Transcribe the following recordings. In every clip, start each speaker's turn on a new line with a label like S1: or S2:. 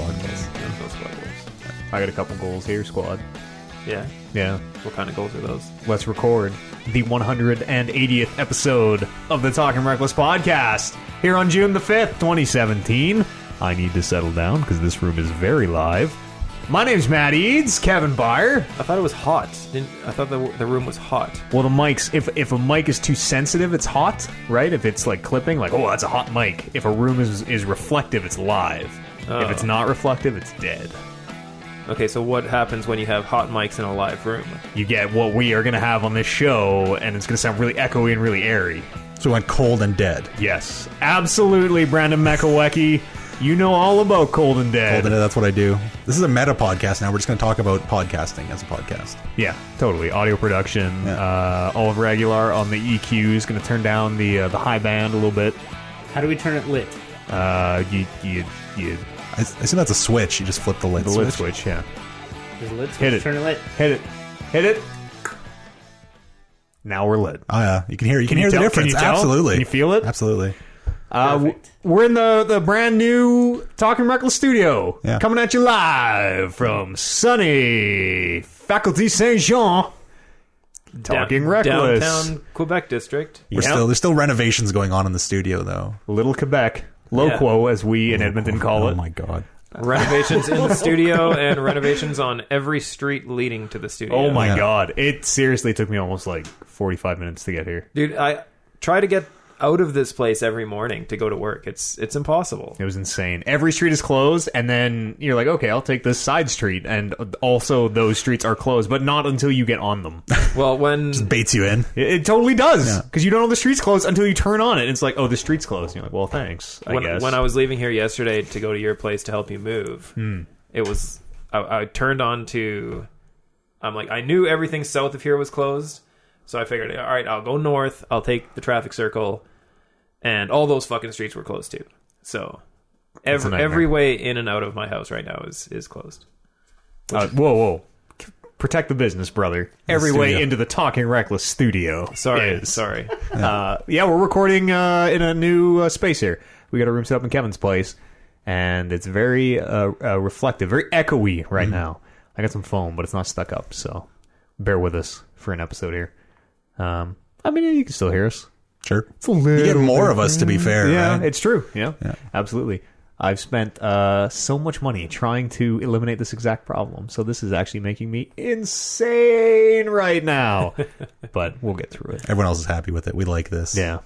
S1: of those levels.
S2: I got a couple goals here, squad.
S1: Yeah.
S2: Yeah.
S1: What kind of goals are those?
S2: Let's record the 180th episode of the Talking Reckless podcast here on June the 5th, 2017. I need to settle down because this room is very live. My name's Matt Eads, Kevin Byer.
S1: I thought it was hot. Didn't I thought the, the room was hot.
S2: Well, the mics, if, if a mic is too sensitive, it's hot, right? If it's like clipping, like, oh, that's a hot mic. If a room is, is reflective, it's live. If it's not reflective, it's dead.
S1: Okay, so what happens when you have hot mics in a live room?
S2: You get what we are going to have on this show, and it's going to sound really echoey and really airy.
S3: So it went cold and dead.
S2: Yes, absolutely, Brandon Mekawecki. You know all about Cold and Dead.
S3: Cold and dead, that's what I do. This is a meta podcast now. We're just going to talk about podcasting as a podcast.
S2: Yeah, totally. Audio production. Uh, Oliver Aguilar on the EQ is going to turn down the uh, the high band a little bit.
S4: How do we turn it lit?
S2: Uh, you you you
S3: I, I assume that's a switch. You just flip the lid
S2: the
S3: switch.
S2: lid switch. Yeah,
S4: Is it lit?
S2: Hit it.
S4: Turn it lit.
S2: hit it, hit it. Now we're lit.
S3: Oh, yeah. You can hear, you can
S2: you
S3: hear
S2: tell? Can
S3: the difference.
S2: you tell?
S3: Absolutely.
S2: Can you feel it?
S3: Absolutely.
S2: Uh, w-
S4: Perfect.
S2: we're in the, the brand new Talking Reckless studio,
S3: Yeah.
S2: coming at you live from sunny Faculty Saint Jean. Talking
S1: Down-
S2: Reckless,
S1: Downtown Quebec district.
S3: We're
S2: Yeah.
S3: still, there's still renovations going on in the studio, though.
S2: Little Quebec, Loquo, as we in Edmonton call
S3: oh,
S2: it.
S3: my God.
S1: Renovations in the studio and renovations on every street leading to the studio.
S2: Oh my
S3: Yeah.
S2: god! It seriously took me almost like forty five minutes to get here.
S1: Dude, I try to get out of this place every morning to go to work. It's it's impossible.
S2: It was insane. Every street is closed, and then you're like, okay, I'll take this side street, and also those streets are closed, but not until you get on them.
S1: Well, when
S3: Baits you in.
S2: It, it totally does
S3: Yeah.
S2: because you don't know the street's closed until you turn on it. And it's like, oh, the street's closed. And you're like, well, thanks. I
S1: when,
S2: guess.
S1: when I was leaving here yesterday to go to your place to help you move,
S2: Hmm.
S1: it was I, I turned on to. I'm like I knew everything south of here was closed, so I figured, all right, I'll go north. I'll take the traffic circle, and all those fucking streets were closed too. So
S2: a
S1: every
S2: nightmare.
S1: every way in and out of my house right now is is closed.
S2: Uh, whoa, whoa, C- protect the business, brother. Every way
S3: studio.
S2: into the talking reckless studio.
S1: Sorry,
S2: is.
S1: sorry.
S2: Uh, yeah, we're recording uh, in a new uh, space here. We got a room set up in Kevin's place, and it's very uh, uh, reflective, very echoey right now. I got some foam, but it's not stuck up, so bear with us for an episode here. Um, I mean, you can still hear us.
S3: Sure.
S2: a little
S3: You get more of us, to be fair.
S2: Yeah,
S3: right?
S2: it's true. Yeah, absolutely. I've spent uh, so much money trying to eliminate this exact problem, so this is actually making me insane right now. but we'll get through it.
S3: Everyone else is happy with it. We like this.
S2: Yeah,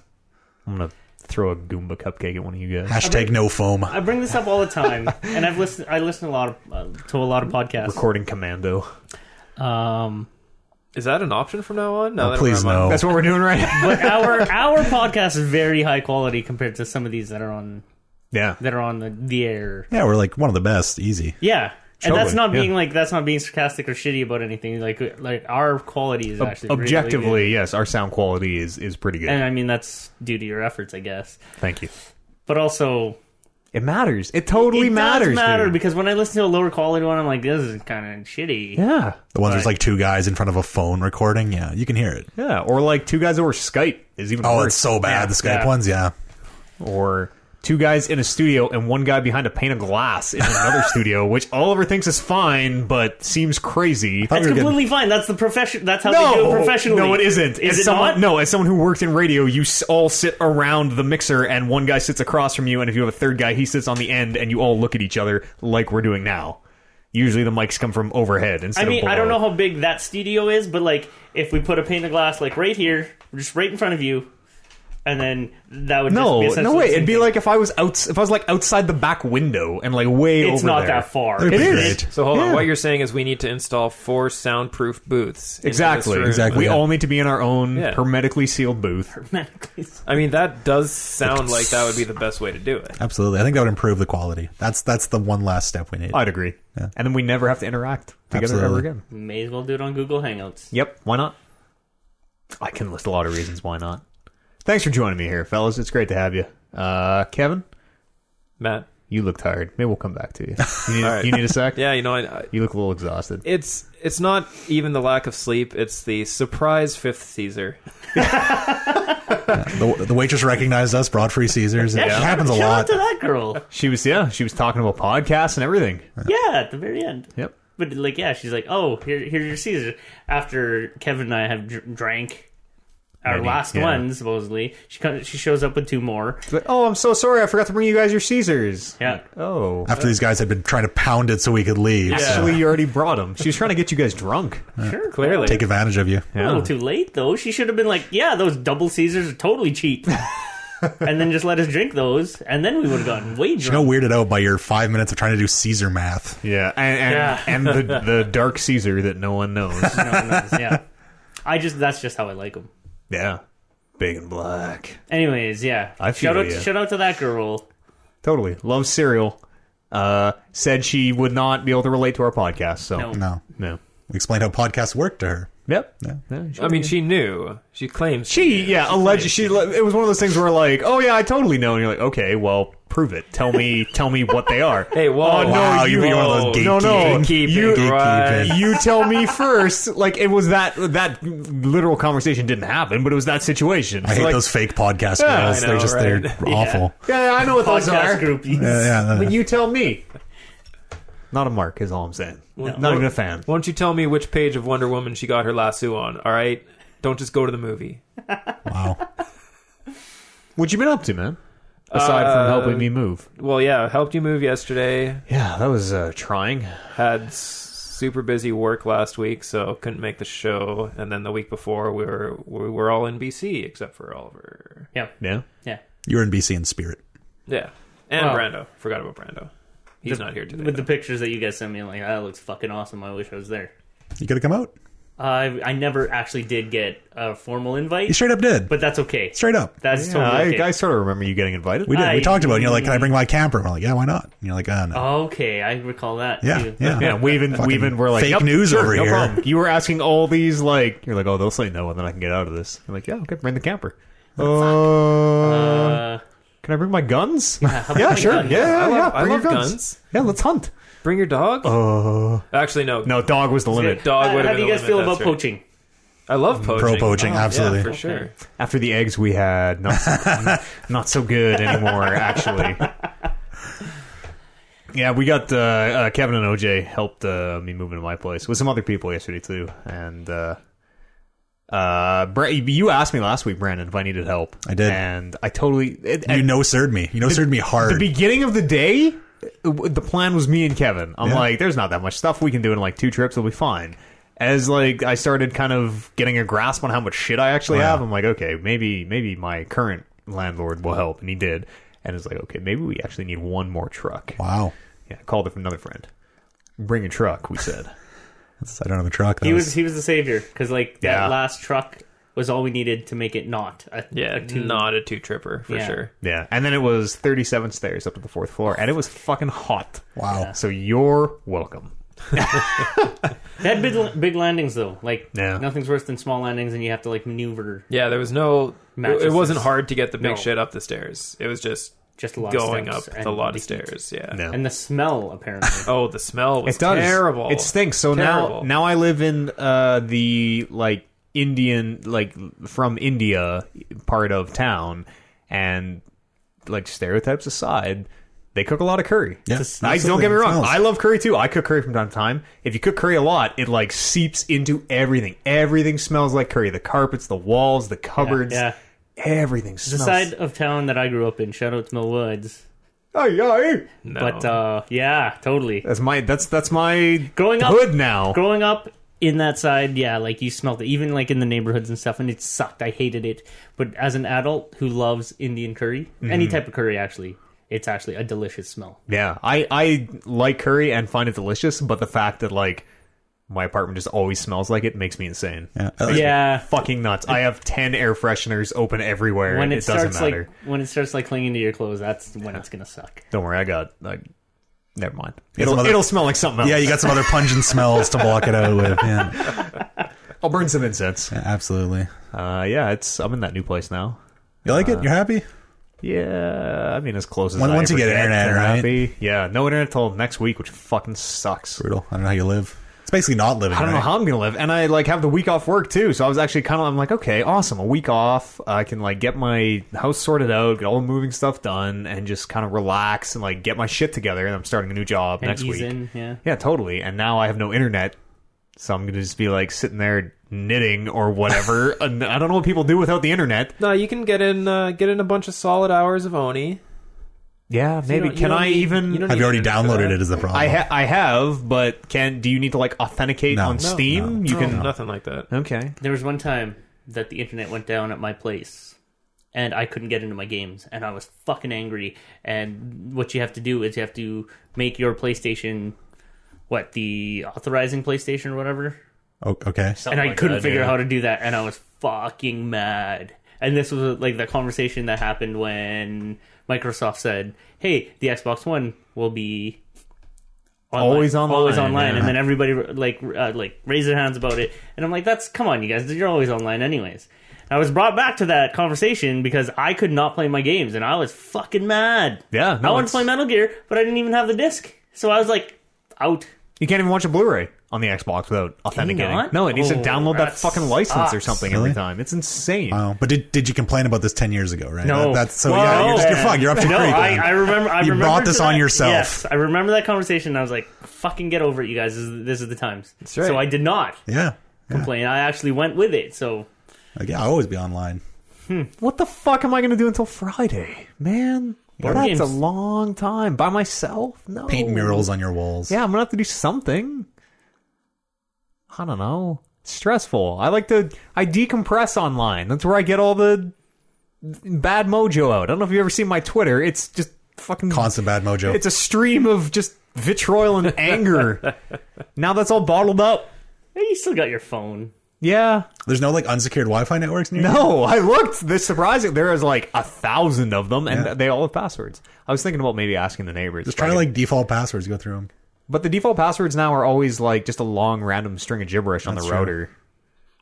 S2: I'm gonna throw a Goomba cupcake at one of you guys.
S3: Hashtag no foam.
S4: I bring this up all the time, and I've listened. I listen a lot of, uh, to a lot of podcasts.
S2: Recording commando.
S4: Um,
S1: Is that an option from now
S2: Oh,
S1: on? Now that I'm
S3: please
S1: around my-
S3: no.
S2: That's what we're doing right now.
S4: but our our podcast is very high quality compared to some of these that are on
S2: yeah,
S4: that are on the, the air.
S3: Yeah, we're like one of the best. Easy.
S4: Yeah, and that's
S2: Totally,
S4: not
S2: yeah.
S4: being like that's not being sarcastic or shitty about anything. Like like our quality is actually really
S2: objectively,
S4: good.
S2: yes, our sound quality is is pretty good.
S4: and I mean that's due to your efforts, I guess.
S2: Thank you.
S4: But also,
S2: It matters. It totally
S4: it
S2: matters.
S4: does matter
S2: dude.
S4: because when I listen to a lower quality one, I'm like, this is kind of shitty.
S2: yeah,
S3: The ones there's like two guys in front of a phone recording. Yeah, you can hear it.
S2: yeah. Or like two guys over Skype is even.
S3: Oh,
S2: worse.
S3: it's so bad. the Skype
S4: yeah.
S3: ones, yeah.
S2: or two guys in a studio and one guy behind a pane of glass in another studio, which Oliver thinks is fine but seems crazy.
S3: thought
S4: That's
S3: we were
S4: completely fine. That's the profession. That's how they do it professionally.
S2: no, it isn't.
S4: Is
S2: as
S4: it
S2: someone,
S4: not?
S2: No, as someone who worked in radio, you s- all sit around the mixer, and one guy sits across from you, and if you have a third guy, he sits on the end, and you all look at each other like we're doing now. Usually, the mics come from overhead instead
S4: I mean,
S2: of
S4: I don't
S2: below.
S4: know how big that studio is, but like, if we put a pane of glass like right here, just right in front of you, and then that would
S2: No,
S4: just be
S2: no
S4: essentially
S2: way.
S4: the same
S2: It'd be
S4: thing.
S2: like if I was out, if I was like outside the back window and like way over.
S4: it's not
S2: there.
S4: that far.
S3: That'd
S2: It
S3: be
S2: is.
S3: great.
S1: So hold
S2: Yeah.
S1: on. What you're saying is we need to install four soundproof booths. into this
S2: Exactly.
S1: room.
S3: Exactly.
S2: We
S3: yeah.
S2: all need to be in our own
S1: Yeah.
S2: hermetically sealed booth.
S1: I mean, that does sound like that would be the best way to do it.
S3: Absolutely. I think that would improve the quality. That's that's the one last step we need.
S2: I'd agree. And then we never have to interact together ever
S3: Absolutely.
S2: again.
S4: May as well do it on Google Hangouts.
S2: Yep. Why not? I can list a lot of reasons why not. Thanks for joining me here, fellas. It's great to have you. Uh, Kevin,
S1: Matt,
S2: You look tired. Maybe we'll come back to you. You need,
S1: All right.
S2: you need a sec?
S1: Yeah, you know, I, I,
S2: You look a little exhausted.
S1: it's it's not even the lack of sleep; it's the surprise fifth Caesar.
S3: The, the waitress recognized us, brought free Caesars. It
S4: shout-
S3: happens a
S4: shout
S3: lot.
S4: out to that girl.
S2: She was yeah. She was talking about podcasts and everything.
S4: yeah, at the very end.
S2: Yep.
S4: But like, yeah, she's like, "Oh, here, here's your Caesar." After Kevin and I have dr- drank our
S2: Many,
S4: last
S2: yeah.
S4: one, supposedly she comes, she shows up with two more.
S2: She's like, oh, I'm so sorry. I forgot to bring you guys your Caesars.
S4: Yeah.
S2: Oh.
S3: After these guys had been trying to pound it so we could leave, so
S2: Actually, you already brought them. She was trying to get you guys drunk.
S4: Sure,
S1: Clearly,
S3: take advantage of you.
S4: A little too late though. She should have been like, "Yeah, those double Caesars are totally cheap," and then just let us drink those, and then we would have gotten way
S3: No
S4: drunk.
S3: weirded out by your five minutes of trying to do Caesar math.
S2: Yeah, and and,
S4: Yeah.
S2: and the the dark Caesar that no one knows.
S4: No one knows, yeah, I just that's just how I like them.
S2: yeah, big and black.
S4: Anyways, yeah.
S2: I feel
S4: shout out
S2: ya.
S4: shout out to that girl.
S2: Totally loves cereal. Uh, said she would not be able to relate to our podcast. So
S4: No.
S3: No,
S2: no.
S3: we explained how podcasts work to her.
S2: Yep.
S3: Yeah.
S2: No, she-
S1: I mean, she knew. She claims
S2: she yeah alleged she le- it was one of those things where like oh yeah I totally know and you're like okay well prove it tell me tell me what they are
S1: Hey, whoa!
S2: oh no
S3: Wow,
S2: you
S3: you be one of those
S2: Oh, no no
S1: Gatekeeping.
S2: you
S3: Gatekeeping.
S2: you tell me first like it was that that literal conversation didn't happen but it was that situation
S3: I hate
S2: Like,
S3: those fake podcast
S2: Yeah,
S3: girls.
S1: I know,
S3: they're just
S1: right?
S3: they're awful.
S2: yeah I know what those are
S4: Podcast groupies.
S3: Yeah, yeah, yeah.
S2: But you tell me. Not a mark is all I'm saying. Not even a fan.
S1: Won't you tell me which page of Wonder Woman she got her lasso on? All right, don't just go to the movie.
S3: Wow.
S2: What you been up to, man? Aside from
S1: Uh,
S2: helping me move.
S1: Well, yeah, helped you move yesterday.
S2: Yeah, that was uh, trying.
S1: Had s- super busy work last week, so couldn't make the show. And then the week before, we were we were all in BC except for Oliver.
S4: Yeah,
S2: Yeah.
S4: yeah.
S3: You were in BC in spirit.
S1: Yeah, and
S4: Wow.
S1: Brando. Forgot about Brando. He's not here today.
S4: With the pictures that you guys sent me, I'm like, "Ah, that looks fucking awesome. I wish I was there.
S3: You could have come out.
S4: I I never actually did get a formal
S3: You
S4: invite,
S3: straight up did.
S4: but that's okay.
S3: straight up.
S4: That's
S2: Yeah,
S4: totally okay.
S2: I, I sort of remember you getting invited.
S3: We did.
S4: I-
S3: we talked about it. And you're like, can I bring my camper? And we're like, yeah, why not? And you're like, ah, no.
S4: okay, I recall that
S3: yeah,
S4: too.
S3: yeah.
S2: yeah, we even we
S3: Fucking
S2: even were like
S3: fake
S2: "Yep,
S3: news
S2: sure,
S3: over
S2: no
S3: here."
S2: Problem. You were asking all these like you're like oh they'll say no and then I can get out of this. I'm like yeah okay bring the camper. Uh,
S4: Uh,
S2: can I bring my guns?
S4: how about
S2: Yeah,
S4: my
S2: sure. Yeah,
S4: gun?
S2: yeah,
S1: I
S2: yeah.
S1: love, I
S2: Bring your
S1: love guns.
S2: Yeah, let's hunt.
S1: Bring your dog. Oh, actually, no.
S2: No, dog was the limit.
S1: Dog would
S4: how
S1: have
S4: do
S1: been
S4: you guys
S1: the limit,
S4: feel
S1: that's
S4: about
S1: right.
S4: poaching?
S1: I love poaching.
S3: Pro poaching,
S1: Oh, yeah,
S3: absolutely.
S1: for sure.
S2: After the eggs we had, not so, not- not so good anymore, actually. Yeah, we got uh, uh, Kevin and OJ helped uh, me move into my place with some other people yesterday too, and uh, uh, Bra- you asked me last week, Brandon, if I needed help.
S3: I did.
S2: and I totally. It,
S3: You
S2: at
S3: no sirred me. You no sirred me
S2: the
S3: hard.
S2: beginning of the day, the plan was me and Kevin. I'm
S3: Yeah.
S2: like, there's not that much stuff we can do in like two trips. It'll be fine. As like I started kind of getting a grasp on how much shit I actually
S3: Yeah.
S2: have, I'm like, okay, maybe maybe my current landlord will help, and he did. And it's like, okay, maybe we actually need one more truck.
S3: wow.
S2: Yeah, I called it from another friend. Bring a truck, we said.
S3: That's, I don't know the truck. That
S4: He
S3: was,
S4: was he was the savior because like that
S2: Yeah.
S4: last truck was all we needed to make it not a,
S1: Yeah,
S4: a two.
S1: not a two tripper for
S4: Yeah.
S1: sure.
S2: yeah, and then it was 37 stairs up to the fourth floor, and it was fucking hot.
S3: wow.
S2: So you're welcome.
S4: That big big landings though, like
S2: Yeah.
S4: nothing's worse than small landings, and you have to like maneuver
S1: Yeah, there was no. It,
S4: Mattresses.
S1: it wasn't hard to get the big
S4: No.
S1: shit up the stairs. It was just
S4: just a lot
S1: going
S4: of steps
S1: up
S4: and
S1: a lot
S4: the
S1: of
S4: heat.
S1: stairs. Yeah.
S2: No.
S4: and the smell apparently.
S1: Oh, the smell was
S2: It does.
S1: terrible.
S2: It stinks. So
S1: Terrible.
S2: now now I live in uh, the like Indian like from India part of town, and like stereotypes aside. They cook a lot of curry.
S3: Yeah,
S2: I- don't
S3: absolutely.
S2: get me wrong.
S3: Smells.
S2: I love curry too. I cook curry from time to time. If you cook curry a lot, it like seeps into everything. Everything smells like curry. The carpets, the walls, the cupboards.
S4: yeah.
S2: Everything
S4: the
S2: smells.
S4: side of town that I grew up in. Shout out to Mill Woods,
S2: Ay, ay.
S1: No.
S4: but uh, yeah, totally.
S2: That's my. That's that's my
S4: Growing up-
S2: hood now.
S4: Growing up in that side, yeah, like you smelled it, even like in the neighborhoods and stuff, and it sucked. I hated it. But as an adult who loves Indian curry, any
S1: Mm-hmm.
S4: type of curry, actually, it's actually a delicious smell.
S2: Yeah, I I like curry and find it delicious, but the fact that like my apartment just always smells like it makes me insane.
S3: Yeah. I like-
S4: Yeah.
S2: Fucking nuts! I have ten air fresheners open everywhere.
S4: When
S2: and
S4: it,
S2: it, doesn't
S4: starts
S2: matter.
S4: like when it starts like clinging to your clothes, that's when it's gonna suck.
S2: Don't worry, I got like. Never mind. It'll,
S3: some other-
S2: it'll smell like something else.
S3: Yeah, you got some other pungent smells to block it out with. Yeah,
S2: I'll burn some incense.
S3: Yeah, absolutely.
S2: Uh, yeah, it's. I'm in that new place now.
S3: You like it? You're happy?
S2: Yeah, I mean as close as
S3: Once-
S2: I
S3: once you
S2: ever
S3: get internet,
S2: to
S3: right?
S2: happy. Yeah, no internet till next week, which fucking sucks.
S3: Brutal. I don't know how you live. It's basically not living.
S2: I don't know
S3: right?
S2: how I'm gonna live, and I like have the week off work too. So I was actually kind of I'm like, okay, awesome, a week off. I can like get my house sorted out, get all the moving stuff done, and just kind of relax and like get my shit together. And I'm starting a new job
S4: And
S2: next
S4: ease
S2: week.
S4: in, yeah.
S2: Yeah, totally. And now I have no internet, so I'm gonna just be like sitting there knitting or whatever. and I don't know what people do without the internet.
S1: No, you can get in uh, get in a bunch of solid hours of Oni.
S2: Yeah,
S1: don't-
S2: maybe.
S1: you
S2: Can
S1: don't
S2: I
S1: need-
S2: even?
S1: you don't
S3: Have you already
S1: Need internet for
S3: downloaded
S1: that.
S3: it? Is the problem?
S2: I ha- I have, but can do you need to like authenticate
S3: No.
S2: on
S3: No,
S2: Steam?
S3: no.
S1: No,
S2: you can.
S1: Oh, nothing like that.
S2: Okay.
S4: There was one time that the internet went down at my place and I couldn't get into my games and I was fucking angry. And what you have to do is you have to make your PlayStation what the authorizing PlayStation or whatever.
S3: Oh, okay.
S4: and I couldn't figure out
S2: out
S4: how to do that and I was fucking mad. And this was like the conversation that happened when Microsoft said, "Hey, the Xbox One will be online-
S2: Always online,
S4: always online,"
S2: yeah.
S4: and then everybody like uh, like raised their hands about it. And I'm like, "That's come on, you guys, you're always online, anyways." And I was brought back to that conversation because I could not play my games, and I was fucking mad.
S2: Yeah, no,
S4: I wanted
S2: it's-
S4: to play Metal Gear, but I didn't even have the disc, so I was like, out.
S2: You can't even watch a Blu-ray on the Xbox without authenticating.
S4: not?
S2: No, it needs to
S4: Oh,
S2: download that
S4: that
S2: fucking license or
S4: sucks.
S2: something every
S3: Really?
S2: time. It's insane.
S3: Wow. But did, did you complain about this ten years ago? Right.
S4: No.
S3: That- that's so.
S2: Well,
S3: yeah. You're, just, you're
S4: Yeah.
S3: fucked. You're up to
S4: no,
S3: creek.
S4: I,
S3: man.
S4: I remember. I
S3: You
S4: remember
S3: brought this
S4: to
S3: on
S4: that-
S3: yourself.
S4: Yes, I remember that conversation. and I was like, "Fucking get over it, you guys. This is, this is the times."
S1: right.
S4: So I did not
S3: yeah. Yeah.
S4: complain. I actually went with it. So
S3: Like, yeah. I always be online.
S2: What the fuck am I going to do until Friday, man?
S4: Board
S2: That's
S4: games.
S2: a long time by myself. No,
S3: Paint murals on your walls.
S2: Oh. Yeah, I'm gonna have to do something. I don't know. Stressful. I like to. I decompress online. That's where I get all the bad mojo out. I don't know if you've ever seen my Twitter. It's just fucking
S3: Constant bad mojo.
S2: It's a stream of just vitriol and anger. now that's all bottled up.
S4: hey, you still got your phone.
S2: Yeah.
S3: There's no like unsecured Wi-Fi networks near. you?
S2: No, I looked. This surprising. There is like a thousand of them, and
S3: Yeah.
S2: they all have passwords. I was thinking about maybe asking the neighbors.
S3: Just try to like default passwords. Go through them.
S2: But the default passwords now are always like just a long random string of gibberish on the
S3: That's true.
S2: router.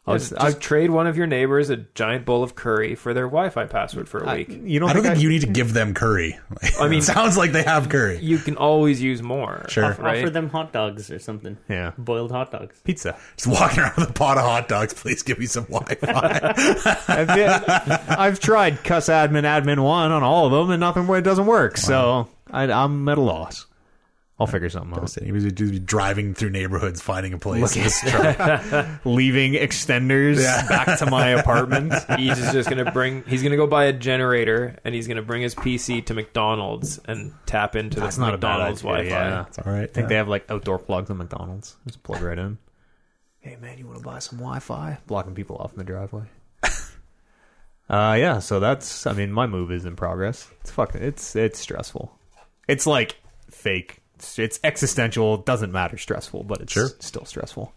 S2: I was,
S1: Just,
S2: I,
S1: just trade one of your neighbors a giant bowl of curry for their Wi-Fi password for a week.
S2: you don't
S3: I don't
S2: think,
S3: think
S2: I-
S3: you need to give them curry. I
S1: mean-
S3: mean, sounds like they have curry.
S1: you can always use more.
S3: Sure.
S1: right?
S4: Offer them hot dogs or something.
S2: Yeah.
S4: boiled hot dogs.
S2: pizza.
S3: Just walking around with a pot of hot dogs. Please give me some Wi-Fi.
S2: I've, been- I've tried cuss admin admin one on all of them, and nothing it doesn't work. So I, I'm at a loss. I'll figure something out.
S3: He was just driving through neighborhoods, finding a place. Just try-
S2: Leaving extenders
S3: Yeah.
S2: back to my apartment.
S1: He's just- just gonna bring. He's gonna go buy a generator, and he's gonna bring his PC to McDonald's and tap into
S2: That's
S1: the
S2: not a bad
S1: McDonald's
S2: idea.
S1: Wi-Fi.
S2: Yeah.
S3: It's all right.
S2: I think they have like outdoor plugs at McDonald's. Just plug right in. Hey man, you want to buy some Wi-Fi? Blocking people off in the driveway. uh, yeah. So that's. I mean, my move is in progress. It's fucking. It's it's stressful. It's like fake. It's, it's existential. Doesn't matter. Stressful, but it's
S3: Sure.
S2: still stressful.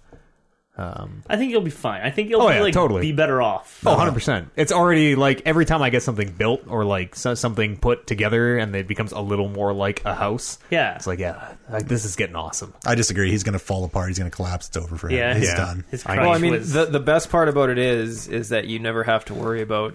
S4: I think you'll be fine. I think you'll
S2: Oh,
S4: be,
S2: yeah,
S4: like
S2: totally.
S4: be better off.
S2: Oh, 100 percent. It's already like every time I get something built or like so, something put together, and it becomes a little more like a house.
S4: Yeah.
S2: It's like yeah, like this is getting awesome.
S3: I disagree. He's going to fall apart. He's going to collapse. It's over for him.
S4: Yeah.
S3: He's
S4: Yeah.
S3: done.
S4: His
S2: I-
S4: crush
S2: Well,
S1: Well, I mean,
S4: was
S1: the the best part about it is is that you never have to worry about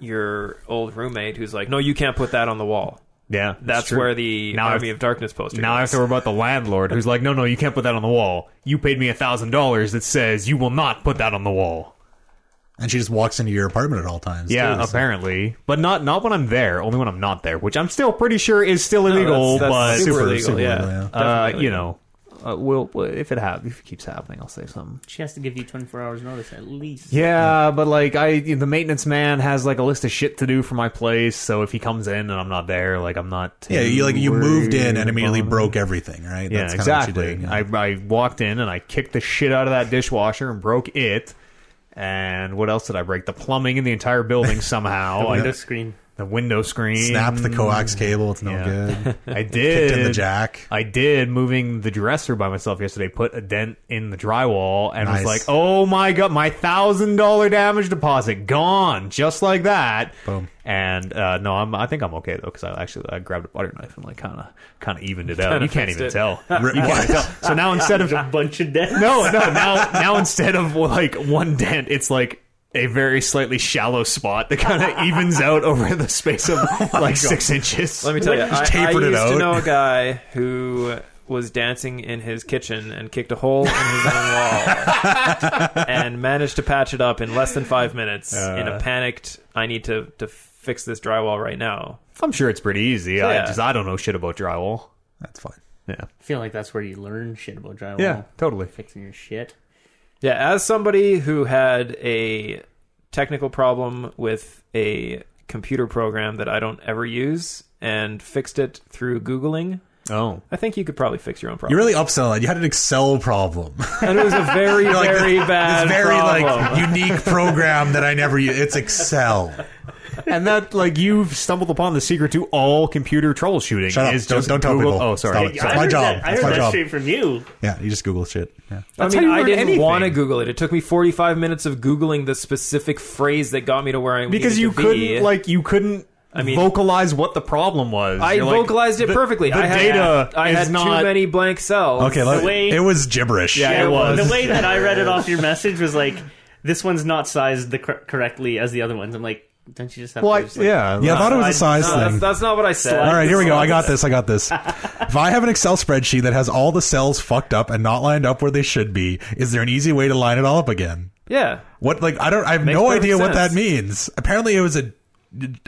S1: your old roommate who's like, no, you can't put that on the wall.
S2: Yeah,
S1: That's
S2: true.
S1: where the
S2: Now
S1: Army
S2: I've-
S1: of Darkness poster.
S2: Now I have
S1: goes.
S2: to worry about the landlord who's like, no, no, you can't put that on the wall. You paid me a thousand dollars that says you will not put that on the wall.
S3: And she just walks into your apartment at all times.
S2: Yeah,
S3: too, so-
S2: apparently, but not not when I'm there. Only when I'm not there, which I'm still pretty sure is still illegal.
S1: that's
S2: but
S1: super
S3: super,
S1: illegal,
S3: super
S1: yeah.
S3: illegal, yeah.
S2: uh,
S1: definitely
S2: you know, uh, we'll, we'll- if it hap- if it keeps happening, I'll say something.
S4: she has to give you 24 hours notice at least.
S2: Yeah, but like I, the maintenance man has like a list of shit to do for my place. So if he comes in and I'm not there, like I'm not.
S3: Yeah, you like you moved in and immediately
S2: broke.
S3: broke everything, right?
S2: Yeah,
S3: kinda what you
S2: exactly.
S3: did, yeah.
S2: I, I walked in and I kicked the shit out of that dishwasher and broke it. And what else did I break? The plumbing in the entire building somehow.
S4: the window
S2: I,
S4: screen.
S2: the window screen.
S3: snapped the coax cable. It's no
S2: Yeah.
S3: good.
S2: I did.
S3: Kicked in the jack.
S2: I did moving the dresser by myself yesterday. Put a dent in the drywall and was
S3: Nice.
S2: like, "Oh my god, my thousand dollar damage deposit gone just like that."
S3: Boom.
S2: And uh, no, I'm. I think I'm okay though because I actually I grabbed a butter knife and like kind of kind of evened it out. You can't even
S1: fixed
S2: tell.
S3: Re- what?
S2: So now instead of
S4: Bunch of death.
S2: no, no. Now, now instead of like one dent, it's like a very slightly shallow spot that kind of evens out over the space of like six inches.
S1: Oh Let me tell you, I,
S3: Just
S1: I
S3: tapered it
S1: used to
S3: out.
S1: know a guy who was dancing in his kitchen and kicked a hole in his own wall and managed to patch it up in less than five minutes in
S3: Uh.
S1: a panicked, I need to, to fix this drywall right now.
S2: I'm sure it's pretty easy. I
S1: Yeah.
S2: just I don't know shit about drywall.
S3: That's fine.
S2: Yeah, Oh.
S4: I feel like that's where you learn shit about drywall.
S2: yeah, totally.
S4: Fixing your shit.
S1: Yeah, as somebody who had a technical problem with a computer program that I don't ever use and fixed it through Googling,
S2: Oh,
S1: I think you could probably fix your own
S3: You
S1: problem.
S3: really upsell it. You had an Excel problem.
S1: and it was a very,
S3: like,
S1: very bad
S3: It's very
S1: problem.
S3: like unique program that I never use. It's Excel.
S2: and that like you've stumbled upon the secret to all computer troubleshooting.
S3: Shut up.
S2: is
S3: Don't-
S2: just
S3: don't tell
S2: Google-
S3: people.
S2: Oh, sorry.
S3: Stop it. It's
S4: I
S3: my
S4: heard
S3: job.
S4: That, I
S3: It's
S4: heard
S3: my
S4: that
S3: job.
S4: straight from you.
S3: Yeah, you just Google shit. Yeah.
S2: That's
S1: I
S2: how
S1: mean,
S2: you
S1: I
S2: learn
S1: didn't
S2: anything.
S1: want to Google it. It took me 45 minutes of Googling the specific phrase that got me to where I
S2: because
S1: needed
S2: you
S1: to
S2: couldn't
S1: be.
S2: like you couldn't. I
S1: mean-
S2: vocalize what the problem was.
S1: I
S2: You're like,
S1: vocalized
S2: the-
S1: it perfectly.
S2: The
S1: I had,
S2: data
S1: I had
S2: is not
S1: too many blank cells.
S3: Okay, let,
S4: way-
S3: it was gibberish.
S2: Yeah, it was.
S4: The way that I read it off your message was like, this one's not sized the cor- correctly as the other ones. I'm like, don't you just have
S2: Well,
S4: to? Just like,
S2: yeah,
S3: Yeah, I thought it was a
S1: No,
S3: size
S1: Uh, that's,
S3: thing.
S1: that's not what I said.
S3: All right, here we go. I got this. I got this. if I have an Excel spreadsheet that has all the cells fucked up and not lined up where they should be, is there an easy way to line it all up again?
S1: Yeah.
S3: What like I don't I have
S1: Makes
S3: no
S1: perfect
S3: idea what
S1: sense.
S3: that means. Apparently it was a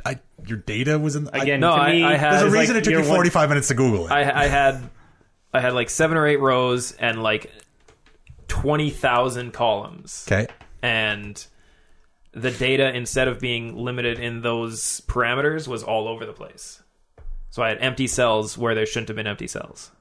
S3: I, your data was in I-
S4: Again,
S1: No,
S4: to
S1: I-
S4: me,
S1: I had-
S3: there's a
S1: it's
S3: reason
S4: like
S3: it took
S4: your
S3: you
S4: one-
S3: 45 minutes to Google it.
S1: I, I had I had like seven or eight rows and like 20,000 columns.
S3: okay.
S1: And the data, instead of being limited in those parameters, was all over the place. So I had empty cells where there shouldn't have been empty cells.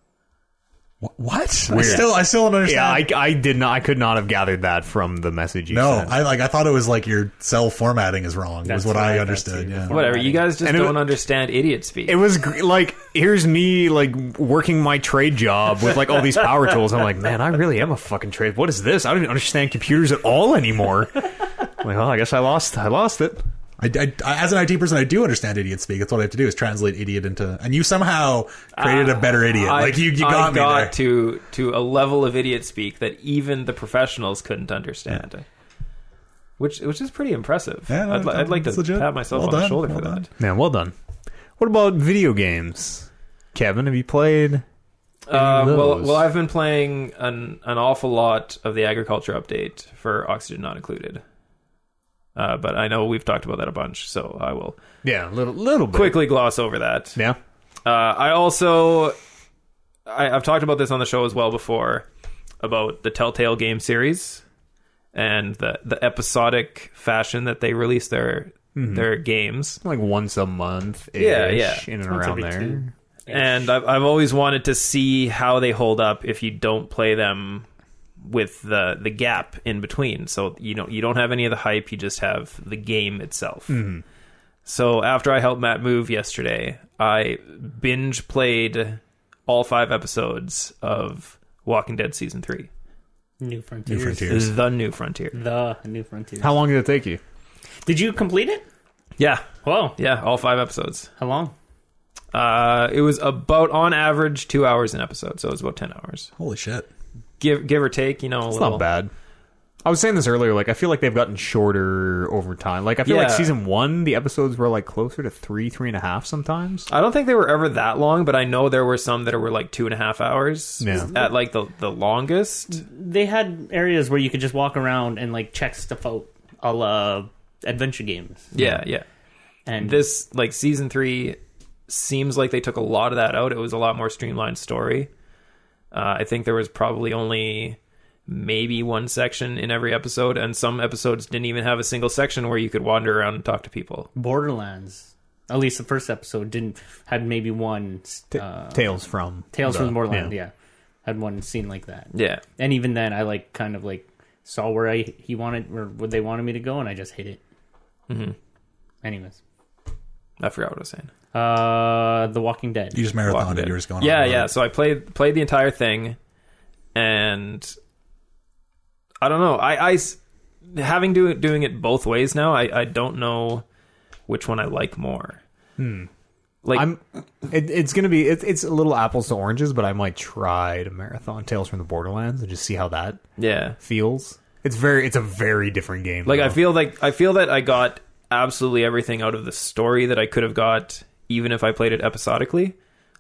S3: Wh- What? I still I still don't
S2: Yeah,
S3: understand.
S2: I, I did not. I could not have gathered that from the message you
S3: no,
S2: sent.
S3: I like I thought it was like your cell formatting is wrong.
S4: That's
S3: was what
S4: what I
S3: I
S4: thought
S3: understood.
S4: too.
S3: Yeah.
S1: Whatever. You guys just
S2: And it
S1: don't
S2: wa-
S1: understand idiot speak.
S2: it was gr- like here's me like working my trade job with like all these power tools. I'm like, man, I really am a fucking trade. What is this? I don't even understand computers at all anymore. I'm like, well, I guess I lost. I lost it.
S3: I, I- I- as an IT person, I do understand idiot speak. That's what I have to do is translate idiot into. And you somehow created a better idiot.
S1: I-
S3: like you, you
S1: Ah, I
S3: got me there.
S1: to to a level of idiot speak that even the professionals couldn't understand, which which is pretty impressive.
S3: Yeah, no,
S1: I'd, li-
S3: no,
S1: I'd like to
S3: it's legit.
S1: pat myself
S3: Well
S1: on the
S3: done,
S1: shoulder for
S3: well done.
S2: Man, well done. What about video games, Kevin? Have you played?
S1: that. Uh, well,
S2: those.
S1: well, I've been playing an an awful lot of the agriculture update for oxygen not included. Uh, but I know we've talked about that a bunch, so I will
S2: Yeah, a little, little bit.
S1: quickly gloss over that.
S2: Yeah.
S1: Uh, I also, I, I've talked about this on the show as well before about the Telltale game series and the the episodic fashion that they release their their games.
S2: Like once a month,
S1: Yeah, yeah.
S2: in and
S4: Once
S2: around
S4: every
S2: there.
S4: two.
S1: And I've I've always wanted to see how they hold up if you don't play them with the the gap in between. So you don't you don't have any of the hype. You just have the game itself.
S2: Mm-hmm.
S1: So after I helped Matt move yesterday, I binge played all five episodes of Walking Dead season three,
S4: New Frontiers.
S3: Frontier. Years.
S1: the New Frontier.
S4: The New Frontiers.
S2: How long did it take you?
S4: Did you complete it?
S1: Yeah,
S4: Whoa.
S1: yeah, all five episodes.
S4: How long?
S1: Uh, it was about on average two hours an episode, so it was about ten hours,
S3: Holy shit!
S1: give give or take. You know, a
S2: It's
S1: little.
S2: not bad. I was saying this earlier. Like, I feel like they've gotten shorter over time. Like, I feel like
S1: Yeah.
S2: season one, the episodes were like closer to three, three and a half sometimes.
S1: I don't think they were ever that long, but I know there were some that were like two and a half hours
S2: Yeah.
S1: at like the the longest.
S4: They had areas where you could just walk around and like check stuff out, a la adventure games.
S1: Yeah, yeah.
S4: And
S1: This like season three seems like they took a lot of that out. It was a lot more streamlined story. Uh, I think there was probably only maybe one section in every episode, and some episodes didn't even have a single section where you could wander around and talk to people.
S4: Borderlands, at least the first episode didn't had maybe one uh,
S2: Tales from
S4: Tales from the Borderlands.
S2: yeah.
S4: Yeah. had one scene like that.
S1: Yeah,
S4: And even then, I like kind of like saw where I he wanted or where they wanted me to go, and I just hit it. Mm-hmm. Anyways,
S1: I forgot what I was saying.
S4: uh, The Walking Dead.
S3: You just
S1: Walking
S3: marathoned
S1: Dead.
S3: it. You were just going.
S1: Yeah,
S3: on and
S1: yeah.
S3: on.
S1: So I played played the entire thing, and I don't know. I, I s- having do doing it both ways now. I, I don't know which one I like more.
S3: Hmm.
S1: Like
S2: I'm. It, it's gonna be. It, it's a little apples to oranges, but I might try to marathon Tales from the Borderlands and just see how that
S1: yeah,
S2: feels. It's very it's a very different game.
S1: Like I
S2: though.
S1: feel like I feel that I got absolutely everything out of the story that I could have got even if I played it episodically.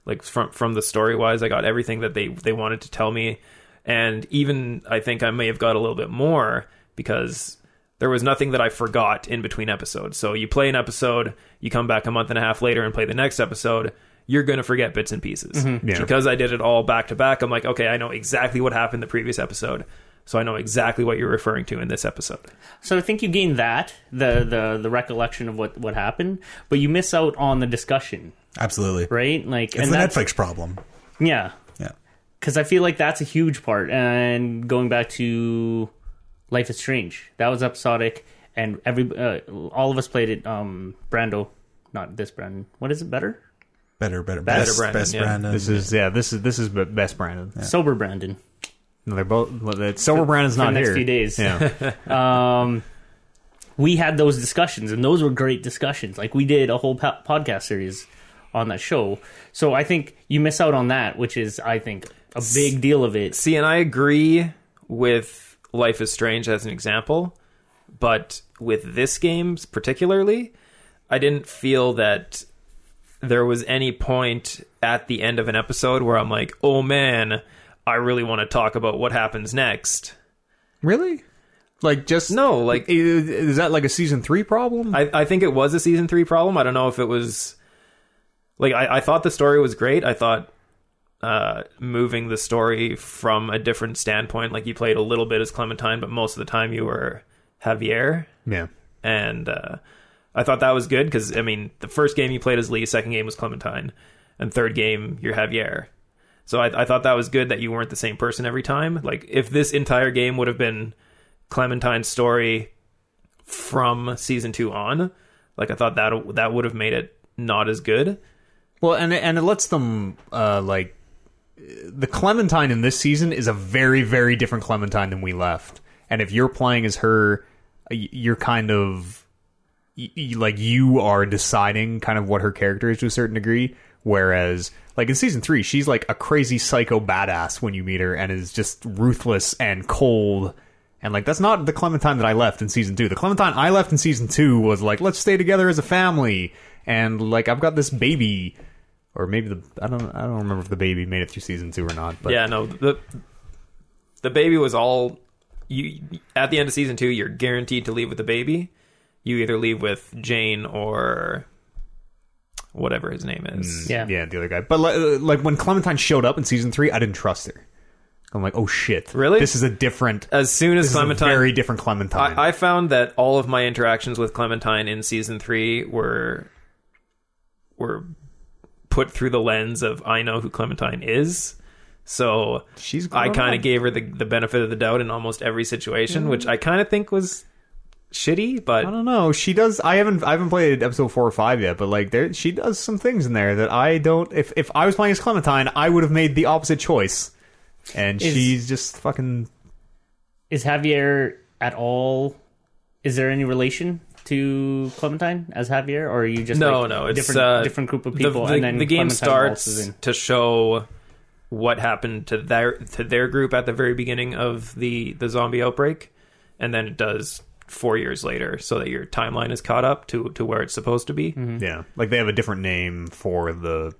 S1: Like from from the story wise, I got everything that they they wanted to tell me, and even I think I may have got a little bit more because there was nothing that I forgot in between episodes. So you play an episode, you come back a month and a half later and play the next episode. You're gonna forget bits and pieces
S2: Yeah.
S1: because I did it all back to back. I'm like, okay, I know exactly what happened the previous episode, so I know exactly what you're referring to in this episode.
S4: So I think you gain that the the the recollection of what what happened, but you miss out on the discussion,
S3: Absolutely.
S4: right? Like
S3: It's the
S4: that's-
S3: Netflix problem.
S4: Yeah,
S3: Yeah.
S4: because I feel like that's a huge part. And going back to Life is Strange, that was episodic, and every uh, all of us played it. Um, Brando, not this Brandon. What is it better?
S3: Better, better,
S1: Better
S3: best,
S1: Brandon,
S3: best
S1: yeah.
S3: Brandon.
S2: this is yeah this is this is b- best Brandon.
S4: Sober Brandon.
S2: No, they're both well, sober Brandon's
S4: for
S2: not
S4: the next
S2: here.
S4: few days.
S2: Yeah,
S4: Um, we had those discussions, and those were great discussions. Like we did a whole po- podcast series on that show. So I think you miss out on that, which is I think a big deal of it.
S1: See, and I agree with Life is Strange as an example, but with this game particularly, I didn't feel that there was any point at the end of an episode where I'm like, oh man, I really want to talk about what happens next.
S2: really? Like just
S1: No, like-
S2: is, is that like a season three problem?
S1: I, I think it was a season three problem. I don't know if it was like I, I thought the story was great. I thought uh, moving the story from a different standpoint, like you played a little bit as Clementine, but most of the time you were Javier,
S2: yeah,
S1: and uh, I thought that was good because I mean the first game you played as Lee, second game was Clementine, and third game you're Javier. So I, I thought that was good that you weren't the same person every time. Like if this entire game would have been Clementine's story from season two on, like I thought that that would have made it not as good.
S2: Well, and and it lets them uh, like the Clementine in this season is a very very different Clementine than we left. And if you're playing as her, y- you're kind of y- y- like you are deciding kind of what her character is to a certain degree. Whereas like in season three, she's like a crazy psycho badass when you meet her, and is just ruthless and cold. And like that's not the Clementine that I left in season two. The Clementine I left in season two was like, let's stay together as a family, and like I've got this baby, or maybe the I don't I don't remember if the baby made it through season two or not. But
S1: yeah, no the the baby was all you at the end of season two. You're guaranteed to leave with the baby. You either leave with Jane or whatever his name is.
S4: Yeah.
S2: yeah, the other guy. But like, like when Clementine showed up in season three, I didn't trust her. I'm like, oh shit,
S1: Really?
S2: This is a different,
S1: As soon as
S2: this is a
S1: Clementine,
S2: very different Clementine.
S1: I, I found that all of my interactions with Clementine in season three were were put through the lens of I know who Clementine is. So
S2: She's
S1: I
S2: grown
S1: kind
S2: up.
S1: of gave her the, the benefit of the doubt in almost every situation, which
S4: Mm.
S1: I kind of think was shitty, but
S2: I don't know. She does. I haven't. I haven't played episode four or five yet, but like there, she does some things in there that I don't. If if I was playing as Clementine, I would have made the opposite choice. And
S4: Is-
S2: she's just fucking.
S4: Is Javier at all? Is there any relation to Clementine as Javier, or are you just
S1: no,
S4: like,
S1: no, it's
S4: different
S1: uh,
S4: different group of
S1: the-
S4: people?
S1: The,
S4: and then
S1: the game
S4: Clementine waltzes
S1: starts
S4: in.
S1: to show what happened to their to their group at the very beginning of the the zombie outbreak, and then it does four years later, so that your timeline is caught up to to where it's supposed to be.
S4: Mm-hmm. Hmm.
S2: Yeah, like they have a different name for the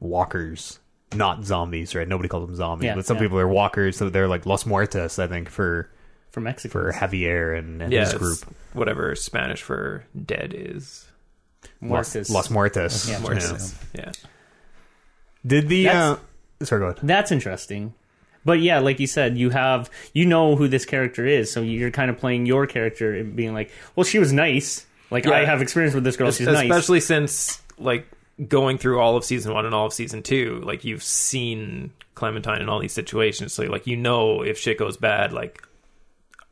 S2: walkers, not zombies, right? Nobody calls them zombies,
S4: Yeah,
S2: but some
S4: yeah.
S2: people are walkers, so they're like Los Muertos, I think, for
S4: for Mexico.
S2: for Javier and, and
S1: Yeah,
S2: his
S1: it's
S2: group.
S1: whatever Spanish for dead is.
S2: Los, Los Muertos.
S4: Yeah.
S1: Mortis. Yeah.
S2: Did the uh,
S4: That's-
S2: sorry, go ahead.
S4: That's interesting. But yeah, like you said, you have you know who this character is, so you're kind of playing your character and being like, "Well, she was nice. Like I
S1: Yeah.
S4: have experience with this girl. She's nice."
S1: especially since like going through all of season one and all of season two like you've seen clementine in all these situations so like you know if shit goes bad like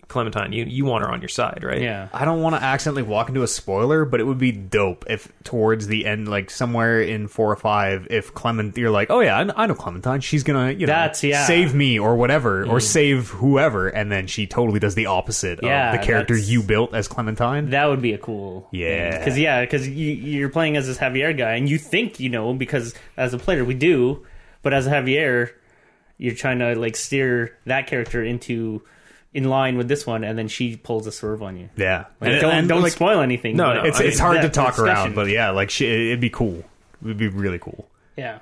S1: clementine you you want her on your side right
S4: Yeah.
S2: I don't want to accidentally walk into a spoiler, but it would be dope if towards the end, like somewhere in four or five, if Clement, you're like, oh yeah, I kn- I know Clementine, she's gonna, you know,
S4: That's- yeah. Mm.
S2: save me or whatever, or save whoever, and then she totally does the opposite
S4: Yeah,
S2: of the character
S4: that's-
S2: you built as Clementine.
S4: That would be a cool.
S2: Yeah.
S4: Because yeah, because you, you're playing as this Javier guy, and you think you know because as a player we do, but as a Javier, you're trying to like steer that character into in line with this one, and then she pulls a swerve on you.
S2: Yeah,
S4: Like, don't don't
S2: like,
S4: spoil anything.
S1: No,
S4: but
S1: no,
S2: It's
S1: I mean,
S2: it's hard to
S4: that
S2: talk around,
S4: discussion-
S2: but yeah, like she, it'd be cool. It'd be really cool.
S4: yeah,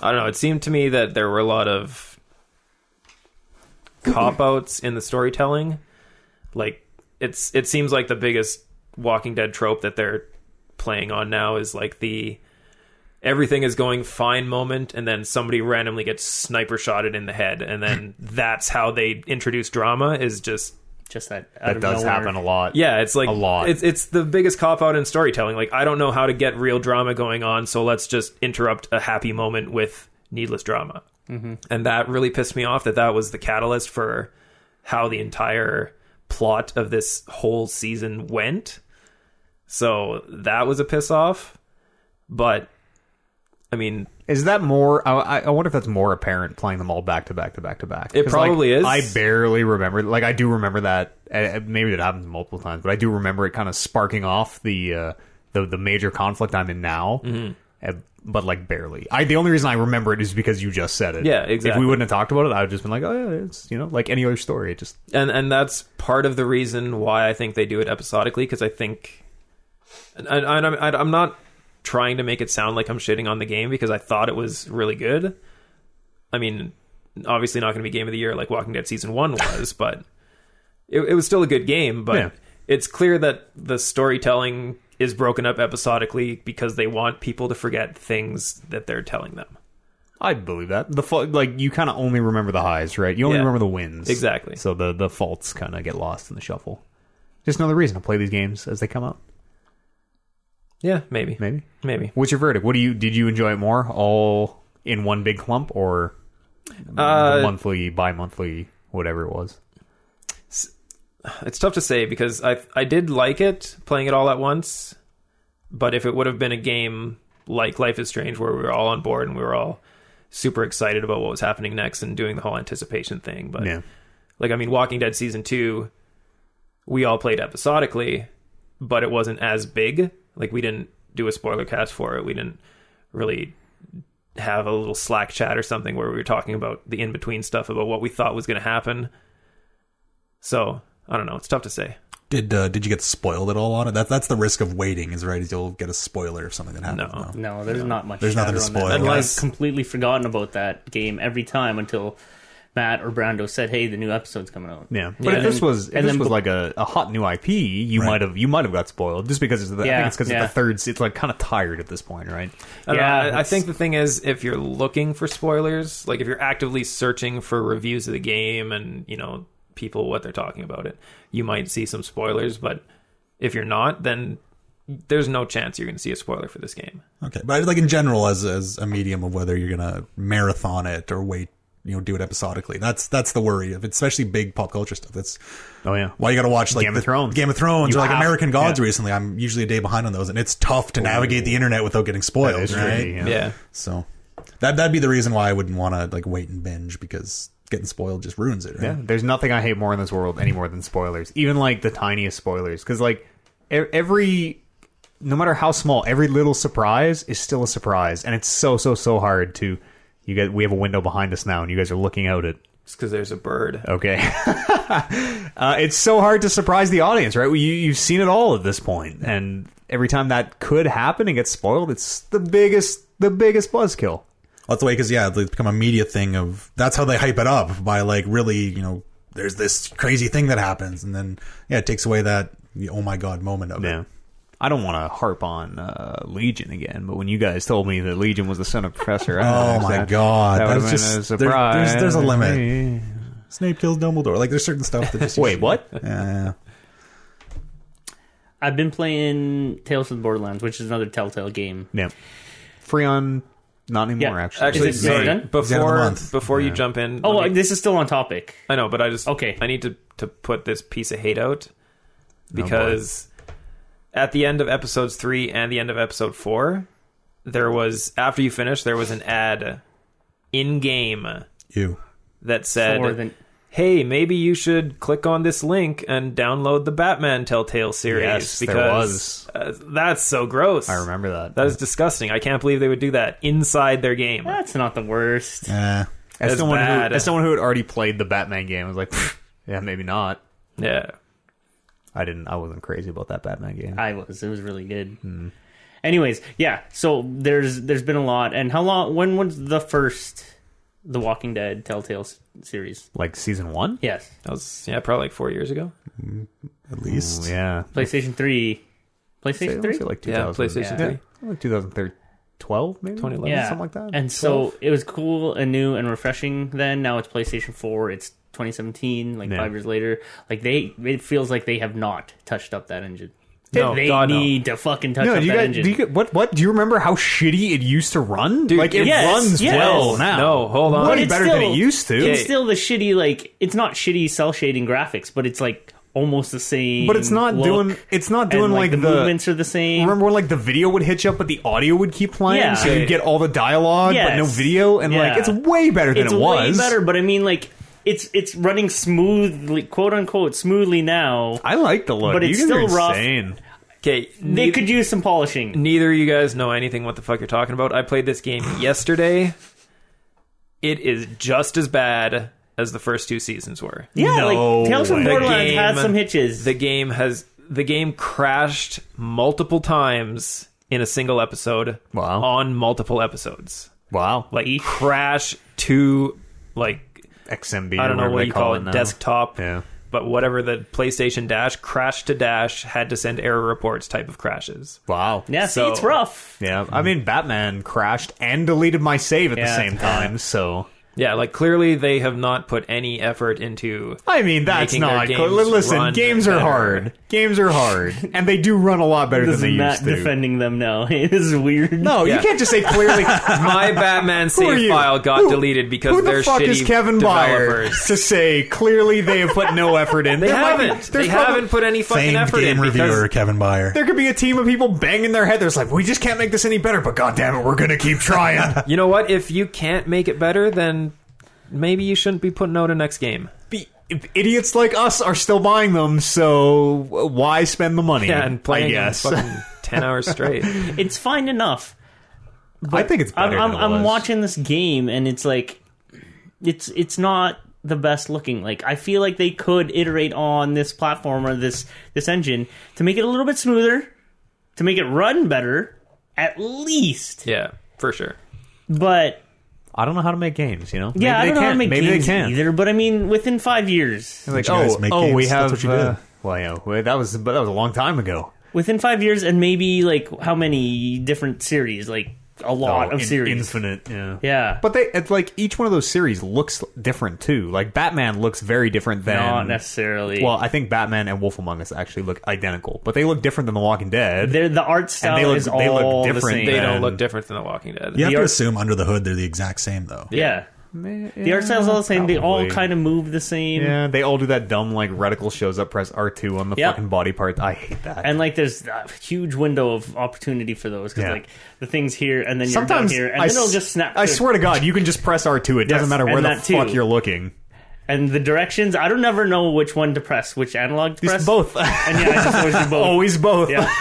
S1: I don't know. It seemed to me that there were a lot of cop outs in the storytelling. Like it's it seems like the biggest Walking Dead trope that they're playing on now is like the everything is going fine moment and then somebody randomly gets sniper shotted in the head and then that's how they introduce drama is just
S4: just that. out
S2: That
S4: of
S2: does
S4: nowhere.
S2: happen a lot.
S1: yeah, it's like
S2: A lot.
S1: It's it's the biggest cop out in storytelling. Like I don't know how to get real drama going on, so let's just interrupt a happy moment with needless drama. Mm-hmm. And that really pissed me off. That that was the catalyst for how the entire plot of this whole season went. So that was a piss off. But I mean,
S2: Is that more? I, I- I wonder if that's more apparent playing them all back to back to back to back.
S1: It
S2: 'Cause, like,
S1: probably is.
S2: I barely remember. Like I do remember that. uh, Maybe that happens multiple times, but I do remember it kind of sparking off the uh, the the major conflict I'm in now.
S1: Mm-hmm.
S2: Uh, but like barely. I the only reason I remember it is because you just said it.
S1: Yeah,
S2: If
S1: exactly.
S2: we wouldn't have talked about it, I would have just been like, oh yeah, it's you know like any other story. It just
S1: and and that's part of the reason why I think they do it episodically because I think, and, and I'm and I'm not trying to make it sound like I'm shitting on the game because I thought it was really good. I mean, obviously not going to be game of the year like Walking Dead season one was, but it, it was still a good game. But
S2: Yeah.
S1: it's clear that the storytelling is broken up episodically because they want people to forget things that they're telling them.
S2: I believe that the fa- like you kind of only remember the highs, right? You only
S1: Yeah.
S2: remember the wins,
S1: Exactly.
S2: So the the faults kind of get lost in the shuffle. Just another reason to play these games as they come up.
S1: Yeah, maybe,
S2: Maybe.
S1: maybe.
S2: What's your verdict? What do you did you enjoy it more, all in one big clump, or
S1: Uh,
S2: monthly, bi-monthly, whatever it was?
S1: it's tough to say because I I did like it playing it all at once, but if it would have been a game like Life is Strange where we were all on board and we were all super excited about what was happening next and doing the whole anticipation thing, but
S2: Yeah,
S1: like I mean Walking Dead season 2 we all played episodically, but it wasn't as big. Like we didn't do a spoiler cast for it. We didn't really have a little Slack chat or something where we were talking about the in-between stuff about what we thought was going to happen. So, I don't know, it's tough to say.
S3: Did uh, did you get spoiled at all on it? That that's the risk of waiting is right. is You'll get a spoiler of something that happened.
S1: No.
S4: No, there's not much.
S3: There's nothing
S4: chatter
S3: to
S4: on that.
S3: spoil.
S1: Unless-
S4: I've completely forgotten about that game every time until Matt or Brando said, "Hey, the new episode's coming out."
S2: yeah. But
S1: Yeah.
S2: if this was if
S4: And
S2: this
S4: then-
S2: was like a, a hot new IP, you
S3: Right.
S2: might have you might have got spoiled just because it's the, I
S4: Yeah,
S2: think it's because
S4: yeah.
S2: it's the third. se- It's like kind of tired at this point, right?
S1: I don't
S4: Yeah,
S1: know. I, I
S4: that's-
S1: think the thing is, if you're looking for spoilers, like if you're actively searching for reviews of the game and you know people what they're talking about it, you might see some spoilers. But if you're not, then there's no chance you're going to see a spoiler for this game.
S3: Okay, but like in general, as as a medium of whether you're gonna marathon it or wait, you know, do it episodically. That's that's the worry of especially big pop culture stuff. That's
S2: Oh yeah.
S3: why you got to watch like
S2: Game of
S3: the-
S2: Thrones.
S3: Game of Thrones,
S2: You
S3: or like
S2: have-
S3: American Gods
S2: yeah.
S3: recently. I'm usually a day behind on those, and it's tough to navigate the internet without getting
S2: That
S3: spoiled,
S2: is
S3: right?
S2: tricky,
S1: Yeah,
S3: So that that'd be the reason why I wouldn't want to like wait and binge because getting spoiled just ruins it. Right?
S2: Yeah, there's nothing I hate more in this world any more than spoilers, even like the tiniest spoilers. Because like e- every, no matter how small, every little surprise is still a surprise, and it's so so so hard to. You guys, we have a window behind us now, and you guys are looking out at.
S1: it's because there's a bird.
S2: Okay, uh, it's so hard to surprise the audience, right? You you've seen it all at this point, and every time that could happen and gets spoiled, it's the biggest the biggest buzzkill.
S3: That's the way, because yeah, it's become a media thing of that's how they hype it up by like really, you know, there's this crazy thing that happens, and then yeah, it takes away that the oh my god moment of
S2: Yeah.
S3: it.
S2: I don't want to harp on uh, Legion again, but when you guys told me that Legion was the son of Professor
S3: Oh
S2: Adams,
S3: my
S2: that-
S3: god,
S2: that
S3: that's
S2: would've been
S3: just
S2: a
S3: there-
S2: surprise.
S3: there's, there's a limit. Snape kills Dumbledore. Like there's certain stuff that just
S2: Wait, what?
S3: Yeah, yeah.
S4: I've been playing Tales of the Borderlands, which is another Telltale game.
S2: No, Freon, not anymore.
S4: Yeah.
S2: Actually,
S4: Actually,
S2: It's
S4: it's
S2: May.
S4: May. done?
S3: the end of the
S1: Before
S3: month.
S1: before you jump in,
S4: Oh,
S1: let me-
S4: this is still on topic.
S1: I know, but I just
S4: Okay.
S1: I need to to put this piece of hate out
S2: Oh,
S1: because at the end of episodes three and the end of episode four, there was after you finished, there was an ad in game
S3: you.
S1: that
S4: More
S1: said,
S4: than
S1: "Hey, maybe you should click on this link and download the Batman Telltale series."
S2: Yes, there
S1: because uh, that's so gross.
S2: I remember that.
S1: That is disgusting. I can't believe they would do that inside their game.
S4: that's not the worst.
S3: Yeah.
S2: as
S1: that's
S2: someone
S1: bad.
S2: who as someone who had already played the Batman game, I was like, "Pfft, Yeah, maybe not.
S1: Yeah.
S2: I didn't. I wasn't crazy about that Batman game.
S4: I was. It was really good. Anyways, yeah. So there's there's been a lot. And how long? When was the first The Walking Dead Telltale s- series?
S2: Like season one.
S4: Yes,
S1: That was yeah, probably like four years ago.
S3: at least.
S2: Yeah.
S4: PlayStation Three.
S2: Say-
S4: PlayStation
S2: let's
S4: Three.
S2: say like 2000,
S1: Yeah, PlayStation
S4: yeah.
S1: Three.
S2: like 2013, 12 maybe
S1: 2011,
S4: yeah,
S2: something like that.
S4: And so it was cool and new and refreshing. Then now it's PlayStation Four. It's 2017, like
S2: Yeah.
S4: five years later. Like they, it feels like they have not touched up that engine.
S1: No,
S4: they
S1: God, no.
S4: need to fucking touch
S2: No,
S4: up
S2: do you
S4: that
S2: guys,
S4: engine.
S2: do you, get- what, what, do you remember how shitty it used to run?
S1: Dude,
S2: like, it
S1: yes,
S2: runs
S4: yes.
S2: well now.
S1: No, hold on.
S2: Way
S4: it's
S2: better than
S4: still-
S2: it used to.
S4: It's still the shitty, like it's not shitty cell shading graphics, but it's like almost the same.
S2: But it's not
S4: look,
S2: doing, it's not doing
S4: and,
S2: like,
S4: the,
S2: the,
S4: movements are the same.
S2: remember when like the video would hitch up, but the audio would keep playing?
S4: Yeah.
S2: So you'd get all the dialogue, but no
S4: Yes.
S2: video. And like,
S4: Yeah.
S2: it's way better than
S4: it's
S2: it was.
S4: way better, but I mean, like it's it's running smoothly, quote unquote, smoothly now.
S2: I like the look,
S4: But
S2: You
S4: it's
S2: guys are
S4: still rough.
S2: insane.
S1: Okay,
S4: They
S1: neith-
S4: could use some polishing.
S1: neither of you guys know anything what the fuck you're talking about. I played this game yesterday. It is just as bad as the first two seasons were.
S4: Yeah,
S2: No
S4: like Tales
S2: way.
S4: from
S2: The
S4: Borderlands had
S1: game-
S4: some hitches.
S1: The game has the game crashed multiple times in a single episode.
S2: Wow.
S1: On multiple episodes.
S2: Wow, like
S1: Like crash to like
S2: XMB.
S1: I don't
S2: or
S1: know
S2: whatever
S1: what
S2: they
S1: you call it,
S2: now.
S1: desktop.
S2: Yeah.
S1: But whatever the PlayStation Dash crash to Dash had to send error reports type of crashes.
S2: Wow.
S4: yeah, see,
S1: so-
S4: it's rough.
S2: Yeah, I mean, Batman crashed and deleted my save at the
S4: Yeah.
S2: same time, so.
S1: Yeah, like clearly they have not put any effort into
S2: I mean, that's
S1: Making their
S2: not.
S1: games
S2: cool. Listen,
S1: run
S2: games are
S1: better.
S2: hard. Games are hard. And they do run a lot better
S4: This
S2: than
S4: is
S2: they
S4: not
S2: used to.
S4: defending them now. It is weird.
S2: no, you
S1: Yeah.
S2: can't just say clearly.
S1: my Batman
S2: Who are
S1: save
S2: you?
S1: file got
S2: Who-
S1: deleted because
S2: who the
S1: they're
S2: fuck
S1: shitty
S2: is Kevin Byer
S1: developers.
S2: to say clearly they have put no effort in?
S1: They
S2: There might be-
S1: haven't.
S2: there's
S1: They
S2: probably-
S1: haven't put any fucking
S3: Famed
S1: effort
S3: game
S1: in
S3: reviewer
S1: because
S3: Kevin Byer.
S2: There could be a team of people banging their head. There's like, we just can't make this any better, but goddamn it, we're gonna keep trying.
S1: you know what? If you can't make it better, then maybe you shouldn't be putting out a next game.
S2: be, idiots like us are still buying them, so why spend the money?
S1: Yeah, and playing
S2: I
S1: them
S2: guess.
S1: fucking ten hours straight.
S4: It's fine enough.
S2: I think it's
S4: I'm
S2: better
S4: I'm,
S2: than it
S4: I'm
S2: was.
S4: watching this game and it's like it's it's not the best looking. Like I feel like they could iterate on this platform or this this engine to make it a little bit smoother, to make it run better at least.
S1: Yeah, for sure.
S4: But
S2: I don't know how to make games, you know? Maybe
S4: yeah, I don't
S2: they
S4: know how
S2: can.
S4: to make
S2: Maybe
S4: games
S2: they can.
S4: either. But I mean, within five years,
S2: Like,
S3: you
S2: oh,
S3: guys make
S2: oh,
S3: games.
S2: we have.
S3: That's what you
S2: uh,
S3: did.
S2: well, yeah, well, that was, but that was a long time ago.
S4: within five years, and maybe like how many different series? Like a
S2: Oh,
S4: lot of
S2: in-
S4: series.
S2: infinite. Yeah.
S4: Yeah.
S2: But they, it's like each one of those series looks different too. Like Batman looks very different than.
S4: not necessarily.
S2: Well, I think Batman and Wolf Among Us actually look identical, but they look different than The Walking Dead.
S4: They're, the art style
S2: they look-
S4: is
S2: they look
S4: all the
S2: different
S4: same.
S1: They don't
S2: And-
S1: look different than The Walking Dead.
S3: You have to
S4: art-
S3: assume under the hood they're the exact same though.
S4: yeah.
S2: the
S4: The art style's all the same. They all kind of move the same.
S2: Yeah, they all do that dumb like reticle shows up, press R two on the
S4: Yeah.
S2: fucking body part. I hate that.
S4: And like, there's a huge window of opportunity for those because
S2: Yeah.
S4: like the things here, and then you're
S2: Sometimes
S4: Sometimes here, and
S2: I,
S4: then it'll
S2: s-
S4: just snap.
S2: I
S4: to-
S2: swear to God, you can just press R two. It doesn't
S4: Yes,
S2: matter where
S4: and
S2: the
S4: that too.
S2: fuck you're looking.
S4: And the directions, I don't never know which one to press, which analog to
S2: Just
S4: press.
S2: both,
S4: And yeah, I just always do both.
S2: always both.
S4: Yeah.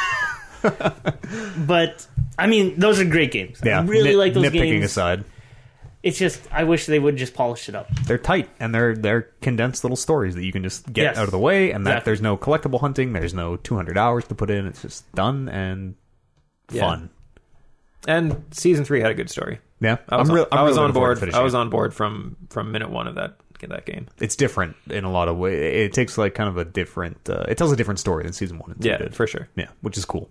S4: But I mean, those are great games. I really
S2: nit-
S4: like those
S2: nitpicking
S4: games.
S2: aside,
S4: It's just I wish they would just polish it up.
S2: they're tight and they're they're condensed little stories that you can just get
S4: Yes.
S2: out of the way, and that
S4: Exactly.
S2: there's no collectible hunting, there's no 200 hours to put in. It's just done and
S1: Yeah.
S2: fun.
S1: And season three had a good story.
S2: Yeah,
S1: I was,
S2: I'm real-
S1: on,
S2: I'm
S1: I was on
S2: really looking forward to
S1: board.
S2: finishing
S1: I was
S2: it.
S1: on board from from minute one of that that game.
S2: It's different in a lot of ways. It takes like kind of a different. Uh, it tells a different story than season one and two
S1: Yeah,
S2: did.
S1: for sure.
S2: Yeah, which is cool.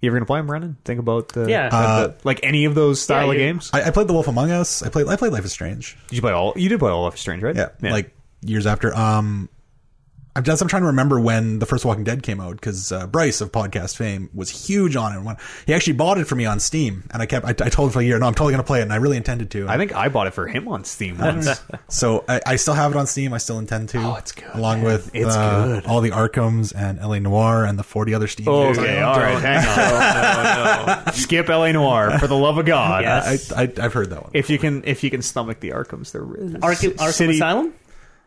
S2: You ever gonna play them, Brendan? Think about uh,
S4: Yeah.
S2: the-
S4: Uh,
S2: like any of those style of
S4: you-
S2: games.
S3: I, I played The Wolf Among Us. I played I played Life is Strange.
S2: Did you play all? You did play all Life is Strange, right?
S3: Yeah, like years after. Um, I'm just I'm trying to remember when the first Walking Dead came out because uh, Bryce of podcast fame was huge on it. When, he actually bought it for me on Steam, and I kept I, I told him for a year, no, I'm totally gonna play it, and I really intended to.
S2: I think I bought it for him on Steam once.
S3: so I, I still have it on Steam. I still intend to. Oh,
S2: it's good,
S3: Along
S2: man.
S3: with
S2: It's
S3: uh,
S2: good. Oh,
S3: all the Arkhams and LA Noir and the 40 other Steam
S4: Oh,
S3: games.
S2: okay, all right, hang on.
S1: Oh
S2: Skip LA Noir for the love of God.
S4: Yes.
S3: I, I, I've heard that one.
S2: If you can, if you can stomach the Arkhams, they're really
S4: Arkham, Arkham
S2: City-
S4: Asylum,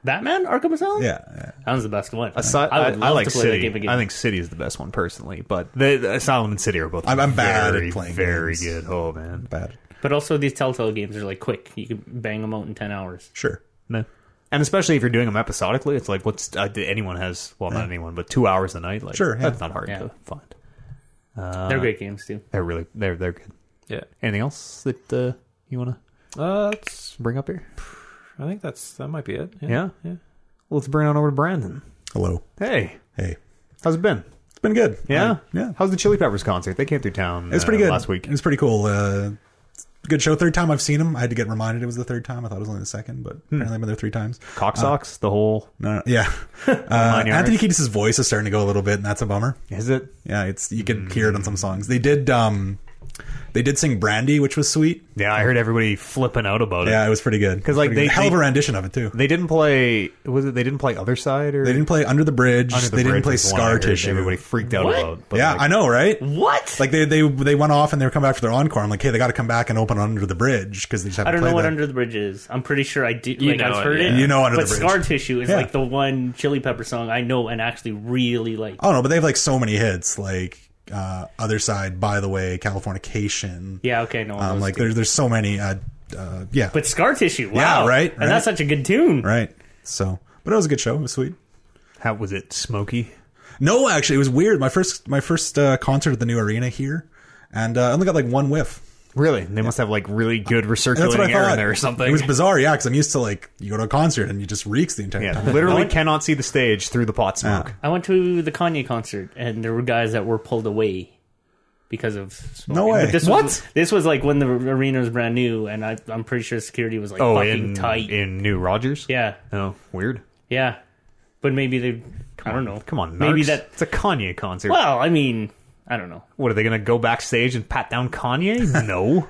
S4: Batman, Arkham Asylum.
S3: yeah, yeah.
S4: that was the best one.
S2: Asi- I,
S4: I would
S2: I
S4: love
S2: like
S4: to play
S2: City.
S4: that game again.
S2: I think City is the best one personally, but the, the Asylum and City are both.
S3: I'm- I'm bad
S2: very,
S3: at playing
S2: Very
S3: games.
S2: good. Oh man.
S3: bad.
S4: But also, these Telltale games are like quick. You can bang them out in ten hours.
S3: Sure.
S2: No. And especially if you're doing them episodically, it's like what's uh, anyone has well not anyone but two hours a night. Like
S3: Sure, yeah.
S2: that's not hard
S4: Yeah.
S2: to find.
S4: They're great games too.
S2: They're really they're they're good.
S1: Yeah.
S2: Anything else that uh, you want to
S1: Uh, that's,
S2: bring up here?
S1: I think that's that might be it.
S2: Yeah, yeah. Let's bring it on over to Brandon.
S3: Hello.
S2: Hey,
S3: Hey.
S2: how's it been?
S3: It's been good.
S2: Yeah,
S3: I- yeah.
S2: How's the Chili Peppers concert? They came through town.
S3: It's
S2: uh,
S3: pretty good.
S2: last week.
S3: It was pretty cool. Uh, good show. Third time I've seen him. I had to get reminded it was the third time. I thought it was only the second, but
S2: Hmm.
S3: apparently I've been there three times.
S2: Cock socks. the whole
S3: No, no, yeah. Uh,
S2: yards.
S3: Anthony Kiedis' voice is starting to go a little bit, and that's a bummer.
S2: is it?
S3: Yeah, it's you can hear it on some songs. They did um, they did sing Brandy, which was sweet.
S2: Yeah, I heard everybody flipping out about it.
S3: Yeah, it was pretty good.
S2: 'Cause, like,
S3: Pretty
S2: they-
S3: good. hell of a
S2: they-
S3: rendition of it too.
S2: They didn't play. Was it? They didn't play other side or
S3: They didn't play Under the Bridge.
S2: Under the
S3: they
S2: Bridge
S3: didn't play
S2: was one I
S3: Scar
S2: heard
S3: Tissue.
S2: Everybody freaked out
S4: What?
S2: about. But
S3: yeah,
S2: like,
S3: I know, right?
S4: What?
S3: Like they they they went off and they were coming back for their encore. I'm like, hey, they got to come back and open Under the Bridge because they just haven't
S4: I don't
S3: played
S4: know what
S3: that.
S4: Under the Bridge is. I'm pretty sure I do. like
S1: know
S4: I've
S1: it,
S4: heard it.
S1: yeah.
S3: You know Under
S4: but
S3: the Bridge.
S4: Scar Tissue is
S3: Yeah.
S4: like the one Chili Pepper song I know and actually really like.
S3: Oh no, but they have like so many hits, like uh, Other Side, By the Way, Californication.
S4: Yeah, okay, no.
S3: um, like there's there's so many. Uh, uh, yeah,
S4: but Scar Tissue, wow,
S3: Yeah, right,
S4: And
S3: right.
S4: that's such a good tune.
S3: right. So, but it was a good show. It was sweet.
S2: How was it? Smoky.
S3: No, actually, it was weird. My first my first uh, concert at the new arena here, and uh, I only got like one whiff.
S2: Really? They must have like really good recirculating
S3: And that's what I
S2: air
S3: thought.
S2: in there or something.
S3: It was bizarre, yeah, because I'm used to like you go to a concert and you just reeks the entire
S2: yeah,
S3: time.
S2: literally cannot see the stage through the
S3: Ah.
S2: pot smoke.
S4: I went to the Kanye concert, and there were guys that were pulled away because of smoking.
S3: No way.
S4: But this Was,
S2: What?
S4: this was like when the arena was brand new, and I, I'm pretty sure security was like
S2: oh,
S4: fucking
S2: in
S4: tight.
S2: in New Rogers.
S4: yeah,
S2: Oh, weird.
S4: yeah. But maybe they, I don't know.
S2: Come on,
S4: maybe
S2: narcs.
S4: that.
S2: it's a Kanye concert.
S4: Well, I mean, I don't know.
S2: What are they going to go backstage and pat down Kanye? no,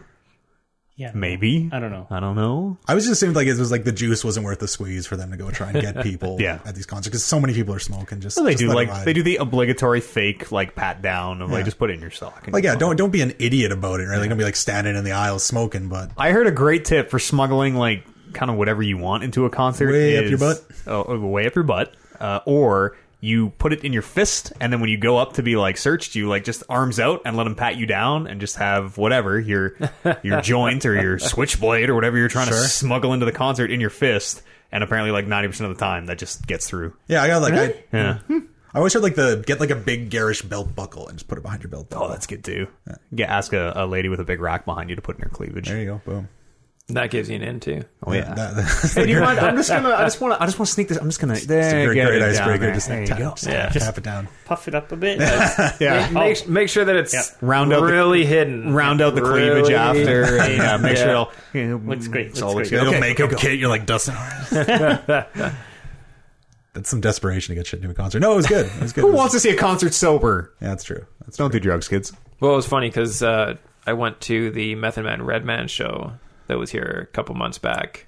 S4: Yeah,
S2: maybe.
S4: I don't know.
S2: I don't know.
S3: I was just seemed like it was like the juice wasn't worth the squeeze for them to go try and get people
S2: Yeah.
S3: at these concerts because so many people are smoking. Just,
S2: They
S3: just
S2: do
S3: let it
S2: like
S3: ride.
S2: they do the obligatory fake like pat down of like just put it in your sock. and
S3: Like
S2: you're
S3: yeah,
S2: fine.
S3: don't don't be an idiot about it, right? Like don't be like standing in the aisle smoking, but
S2: I heard a great tip for smuggling like kind of whatever you want into a concert.
S3: Way up
S2: is-
S3: your butt?
S2: Oh, oh, way up your butt. Uh, or you put it in your fist, and then when you go up to be like searched, you like just arms out and let them pat you down, and just have whatever your your joint or your switchblade or whatever you're trying
S3: Sure.
S2: to smuggle into the concert in your fist. And apparently, like ninety percent of the time, that just gets through.
S3: yeah, I got like I, Hmm.
S2: Yeah.
S3: I always heard like the get like a big garish belt buckle and just put it behind your belt.
S2: Oh,
S3: Buckle.
S2: that's good too. Get ask a, a lady with a big rack behind you to put in her cleavage.
S3: there you go, boom.
S1: That gives you an in too.
S2: Oh yeah.
S3: That- that's
S2: Hey, do you mind? I'm just gonna. I just want to. I just want to sneak this. I'm just gonna. There,
S3: very
S2: get
S3: great
S2: it
S3: icebreaker.
S2: down there.
S3: Just
S2: There you
S3: tap,
S2: go.
S3: just
S4: Yeah.
S3: tap, tap it down.
S4: Puff it up a bit.
S2: Yeah. Oh.
S1: Make, make sure that it's
S4: Yep.
S2: Round out the-
S1: really hidden.
S2: round out the
S1: Really-
S2: cleavage after. And, yeah, make sure it all you know,
S4: Looks great,
S2: it's all looks
S4: looks great.
S2: good.
S3: Little
S2: Okay,
S3: makeup
S2: go.
S3: kit. You're like Dustin. that's some desperation to get shit to a concert. No, it was good. It was good.
S2: Who wants to see a concert sober?
S3: Yeah, that's true. That's
S2: Don't do drugs, kids.
S1: Well, it was funny because uh, I went to the Method Man Red Man show that was here a couple months back,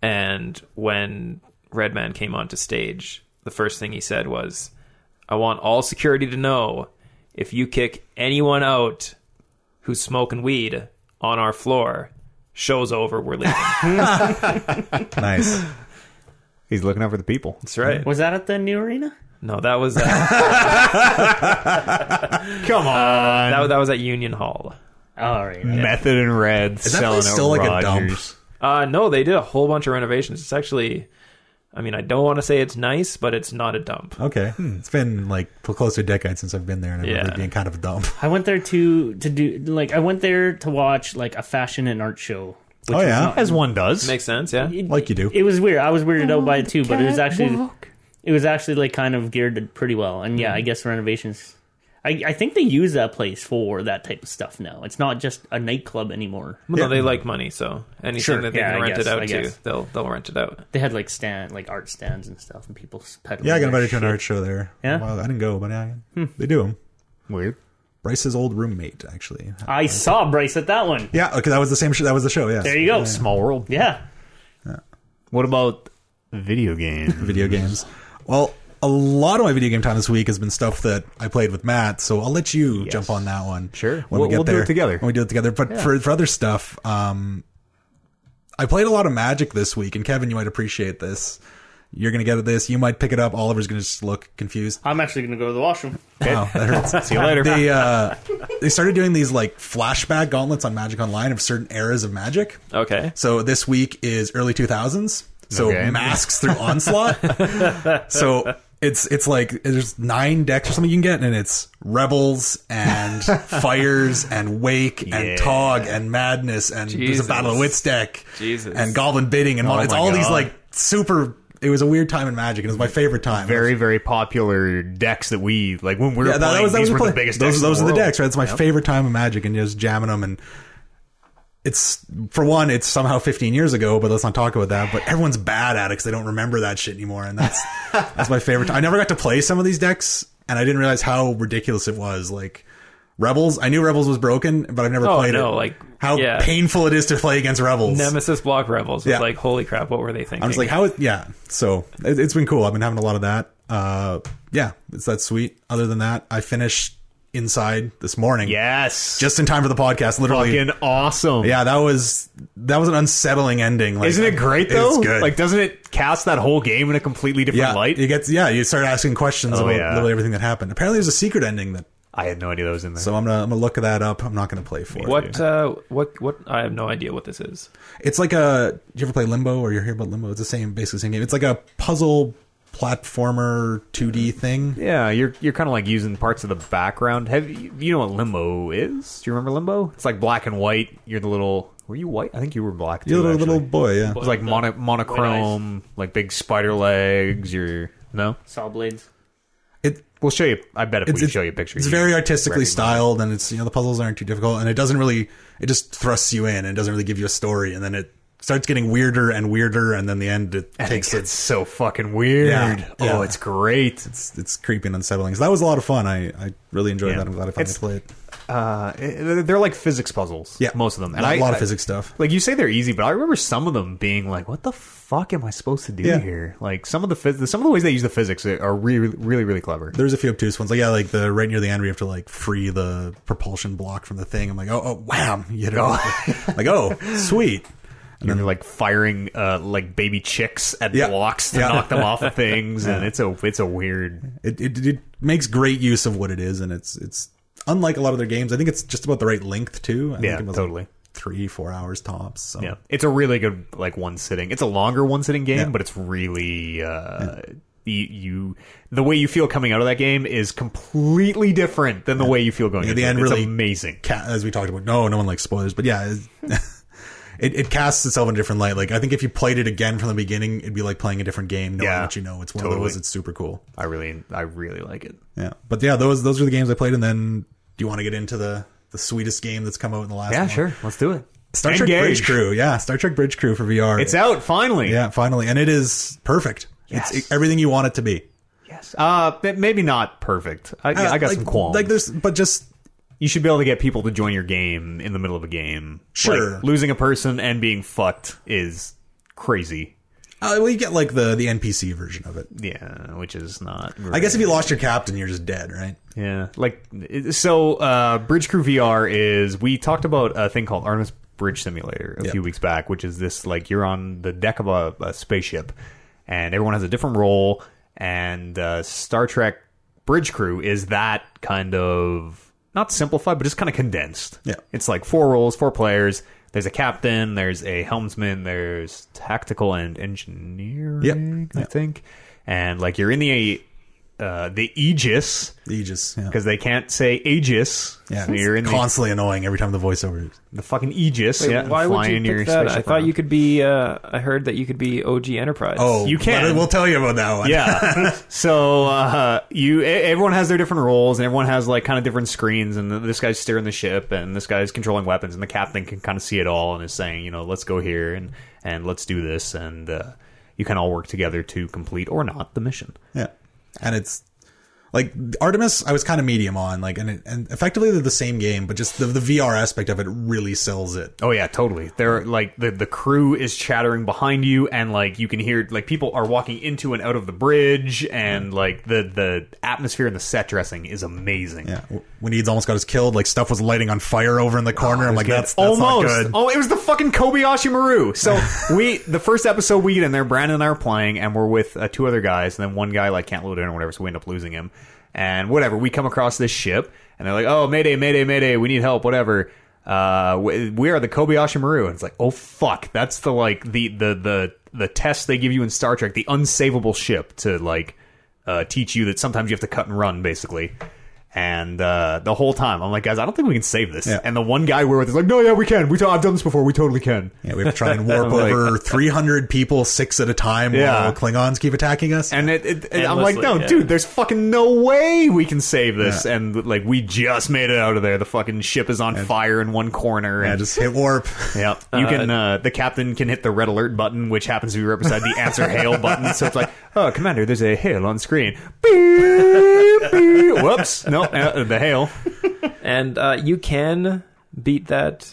S1: and when Red Man came onto stage, the first thing he said was, "I want all security to know if you kick anyone out who's smoking weed on our floor, show's over. We're leaving."
S3: nice.
S2: He's looking out for the people.
S1: That's right.
S4: Was that at the new arena?
S1: No, that was uh,
S2: Come
S3: Uh,
S2: on,
S1: that, that was at Union Hall.
S4: All right.
S2: Method and Red
S3: Is that
S2: selling
S3: place still
S2: out
S3: like a dump?
S2: Rogers.
S1: Uh, no, they did a whole bunch of renovations. It's actually, I mean, I don't want to say it's nice, but it's not a dump.
S3: Okay, Hmm. it's been like close to a decade since I've been there, and I remember
S1: Yeah.
S3: it being kind of a dump.
S4: I went there to to do like I went there to watch like a fashion and art show.
S3: Oh yeah,
S2: As one does.
S1: Makes sense, yeah.
S4: It-
S3: Like you do.
S4: It was weird. I was weirded out by it too, but it was actually
S2: Catwalk.
S4: it was actually like kind of geared pretty well. And
S3: Mm-hmm.
S4: yeah, I guess renovations. I, I think they use that place for that type of stuff now. It's not just a nightclub anymore.
S1: Well, no, they like money, so anything
S4: Sure,
S1: that they
S4: yeah,
S1: can
S4: I
S1: rent
S4: guess,
S1: it out
S4: I
S1: to,
S4: guess.
S1: they'll they'll rent it out.
S4: They had like stand like art stands and stuff, and people peddling.
S3: yeah, I got
S4: their
S3: invited to an
S4: shit.
S3: art show there.
S4: Yeah?
S3: well, I didn't go, but yeah,
S2: Hmm.
S3: they do them.
S2: Weird.
S3: Bryce's old roommate, actually.
S4: I saw Bryce at that one.
S3: Yeah, okay, that was the same. Show, that was the show. Yeah,
S4: There you go.
S2: Small world.
S4: Yeah,
S2: What about video game?
S3: video games. Well, a lot of my video game time this week has been stuff that I played with Matt, so I'll let you jump on that one.
S2: Sure.
S3: when
S2: We'll-
S3: we get
S2: we'll do it
S3: there
S2: together.
S3: When we do it together, but for for other stuff, um, I played a lot of Magic this week, and Kevin, you might appreciate this. You're gonna get at this. You might pick it up. Oliver's gonna just look confused.
S4: I'm actually gonna go to the washroom.
S3: Wow, that hurts.
S2: See you later.
S3: they uh, they started doing these like flashback gauntlets on Magic Online of certain eras of Magic.
S1: Okay.
S3: So this week is early 2000s. So
S2: Okay.
S3: masks through onslaught. so it's it's like there's nine decks or something you can get, and it's rebels and fires and wake
S2: Yeah.
S3: and tog and madness and there's
S1: Jesus.
S3: a battle of wits deck
S1: Jesus.
S3: and goblin bidding and all, it's
S2: Oh my
S3: all these
S2: God.
S3: like super. It was a weird time in Magic, and it was my favorite time.
S2: Very, very popular decks that we like when we were
S3: Yeah, that,
S2: playing.
S3: that was, that was
S2: these were
S3: play.
S2: the biggest.
S3: Those,
S2: decks
S3: those
S2: in
S3: are
S2: the
S3: the
S2: world.
S3: decks, right? It's my favorite time of Magic, and just jamming them. And it's for one, it's somehow 15 years ago, but let's not talk about that. But everyone's bad at it because they don't remember that shit anymore, and that's that's my favorite. Time. I never got to play some of these decks, and I didn't realize how ridiculous it was. Like Rebels, I knew Rebels was broken, but I've never
S1: Oh,
S3: played
S1: no,
S3: it.
S1: like,
S3: how
S1: yeah.
S3: painful it is to play against Rebels.
S1: Nemesis block rebels. It's
S3: Yeah.
S1: like holy crap, what were they thinking?
S3: I was like, how? Is, yeah. So it, it's been cool. I've been having a lot of that. Uh, yeah, it's that sweet. Other than that, I finished inside this morning.
S2: Yes,
S3: just in time for the podcast. Literally.
S2: fucking awesome.
S3: yeah, that was that was an unsettling ending. Like,
S2: Isn't it great
S3: it's
S2: though?
S3: good.
S2: Like, doesn't it cast that whole game in a completely different
S3: yeah,
S2: light?
S3: you get yeah, you start asking questions
S2: Oh,
S3: about
S2: yeah.
S3: literally everything that happened. Apparently, there's a secret ending that.
S2: I had no idea that was in there.
S3: So I'm gonna I'm gonna look that up. I'm not gonna play for it.
S1: what? Uh, what? What? I have no idea what this is.
S3: It's like a. Do you ever play Limbo or you hear about Limbo? It's the same, basically the same game. It's like a puzzle platformer 2D thing.
S2: yeah, you're you're kind of like using parts of the background. Have you, you know what limbo is? Do you remember limbo? It's like black and white. You're the little. Were you white? I think you were black. Too,
S3: You're a little,
S2: actually.
S3: little boy, yeah.
S2: It was like mono, monochrome, like big spider legs. You're no.
S4: Saw blades.
S3: It
S2: We'll show you. I bet if we show you a picture,
S3: It's
S2: you-
S3: very artistically
S2: recognize.
S3: styled, and it's you know the puzzles aren't too difficult, and it doesn't really it just thrusts you in and doesn't really give you a story, and then it starts getting weirder and weirder, and then the end it
S2: I think
S3: takes
S2: it's
S3: it's
S2: so fucking weird.
S3: Yeah, yeah.
S2: Oh, it's great.
S3: it's, it's creepy and unsettling. So that was a lot of fun. I I really enjoyed
S2: Yeah.
S3: that. I'm glad I finally
S2: It's-
S3: played it.
S2: Uh, it- they're like physics puzzles.
S3: Yeah,
S2: most of them.
S3: A lot,
S2: I-
S3: lot of
S2: I-
S3: physics stuff.
S2: Like you say, they're easy, but I remember some of them being like, "What the fuck am I supposed to do
S3: Yeah.
S2: here?" Like some of the phys- some of the ways they use the physics are really, really, really clever.
S3: There's a few obtuse ones, like yeah, like the right near the end where you have to like free the propulsion block from the thing. I'm like, oh, oh wham, you know, like oh, sweet.
S2: And then they're like firing uh, like baby chicks at
S3: Uh-huh. Yeah.
S2: blocks to
S3: Yeah.
S2: knock them off of things, and it's a it's a weird.
S3: it, it it makes great use of what it is, and it's it's unlike a lot of their games. I think it's just about the right length too. I
S2: Yeah,
S3: think it was
S2: totally.
S3: Like three four hours tops. So.
S2: Yeah, it's a really good like one sitting. It's a longer one sitting game,
S3: Yeah.
S2: but it's really uh, you, you the way you feel coming out of that game is completely different than the way you feel going.
S3: Yeah,
S2: into
S3: the
S2: it.
S3: end
S2: it's
S3: really-
S2: amazing.
S3: Ca- as we talked about, no, no one likes spoilers, but yeah, it, it it casts itself in a different light. Like I think if you played it again from the beginning, it'd be like playing a different game, knowing
S2: Yeah,
S3: what you know. It's one
S2: totally.
S3: of those. It's super cool.
S2: I really I really like it.
S3: Yeah, but yeah, those those are the games I played, and then do you want to get into the the sweetest game that's come out in the last?
S2: Yeah,
S3: month?
S2: sure. Let's do it.
S3: Star Trek
S2: Engage.
S3: Bridge Crew, yeah, Star Trek Bridge Crew for VR.
S2: It's out finally.
S3: yeah, finally, and it is perfect.
S2: Yes.
S3: It's everything you want it to be.
S2: Yes. Uh, but maybe not perfect. I, I got
S3: Uh, like,
S2: some qualms.
S3: Like there's, but just
S2: you should be able to get people to join your game in the middle of a game.
S3: Sure.
S2: Like, losing a person and being fucked is crazy.
S3: uh, well, you get like the the NPC version of it.
S2: Yeah, which is not.
S3: I guess if you lost your captain, you're just dead, right?
S2: Yeah, like so. Uh, Bridge Crew VR is we talked about a thing called Artemis Bridge Simulator a
S3: Yep.
S2: few weeks back, which is this like you're on the deck of a, a spaceship, and everyone has a different role, and uh, Star Trek Bridge Crew is that kind of not simplified, but just kind of condensed.
S3: Yeah.
S2: it's like four roles, four players. There's a captain, there's a helmsman, there's tactical and engineering, I think, and like you're in the uh, the aegis
S3: Aegis, yeah.
S2: because they can't say Aegis.
S3: yeah,
S2: so you're in
S3: it's
S2: the,
S3: constantly annoying every time the voiceover. is-
S2: the fucking Aegis.
S1: Wait,
S2: yeah,
S1: why would
S2: flying
S1: you
S2: your
S1: pick that? I
S2: spaceship
S1: thought
S2: around.
S1: you could be. Uh, I heard that you could be OG Enterprise.
S3: Oh,
S2: You can.
S3: but We'll tell you about that one.
S2: yeah. so uh, you, e- everyone has their different roles, and everyone has like kind of different screens. And this guy's steering the ship, and this guy's controlling weapons, and the captain can kind of see it all and is saying, you know, let's go here and and let's do this, and uh, you can all work together to complete or not the mission.
S3: yeah. And it's like Artemis. I was kind of medium on, like, and it, and effectively they're the same game, but just the the VR aspect of it really sells it.
S2: Oh yeah, totally. They're like the the crew is chattering behind you, and like you can hear like people are walking into and out of the bridge, and like the the atmosphere and the set dressing is amazing.
S3: Yeah, when Eads almost got us killed, like stuff was lighting on fire over in the
S2: Oh,
S3: corner. I'm like, that's, that's
S2: almost.
S3: not good.
S2: Oh, it was the fucking Kobayashi Maru. So we, the first episode we get in there, Brandon and I are playing, and we're with uh, two other guys, and then one guy like can't load in or whatever, so we end up losing him. And whatever, we come across this ship, and they're like, "Oh, mayday, mayday, mayday! We need help, whatever." uh, we, we are the Kobayashi Maru, and it's like, oh fuck, that's the like the the the the test they give you in Star Trek, the unsavable ship to like uh, teach you that sometimes you have to cut and run, basically. And uh, the whole time, I'm like, guys, I don't think we can save this.
S3: Yeah.
S2: And the one guy we're with is like, no, yeah, we can. We t- I've done this before. We totally can.
S3: Yeah, we have to try and warp
S2: Like-
S3: over 300 people, six at a time,
S2: Yeah.
S3: while Klingons keep attacking us.
S2: And it, it, and I'm like, no,
S1: Endlessly, yeah.
S2: dude, there's fucking no way we can save this.
S3: Yeah.
S2: And like, we just made it out of there. The fucking ship is on fire in one corner.
S3: yeah,
S2: and
S3: just hit warp.
S2: Yep. You can. Uh, the captain can hit the red alert button, which happens to be right beside the answer hail button. So it's like, oh, commander, there's a hail on screen. Beep, beep. Whoops. No, uh, the hail.
S1: And uh, you can beat that.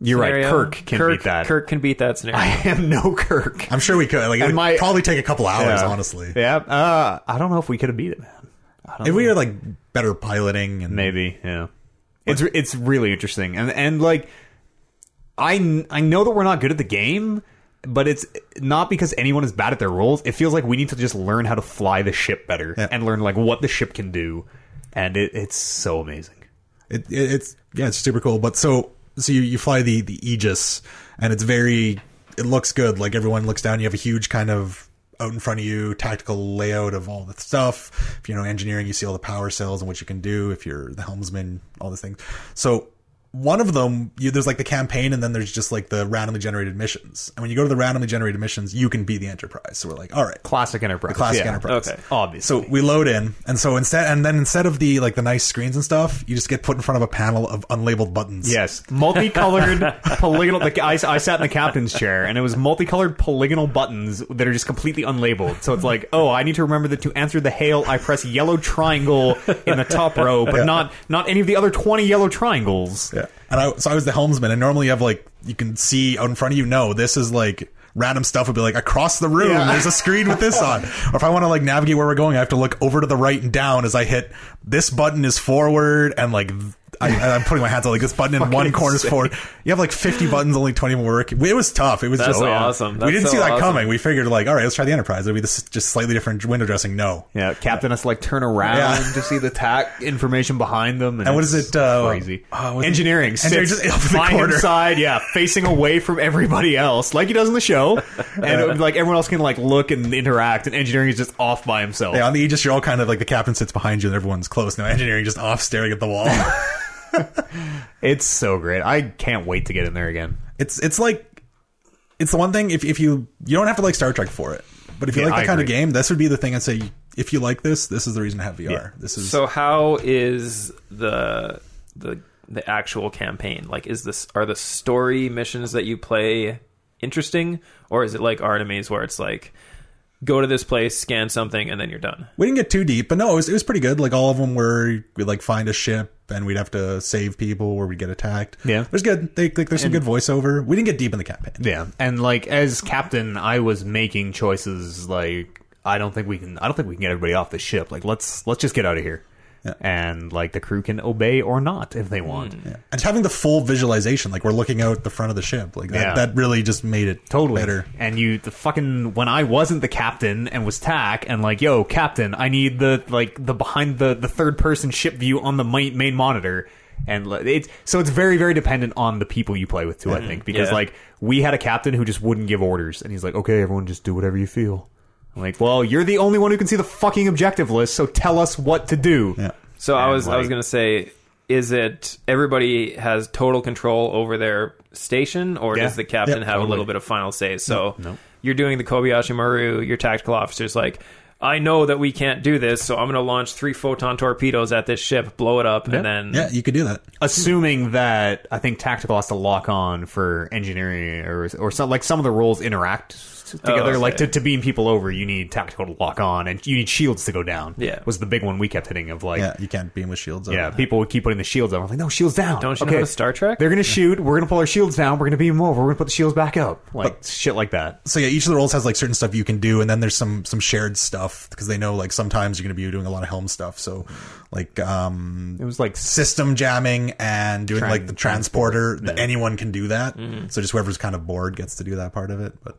S2: You're right.
S1: scenario.
S2: Kirk can beat that.
S1: Kirk can beat that scenario.
S2: I am no Kirk.
S3: I'm sure we could. Like, it
S2: And
S3: would
S2: my-
S3: probably take a couple hours,
S2: Yeah.
S3: honestly.
S2: Yeah. Uh, I don't know if we could have beat it, man.
S3: If we were like better piloting and
S2: Maybe. Yeah. It's it's really interesting, and and like, I I know that we're not good at the game. But it's not because anyone is bad at their roles. It feels like we need to just learn how to fly the ship better
S3: Yeah.
S2: and learn like what the ship can do, and it, it's so amazing.
S3: it, it, it's yeah, it's super cool. But so so you, you fly the the Aegis, and it's very it looks good. Like everyone looks down. You have a huge kind of out in front of you tactical layout of all the stuff. If you know engineering, you see all the power cells and what you can do. If you're the helmsman, all those things. So one of them, you, there's like the campaign, and then there's just like the randomly generated missions. And when you go to the randomly generated missions, you can be the Enterprise. So we're like, all right,
S2: Classic Enterprise.
S3: the classic
S2: yeah. Uh,
S3: Enterprise.
S1: Okay.
S2: Obviously.
S3: So we load in, and so instead, and then instead of the like the nice screens and stuff, you just get put in front of a panel of unlabeled buttons.
S2: Yes, multicolored polygonal. The, I, I sat in the captain's chair, and it was multicolored polygonal buttons that are just completely unlabeled. So it's like, oh, I need to remember that to answer the hail, I press yellow triangle in the top row, but not not any of the other twenty yellow triangles.
S3: Yeah. And I so I was the helmsman, and normally you have like you can see out in front of you. No, this is like random stuff would be like across the room.
S2: Yeah.
S3: There's a screen with this on. Or if I want to like navigate where we're going, I have to look over to the right and down as I hit this button is forward and like. I, I'm putting my hands on like this button in one corner is forward. You have like 50 buttons, only 20 will work. It was tough. It was
S1: That's
S3: just uh,
S1: awesome. That's
S3: we didn't
S1: so
S3: see that
S1: awesome.
S3: coming. We figured like, all right, let's try the Enterprise. It'll be this just slightly different window dressing. No,
S2: Yeah, captain has to like turn around
S3: Yeah.
S2: to see the tack information behind them. And,
S3: And what is
S2: it's
S3: it, uh,
S2: crazy
S3: uh, was it-
S2: engineering.
S3: Engineering
S2: sits
S3: just up in the
S2: by
S3: corner.
S2: his side, yeah, facing away from everybody else, like he does in the show, and it would, like everyone else can like look and interact, and engineering is just off by himself.
S3: Yeah, on the Aegis, you're all kind of like the captain sits behind you and everyone's close. Now engineering just off staring at the wall.
S2: It's so great. I can't wait to get in there again.
S3: it's it's like it's the one thing if if you you don't have to like Star Trek for it, but if you
S2: Yeah,
S3: like that
S2: I
S3: kind
S2: agree.
S3: of game, this would be the thing I'd say. If you like this, this is the reason to have VR. This is
S1: So how is the the the actual campaign? Like is this are the story missions that you play interesting or is it like Artemis where it's like go to this place, scan something and then you're done?
S3: we didn't get too deep, but no, it was it was pretty good. Like all of them were we'd like find a ship and we'd have to save people or we'd get attacked.
S2: Yeah.
S3: it was good. They, like, there's some good voiceover. We didn't get deep in the campaign.
S2: Yeah. And like as captain, I was making choices like I don't think we can I don't think we can get everybody off the ship. Like let's let's just get out of here.
S3: Yeah. Mm.
S2: And like the crew can obey or not if they want.
S3: And having the full visualization, like we're looking out the front of the ship, like that,
S2: Yeah.
S3: that really just made it
S2: Totally.
S3: better.
S2: And you the fucking when I wasn't the captain and was tack and like, yo, captain, I need the like the behind the the third person ship view on the main, main monitor. And like, it's so it's very very dependent on the people you play with too.
S3: Mm-hmm.
S2: I think because
S1: Yeah.
S2: like we had a captain who just wouldn't give orders, and he's like, okay, everyone, just do whatever you feel. I'm like, well, you're the only one who can see the fucking objective list, so tell us what to do.
S3: Yeah.
S1: So I
S2: And,
S1: was I was
S2: like-
S1: gonna say, is it everybody has total control over their station, or
S2: Yeah.
S1: does the captain
S3: Yep,
S1: have a little
S2: totally.
S1: bit of final say? So
S2: No, no.
S1: you're doing the Kobayashi Maru. Your tactical officer's like, I know that we can't do this, so I'm gonna launch three photon torpedoes at this ship, blow it up, and then
S3: Yeah, you could do that.
S2: assuming that I think tactical has to lock on for engineering or or some like some of the roles interact together.
S1: Oh, okay.
S2: Like to, to beam people over, you need tactical to lock on, and you need shields to go down.
S1: Yeah.
S2: was the big one we kept hitting of like.
S3: Yeah,
S2: Yeah.
S3: you can't beam with shields. up.
S2: people would keep putting the shields up. I'm like, no, shields down.
S1: Don't you know how to Star Trek?
S2: They're gonna shoot. We're gonna pull our shields down. We're gonna beam them over. We're gonna put the shields back up. Like shit, like that.
S3: so yeah, each of the roles has like certain stuff you can do, and then there's some some shared stuff because they know like sometimes you're going to be doing a lot of helm stuff. So like um
S2: It was like
S3: system jamming and doing
S2: Tran- Mm-hmm.
S3: like the transporter, that anyone can do that. So just whoever's kind of bored gets to do that part of it. But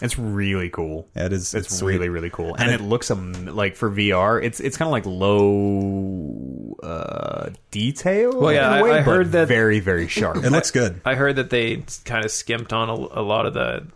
S2: It's really cool.
S3: Yeah, it is-
S2: It's,
S3: it's
S2: really
S3: sweet.
S2: really cool, and, it, looks um, like for VR, it's it's kind of like low uh, detailed.
S1: Well, yeah,
S2: in a
S1: I-
S2: way,
S1: I
S2: but
S1: heard that-
S2: very, very sharp.
S3: It looks good.
S1: I heard that they kind of skimped on a, a lot of the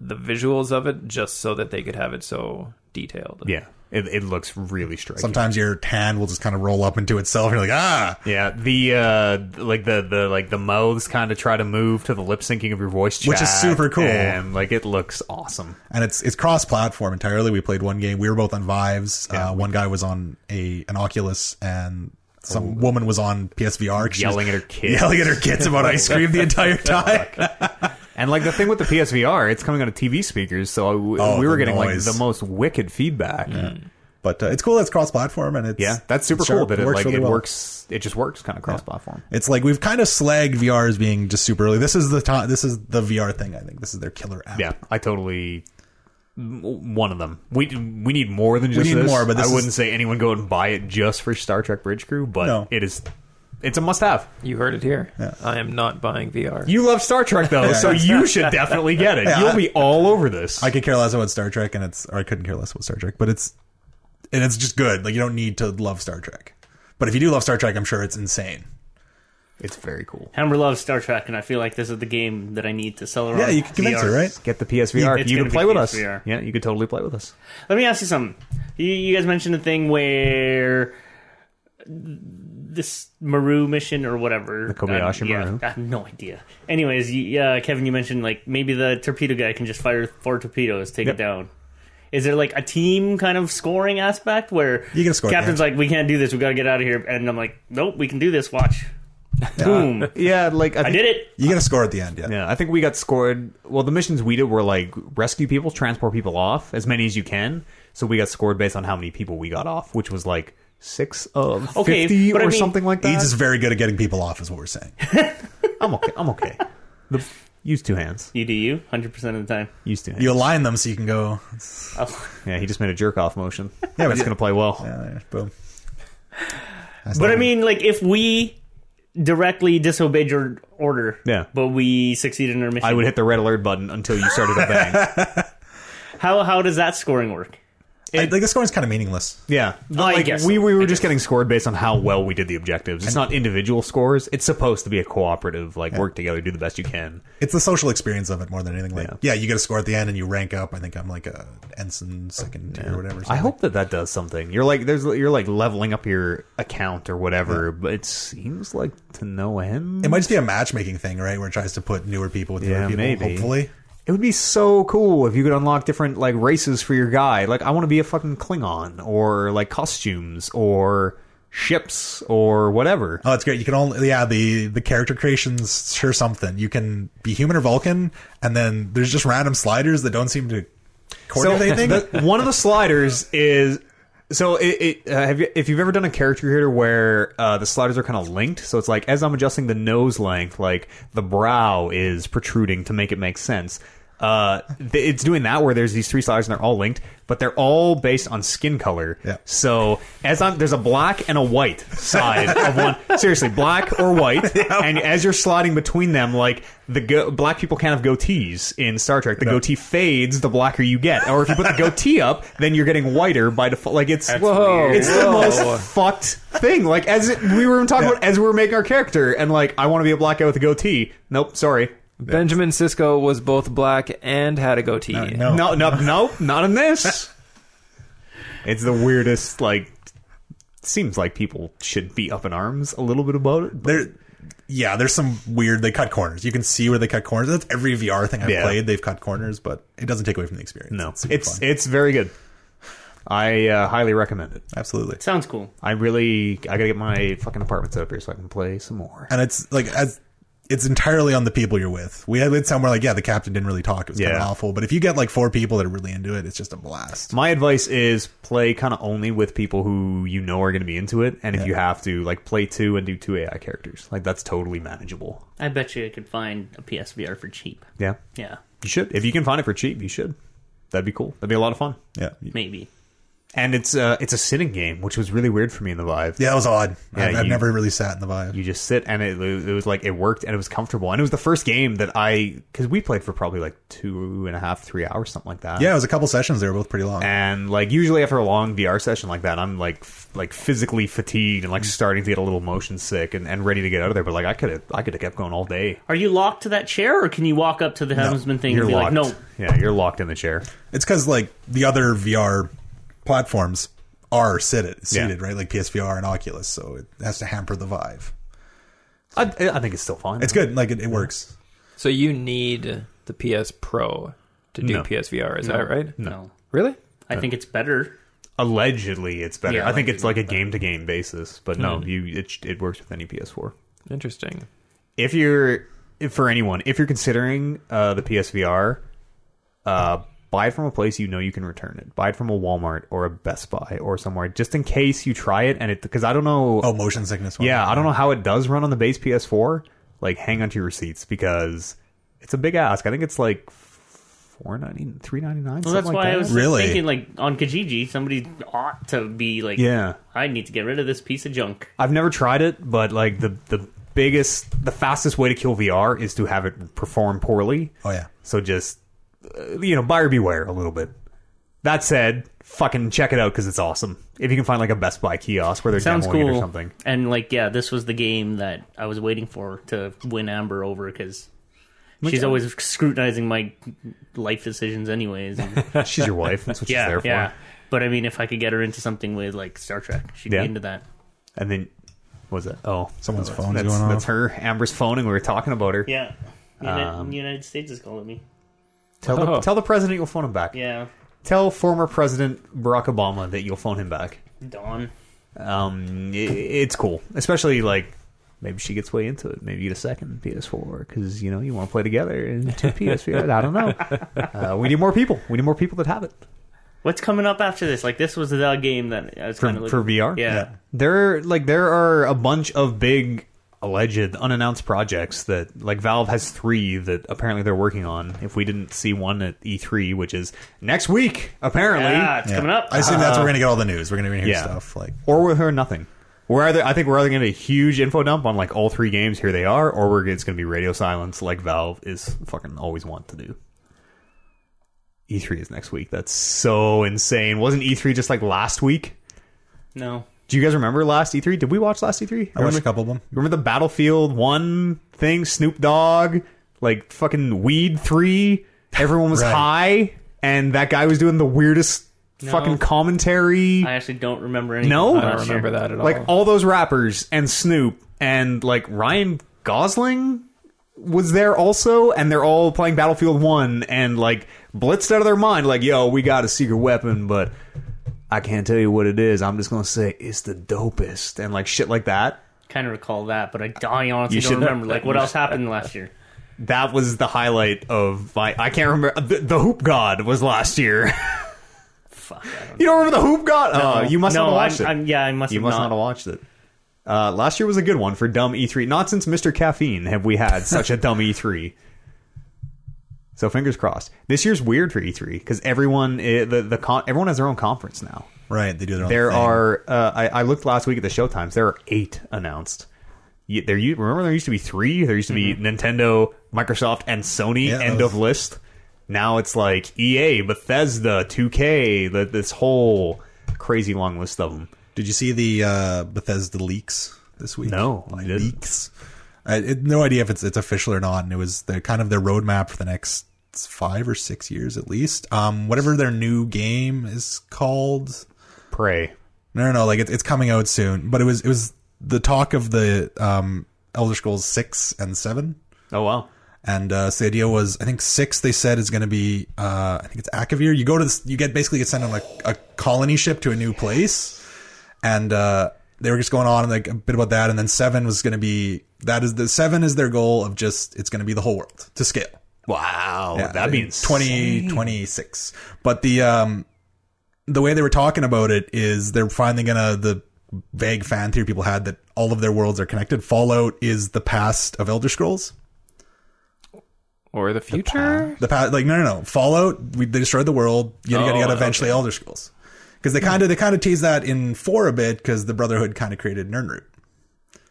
S1: the visuals of it just so that they could have it so detailed.
S2: yeah, it, it looks really striking.
S3: Sometimes your hand will just kind of roll up into itself. And you're like, ah,
S2: Yeah, the uh like the the like the mouths kind of try to move to the lip syncing of your voice,
S3: Which is
S2: chat,
S3: super cool.
S2: and like it looks awesome.
S3: and it's it's cross platform entirely. We played one game. We were both on Vives. Uh, one guy was on a an Oculus, and some woman was on PSVR 'cause she was
S2: Oh. Yelling at her kids.
S3: yelling at her kids about ice cream the entire time.
S2: And like the thing with the PSVR, it's coming on a TV speakers, so w-
S3: Oh,
S2: we were
S3: the
S2: getting
S3: noise.
S2: like the most wicked feedback. Yeah,
S3: but uh, it's cool. It's cross platform, and it's
S2: that's super
S3: it's sharp.
S2: cool that it,
S3: works
S2: like
S3: really
S2: it
S3: well.
S2: works. It just works kind of cross platform.
S3: It's like we've kind of slagged VR as being just super early. This is the time. This is the VR thing. I think this is their killer app.
S2: Yeah, I totally. m- One of them. We we need more than just
S3: need
S2: this.
S3: more, but this
S2: I
S3: is-
S2: wouldn't say anyone go out and buy it just for Star Trek Bridge Crew, but
S3: No.
S2: it is. It's a must-have.
S1: You heard it here. I am not buying VR.
S2: You love Star Trek though, so you should definitely get it. You'll be all over this.
S3: I could care less about Star Trek, and it's or I couldn't care less about Star Trek, but it's and it's just good. Like you don't need to love Star Trek, but if you do love Star Trek, I'm sure it's insane.
S2: it's very cool.
S4: Hammer loves Star Trek, and I feel like this is the game that I need to sell around.
S3: Yeah, you can convince
S4: VR.
S3: her, right?
S2: Get the PSVR.
S4: It's
S2: you can
S4: gonna be
S2: play with
S4: PSVR.
S2: us. Yeah, you could totally play with us.
S4: Let me ask you something. You, you guys mentioned a thing where this Maru mission or whatever. The
S2: Kobayashi Maru.
S4: I have no idea. Anyways, you, uh, Kevin, you mentioned like maybe the torpedo guy can just fire four torpedoes, take
S2: Yep.
S4: it down. Is there like a team kind of scoring aspect where
S3: You can score
S4: Captain's like, we can't do this, we got to get out of here, and I'm like, nope, we can do this. Watch, boom,
S2: Yeah, like
S4: I did it.
S3: You get a score at the end, yeah.
S2: Yeah, I think we got scored. Well, the missions we did were like rescue people, transport people off, as many as you can. So we got scored based on how many people we got off, which was like six of
S4: Okay,
S2: fifty
S4: but
S2: or
S4: I mean-
S2: something like that.
S3: He's just very good at getting people off, is what we're saying.
S2: I'm okay. I'm okay. The, use two hands.
S4: You do you, hundred percent of the time.
S2: Use two hands.
S3: You align them so you can go.
S4: Oh.
S2: yeah, he just made a jerk off motion.
S3: but
S2: Yeah, it's
S3: you-
S2: gonna play well.
S3: Yeah, there, uh, boom. That's
S4: But
S3: not-
S4: I mean, like, if we directly disobeyed your order,
S2: Yeah.
S4: but we succeeded in our mission,
S2: I would hit the red alert button until you started to bang.
S4: How how does that scoring work?
S3: I- like the scoring's kind of meaningless.
S2: Yeah,
S4: Oh, I
S2: like
S4: guess
S2: we
S4: so.
S2: we were just getting scored based on how well we did the objectives. It's not individual scores. It's supposed to be a cooperative, like work together, do the best you can.
S3: It's the social experience of it more than anything. Like,
S2: Yeah.
S3: yeah, you get a score at the end and you rank up. I think I'm like a ensign, second tier, or whatever.
S2: I
S3: something.
S2: hope that that does something. You're like there's you're like leveling up your account or whatever, but it seems like to no end.
S3: it might just be a matchmaking thing, right? Where it tries to put newer people with newer
S2: Yeah,
S3: people.
S2: maybe.
S3: Hopefully,
S2: It would be so cool if you could unlock different like races for your guy. Like I want to be a fucking Klingon or like costumes or ships or whatever.
S3: Oh, it's great. You can only yeah the the character creations sure something. You can be human or Vulcan, and then there's just random sliders that don't seem to coordinate anything.
S2: the- one of the sliders is so it, it uh, have you, if you've ever done a character creator where uh, the sliders are kind of linked so it's like as i'm adjusting the nose length like the brow is protruding to make it make sense uh, th- it's doing that where there's these three sliders and they're all linked, but they're all based on skin color.
S3: Yeah.
S2: So as I'm there's a black and a white side of one. Seriously, black or white, and as you're sliding between them, like the go- black people can't have goatees in Star Trek. The goatee fades the blacker you get, or if you put the goatee up, then you're getting whiter by default. Like it's
S1: Whoa,
S2: it's the
S1: whoa.
S2: most fucked thing. Like as it, we were talking about as we were making our character, and like I want to be a black guy with a goatee. Nope, sorry.
S1: Benjamin Sisko was both black and had a goatee.
S3: no.
S2: No, no, no, not in this. it's the weirdest. Like, seems like people should be up in arms a little bit about it. but-
S3: there, yeah, there's some weird. They cut corners. You can see where they cut corners. That's every VR thing I've
S2: Yeah.
S3: played. They've cut corners, but it doesn't take away from the experience.
S2: no,
S3: super
S2: it's
S3: fun.
S2: it's very good. I uh, highly recommend it.
S3: absolutely.
S4: Sounds cool.
S2: I really, I gotta get my fucking apartment set up here so I can play some more.
S3: and it's like as it's entirely on the people you're with. We had it somewhere like yeah, the captain didn't really talk. It was kind of
S2: Yeah.
S3: awful. But if you get like four people that are really into it, it's just a blast.
S2: My advice is play kind of only with people who you know are going to be into it, and if you have to, like play two and do two AI characters. Like that's totally manageable.
S4: I bet you I could find a PSVR for cheap.
S2: Yeah,
S4: Yeah,
S2: you should if you can find it for cheap. You should. That'd be cool. That'd be a lot of fun.
S3: Yeah,
S4: maybe.
S2: and it's uh, it's a sitting game, which was really weird for me in the Vive.
S3: Yeah, that was odd.
S2: Yeah,
S3: I've, I've
S2: you-
S3: never really sat in the vibe.
S2: You just sit, and it, it was like it worked, and it was comfortable, and it was the first game that I because we played for probably like two and a half, three hours, something like that.
S3: yeah, it was a couple sessions. They were both pretty long.
S2: And like usually after a long VR session like that, I'm like f- like physically fatigued and
S4: Mm.
S2: like starting to get a little motion sick and, and ready to get out of there. But like I could have I could have kept going all day.
S4: Are you locked to that chair, or can you walk up to the helmsman thing
S2: You're
S4: and be
S2: locked.
S4: like, "No,
S2: Yeah, you're locked in the chair.
S3: It's because like the other VR platforms are seated, seated right? Like PSVR and Oculus, so it has to hamper the Vive.
S2: I, I think it's still fine.
S3: It's good. Like it, it works.
S1: So you need the PS Pro to do
S2: No.
S1: PSVR, is that right?
S4: no."
S1: Really?
S4: I think it's better.
S2: Allegedly, it's better.
S4: Yeah,
S2: I think it's like a
S4: allegedly Mm.
S2: game to game basis, but no, you it it works with any PS4.
S1: Interesting.
S2: if you're if for anyone if you're considering uh, the PSVR, uh, buy it from a place you know you can return it. Buy it from a Walmart or a Best Buy or somewhere, just in case you try it and it because I don't know.
S3: Oh, motion sickness. One.
S2: yeah, I don't know how it does run on the base PS4. Like, hang onto your receipts because it's a big ask. I think it's like four ninety three ninety nine.
S4: Well, that's
S2: like
S4: why
S2: that.
S4: I was
S3: Really?
S4: thinking, like on Kijiji, somebody ought to be like,
S2: Yeah.
S4: I need to get rid of this piece of junk."
S2: I've never tried it, but like the the biggest, the fastest way to kill VR is to have it perform poorly.
S3: Oh yeah.
S2: So just uh, you know, buyer beware a little bit. That said, fucking check it out because it's awesome. If you can find like a Best Buy kiosk where they're
S4: Sounds
S2: demoing
S4: cool.
S2: it or something.
S4: And like, yeah, this was the game that I was waiting for to win Amber over because she's always scrutinizing my life decisions, anyways. And-
S2: She's your wife. That's what she's there for.
S4: yeah. But I mean, if I could get her into something with like Star Trek, she'd
S2: Yeah.
S4: be into that.
S2: And then what was it? Oh,
S3: Someone's
S2: that's-
S3: phone's
S2: that's,
S3: going off.
S2: That's her. Amber's phone, and we were talking about her.
S4: Yeah.
S2: Um,
S4: United States is calling me.
S2: Tell the
S1: Oh.
S2: tell the president you'll phone him back.
S4: Yeah.
S2: Tell former President Barack Obama that you'll phone him back.
S4: Dawn.
S2: um, i it's cool, especially like maybe she gets way into it. Maybe you get a second PS4 because you know you want to play together and two PS4. I don't know. Uh, we need more people. We need more people that have it
S4: What's coming up after this? Like, this was the game that I was
S2: for,
S4: kind of
S2: for VR.
S4: Yeah.
S2: there like there are a bunch of big alleged unannounced projects that like Valve has three that apparently they're working on. If we didn't see one at E3, which is next week, apparently.
S4: Yeah, it's
S3: Yeah.
S4: coming up.
S3: I assume
S2: Uh-huh.
S3: that's where we're gonna get all the news. We're gonna hear stuff like
S2: or we'll hear nothing. We're either I think we're either going to get a huge info dump on like all three games here they are, or we're it's going to be radio silence like Valve is fucking always want to do. E3 is next week. That's so insane. Wasn't E3 just like last week?
S4: no.
S2: Do you guys remember last E3? Did we watch last E3?
S3: I watched
S2: remember,
S3: a couple of them.
S2: remember the Battlefield One thing, Snoop Dogg, like fucking Weed Three. Everyone was
S3: Right.
S2: high, and that guy was doing the weirdest fucking commentary.
S4: I actually don't remember anything.
S2: No?
S4: from
S1: I don't
S4: last year.
S1: remember that at all.
S2: like all those rappers and Snoop and like Ryan Gosling was there also, and they're all playing Battlefield One and like blitzed out of their mind, like, yo, we got a secret weapon, but I can't tell you what it is. I'm just gonna say it's the dopest and like shit like that.
S4: Kind of recall that, but I, I honestly
S2: You
S4: don't
S2: should-
S4: remember. Like, what else happened last year?
S2: That was the highlight of my. I can't remember. The, the Hoop God was last year.
S4: Fuck. I don't
S2: you don't remember the Hoop God? Oh, you must not
S4: no,
S2: have watched
S4: I'm,
S2: it.
S4: I'm, yeah, I must
S2: You
S4: have
S2: must
S4: not.
S2: not have watched it. Uh, last year was a good one for dumb E3. Not since Mr. Caffeine have we had such a dumb E3. So fingers crossed. This year's weird for E3 because everyone i- the the con- everyone has their own conference
S3: Oh,
S2: now.
S3: Right, they do their own
S2: There
S3: thing.
S2: are uh, I, I looked last week at the show times. There are eight announced. Y- There you remember there used to be three. There used to be Nintendo, Microsoft, and Sony.
S3: Mm-hmm. Yeah, that
S2: end
S3: was-
S2: of list. Now it's like EA, Bethesda, 2K. The, this whole crazy long list of them.
S3: Did you see the uh, Bethesda leaks this week?
S2: No, I
S3: Like,
S2: didn't.
S3: leaks. I it, no idea if it's it's official or not, and it was the kind of their roadmap for the next five or six years at least. Um, whatever their new game is called,
S2: Prey.
S3: No, no, no. Like it's it's coming out soon. But it was it was the talk of the um, Elder Scrolls six and seven,
S2: Oh wow.
S3: and uh, so the idea was I think six they said is going to be uh, I think it's Akavir. You go to this, you get basically get sent on a, a colony ship to a new place, and uh, they were just going on and like a bit about that. And then seven was going to be that is the seven is their goal of just it's going to be the whole world to scale.
S2: Wow.
S3: Yeah,
S2: that
S3: in
S2: means
S3: 20, 26. But the um the way they were talking about it is they're finally gonna the vague fan theory people had that all of their worlds are connected. Fallout is the past of Elder Scrolls.
S1: or the future?
S3: The past, like no, no, no. Fallout, we, they destroyed the world. Yada yada
S1: Oh,
S3: yada. Eventually, Elder Scrolls. because
S2: Hmm.
S3: they kind of they kind of teased that in four a bit because the Brotherhood kind of created Nernroot.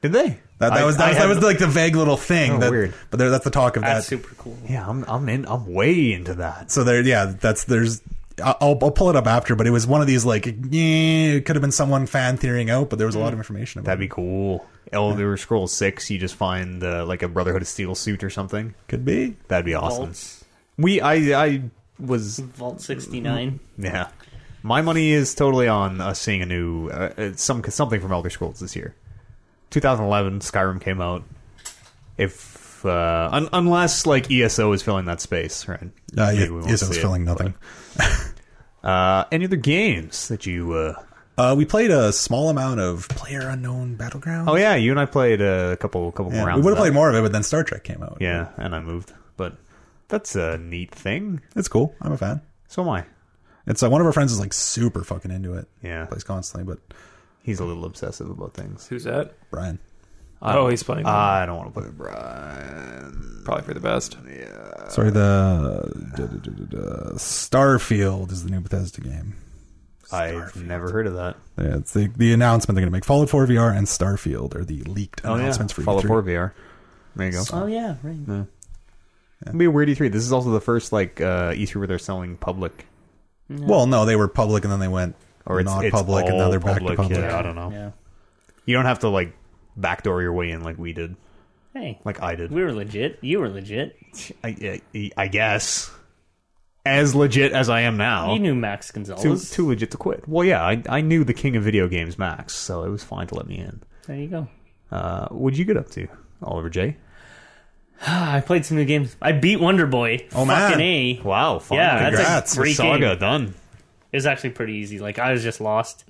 S2: Did they?
S3: That, that
S2: I-
S3: was that,
S2: I
S3: was, that
S2: had-
S3: was like the vague little thing.
S2: Oh,
S3: that,
S2: weird.
S3: But there, that's the talk of
S4: That's
S3: that.
S4: super cool.
S2: Yeah, I'm I'm in. I'm way into that.
S3: So there, yeah, that's there's. I- I'll, I'll pull it up after, but it was one of these like, yeah, it could have been someone fan theoring out, but there was a lot of information about
S2: Hmm. That'd be cool. Elder Scrolls Six. You just find uh, like a Brotherhood of Steel suit or something.
S3: it. Could be.
S2: That'd be awesome.
S4: Vault,
S2: We I I was
S4: Vault 69.
S2: yeah. My money is totally on us seeing a new uh, uh, some something from Elder Scrolls this year. 2011 Skyrim came out. If uh, un- unless like ESO is filling that space, right?
S3: Uh,
S2: Maybe
S3: yeah,
S2: we won't
S3: yes, I was
S2: see it.
S3: feeling nothing.
S2: Uh, any other games that you? Uh,
S3: Uh, we played a small amount of Player Unknown Battleground.
S2: oh yeah, you and I played a couple couple more
S3: yeah,
S2: rounds.
S3: we
S2: of
S3: would have
S2: that.
S3: played more of it, but then Star Trek came out.
S2: Yeah, and I moved, but that's a neat thing.
S3: it's cool. I'm a fan.
S2: So am I.
S3: It's uh, one of our friends is like super fucking into it.
S2: Yeah.
S3: plays constantly, but
S2: He's a little obsessive about things.
S1: Who's that?
S3: Brian.
S1: Oh, he's playing.
S2: I don't want to play with Brian.
S1: Probably for the best.
S3: Sorry, the da- da- da- da- da- Starfield is the new Bethesda game.
S2: I've never heard of that.
S3: Yeah, it's the, the announcement they're going to make. Fallout 4 VR and Starfield are the leaked announcements for
S2: Oh,
S3: E
S2: Fallout
S3: E3.
S2: 4 VR. There you go.
S4: Oh, yeah, right.
S2: It'll be a weird E3. This is also the first like uh, E3 where they're selling public,
S3: Well, no, they were public and then they went
S2: or it's
S3: not
S2: it's
S3: public and now
S2: all
S3: they're back to public.
S2: Yeah, I don't know.
S4: Yeah.
S2: You don't have to like backdoor your way in like we did,
S4: Hey,
S2: like I did.
S4: we were legit. You were legit.
S2: I, I, I guess as legit as I am now.
S4: You knew Max
S2: too,
S4: Gonzalez.
S2: too legit to quit. Well, yeah, I, I knew the king of video games, Max, so it was fine to let me in.
S4: There you go.
S2: Uh, what'd you get up to, Oliver J?
S4: Ah, I played some new games. I beat Wonder Boy.
S3: Oh,
S4: Fucking
S3: man.
S4: A.
S2: Wow, fine.
S4: Yeah, that's a
S2: Congrats.
S4: great
S2: saga
S4: game.
S2: done.
S4: It was actually pretty easy. Like I was just lost.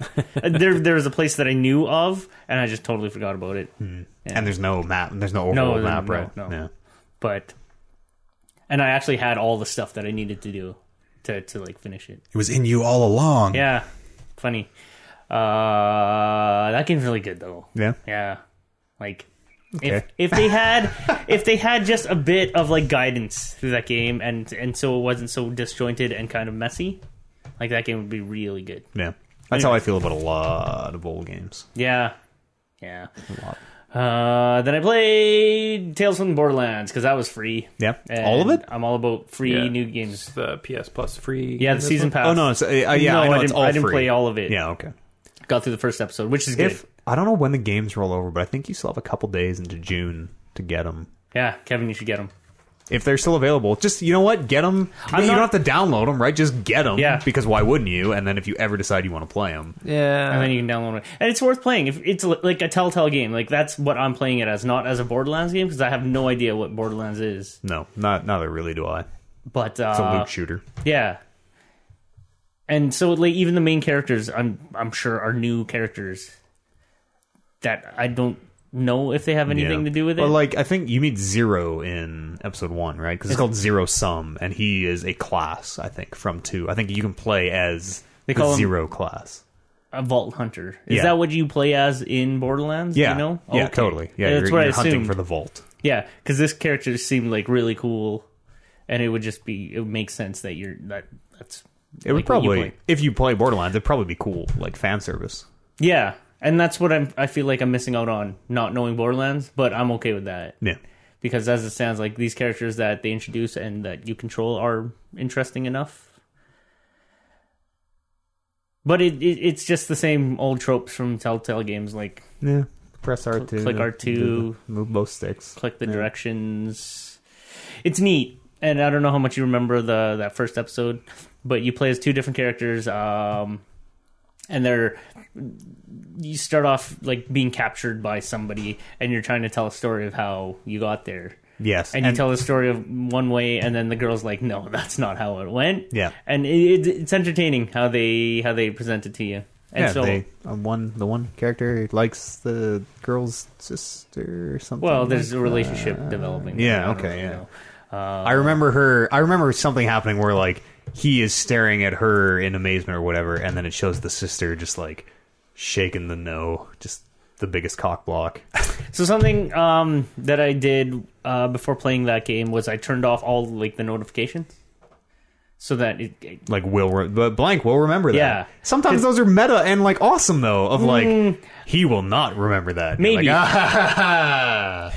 S4: there, there was a place that I knew of, and I just totally forgot about it.
S2: Hmm.
S4: Yeah.
S2: And there's no map. There's no overall
S4: No,
S2: map,
S4: no,
S2: right?
S4: no.
S2: Yeah.
S4: but, and I actually had all the stuff that I needed to do to to like finish it.
S3: It was in you all along.
S4: Yeah, funny. Uh, that game's really good though.
S2: Yeah.
S4: Yeah, like
S2: Okay.
S4: if if they had if they had just a bit of like guidance through that game, and and so it wasn't so disjointed and kind of messy, like that game would be really good.
S2: Yeah. That's how I feel about a lot of old games.
S4: Yeah, yeah.
S2: A lot.
S4: Uh, then I played Tales from the Borderlands because that was free.
S2: Yeah.
S4: And
S2: All of it?
S4: I'm all about free
S1: Yeah.
S4: new games.
S1: It's the PS Plus free.
S4: Yeah,
S1: in
S4: the
S1: this
S4: season
S1: one?
S4: pass.
S2: Oh no, it's, uh, yeah,
S4: no,
S2: I know
S4: didn't,
S2: it's all
S4: I didn't
S2: free.
S4: play all of it.
S2: Yeah, okay.
S4: got through the first episode, which is good.
S2: If I don't know when the games roll over, but I think you still have a couple days into June to get them.
S4: yeah, Kevin, you should get them.
S2: If they're still available, just you know what, get them. you
S4: not-
S2: don't have to download them, right? Just get them.
S4: Yeah.
S2: Because why wouldn't you? And then if you ever decide you want to play them,
S1: Yeah.
S4: and then you can download it. And it's worth playing. If it's li- like a Telltale game, like that's what I'm playing it as, not as a Borderlands game because I have no idea what Borderlands is.
S2: no, not neither really do I.
S4: But uh,
S2: It's a loot shooter.
S4: yeah. And so, like, even the main characters, I'm I'm sure are new characters that I don't know if they have anything
S2: Yeah.
S4: to do with it.
S2: But like, I think you meet Zero in episode one, right? Because it's called Zero Sum, and he is a class. I think from two. I think you can play as
S4: They call
S2: the
S4: him-
S2: Zero class.
S4: a vault hunter. Is
S2: Yeah.
S4: that what you play as in Borderlands?
S2: Yeah,
S4: you know,
S2: yeah,
S4: Okay.
S2: totally. Yeah,
S4: that's
S2: you're,
S4: what
S2: you're
S4: I
S2: hunting
S4: assumed.
S2: for the vault.
S4: Yeah, because this character seemed like really cool, and it would just be it would make sense that you're that that's
S2: It would
S4: like, what you
S2: probably,
S4: play.
S2: if you play Borderlands, it'd probably be cool, like fan service.
S4: yeah, and that's what I'm I feel like I'm missing out on not knowing Borderlands, but I'm okay with that
S2: Yeah,
S4: because as it sounds like these characters that they introduce and that you control are interesting enough. But it, it it's just the same old tropes from Telltale games, like
S2: yeah. Press R two,
S4: click R2.
S2: do the- move both sticks.
S4: click the directions. It's neat, and I don't know how much you remember the that first episode, but you play as two different characters, um, and they're you start off like being captured by somebody, and you're trying to tell a story of how you got there.
S2: Yes,
S4: And, you tell the story of one way, and then the girl's like, "No, that's not how it went."
S2: Yeah.
S4: and it, it, it's entertaining how they how they present it to you. And
S2: yeah,
S4: so,
S2: they, uh, one the one character likes the girl's sister or something.
S4: well, there's
S2: like uh,
S4: a relationship developing.
S2: yeah,
S4: I don't
S2: okay,
S4: really
S2: yeah.
S4: know.
S2: I remember her. I remember something happening where like he is staring at her in amazement or whatever, and then it shows the sister just like shaking the no, just the biggest cock block.
S4: So something um, that I did uh, before playing that game was I turned off all like the notifications. so that it, it
S2: Like will, re- but blank will remember that.
S4: Yeah. Mm.
S2: Sometimes those are meta and like awesome though. Of like, he will not remember that. You're
S4: Maybe.
S2: like, ah,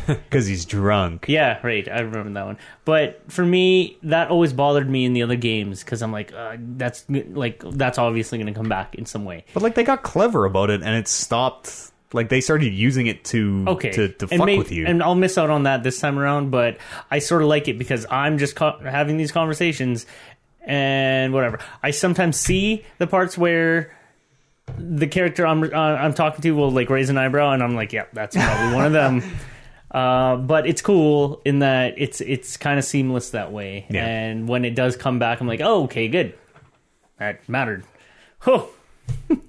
S2: because he's drunk.
S4: Yeah, right. I remember that one. But for me, that always bothered me in the other games because I'm like, uh, that's like that's obviously going to come back in some way.
S2: But like, they got clever about it, and it stopped. Like they started using it to
S4: Okay,
S2: to, to
S4: and
S2: fuck
S4: may-
S2: with you.
S4: and I'll miss out on that this time around. But I sort of like it because I'm just co- having these conversations and whatever. I sometimes see the parts where the character I'm uh, I'm talking to will like raise an eyebrow, and I'm like, yeah, that's probably one of them. Uh, but it's cool in that it's it's kind of seamless that way.
S2: Yeah.
S4: And when it does come back, I'm like, oh, okay, good. That mattered. Huh.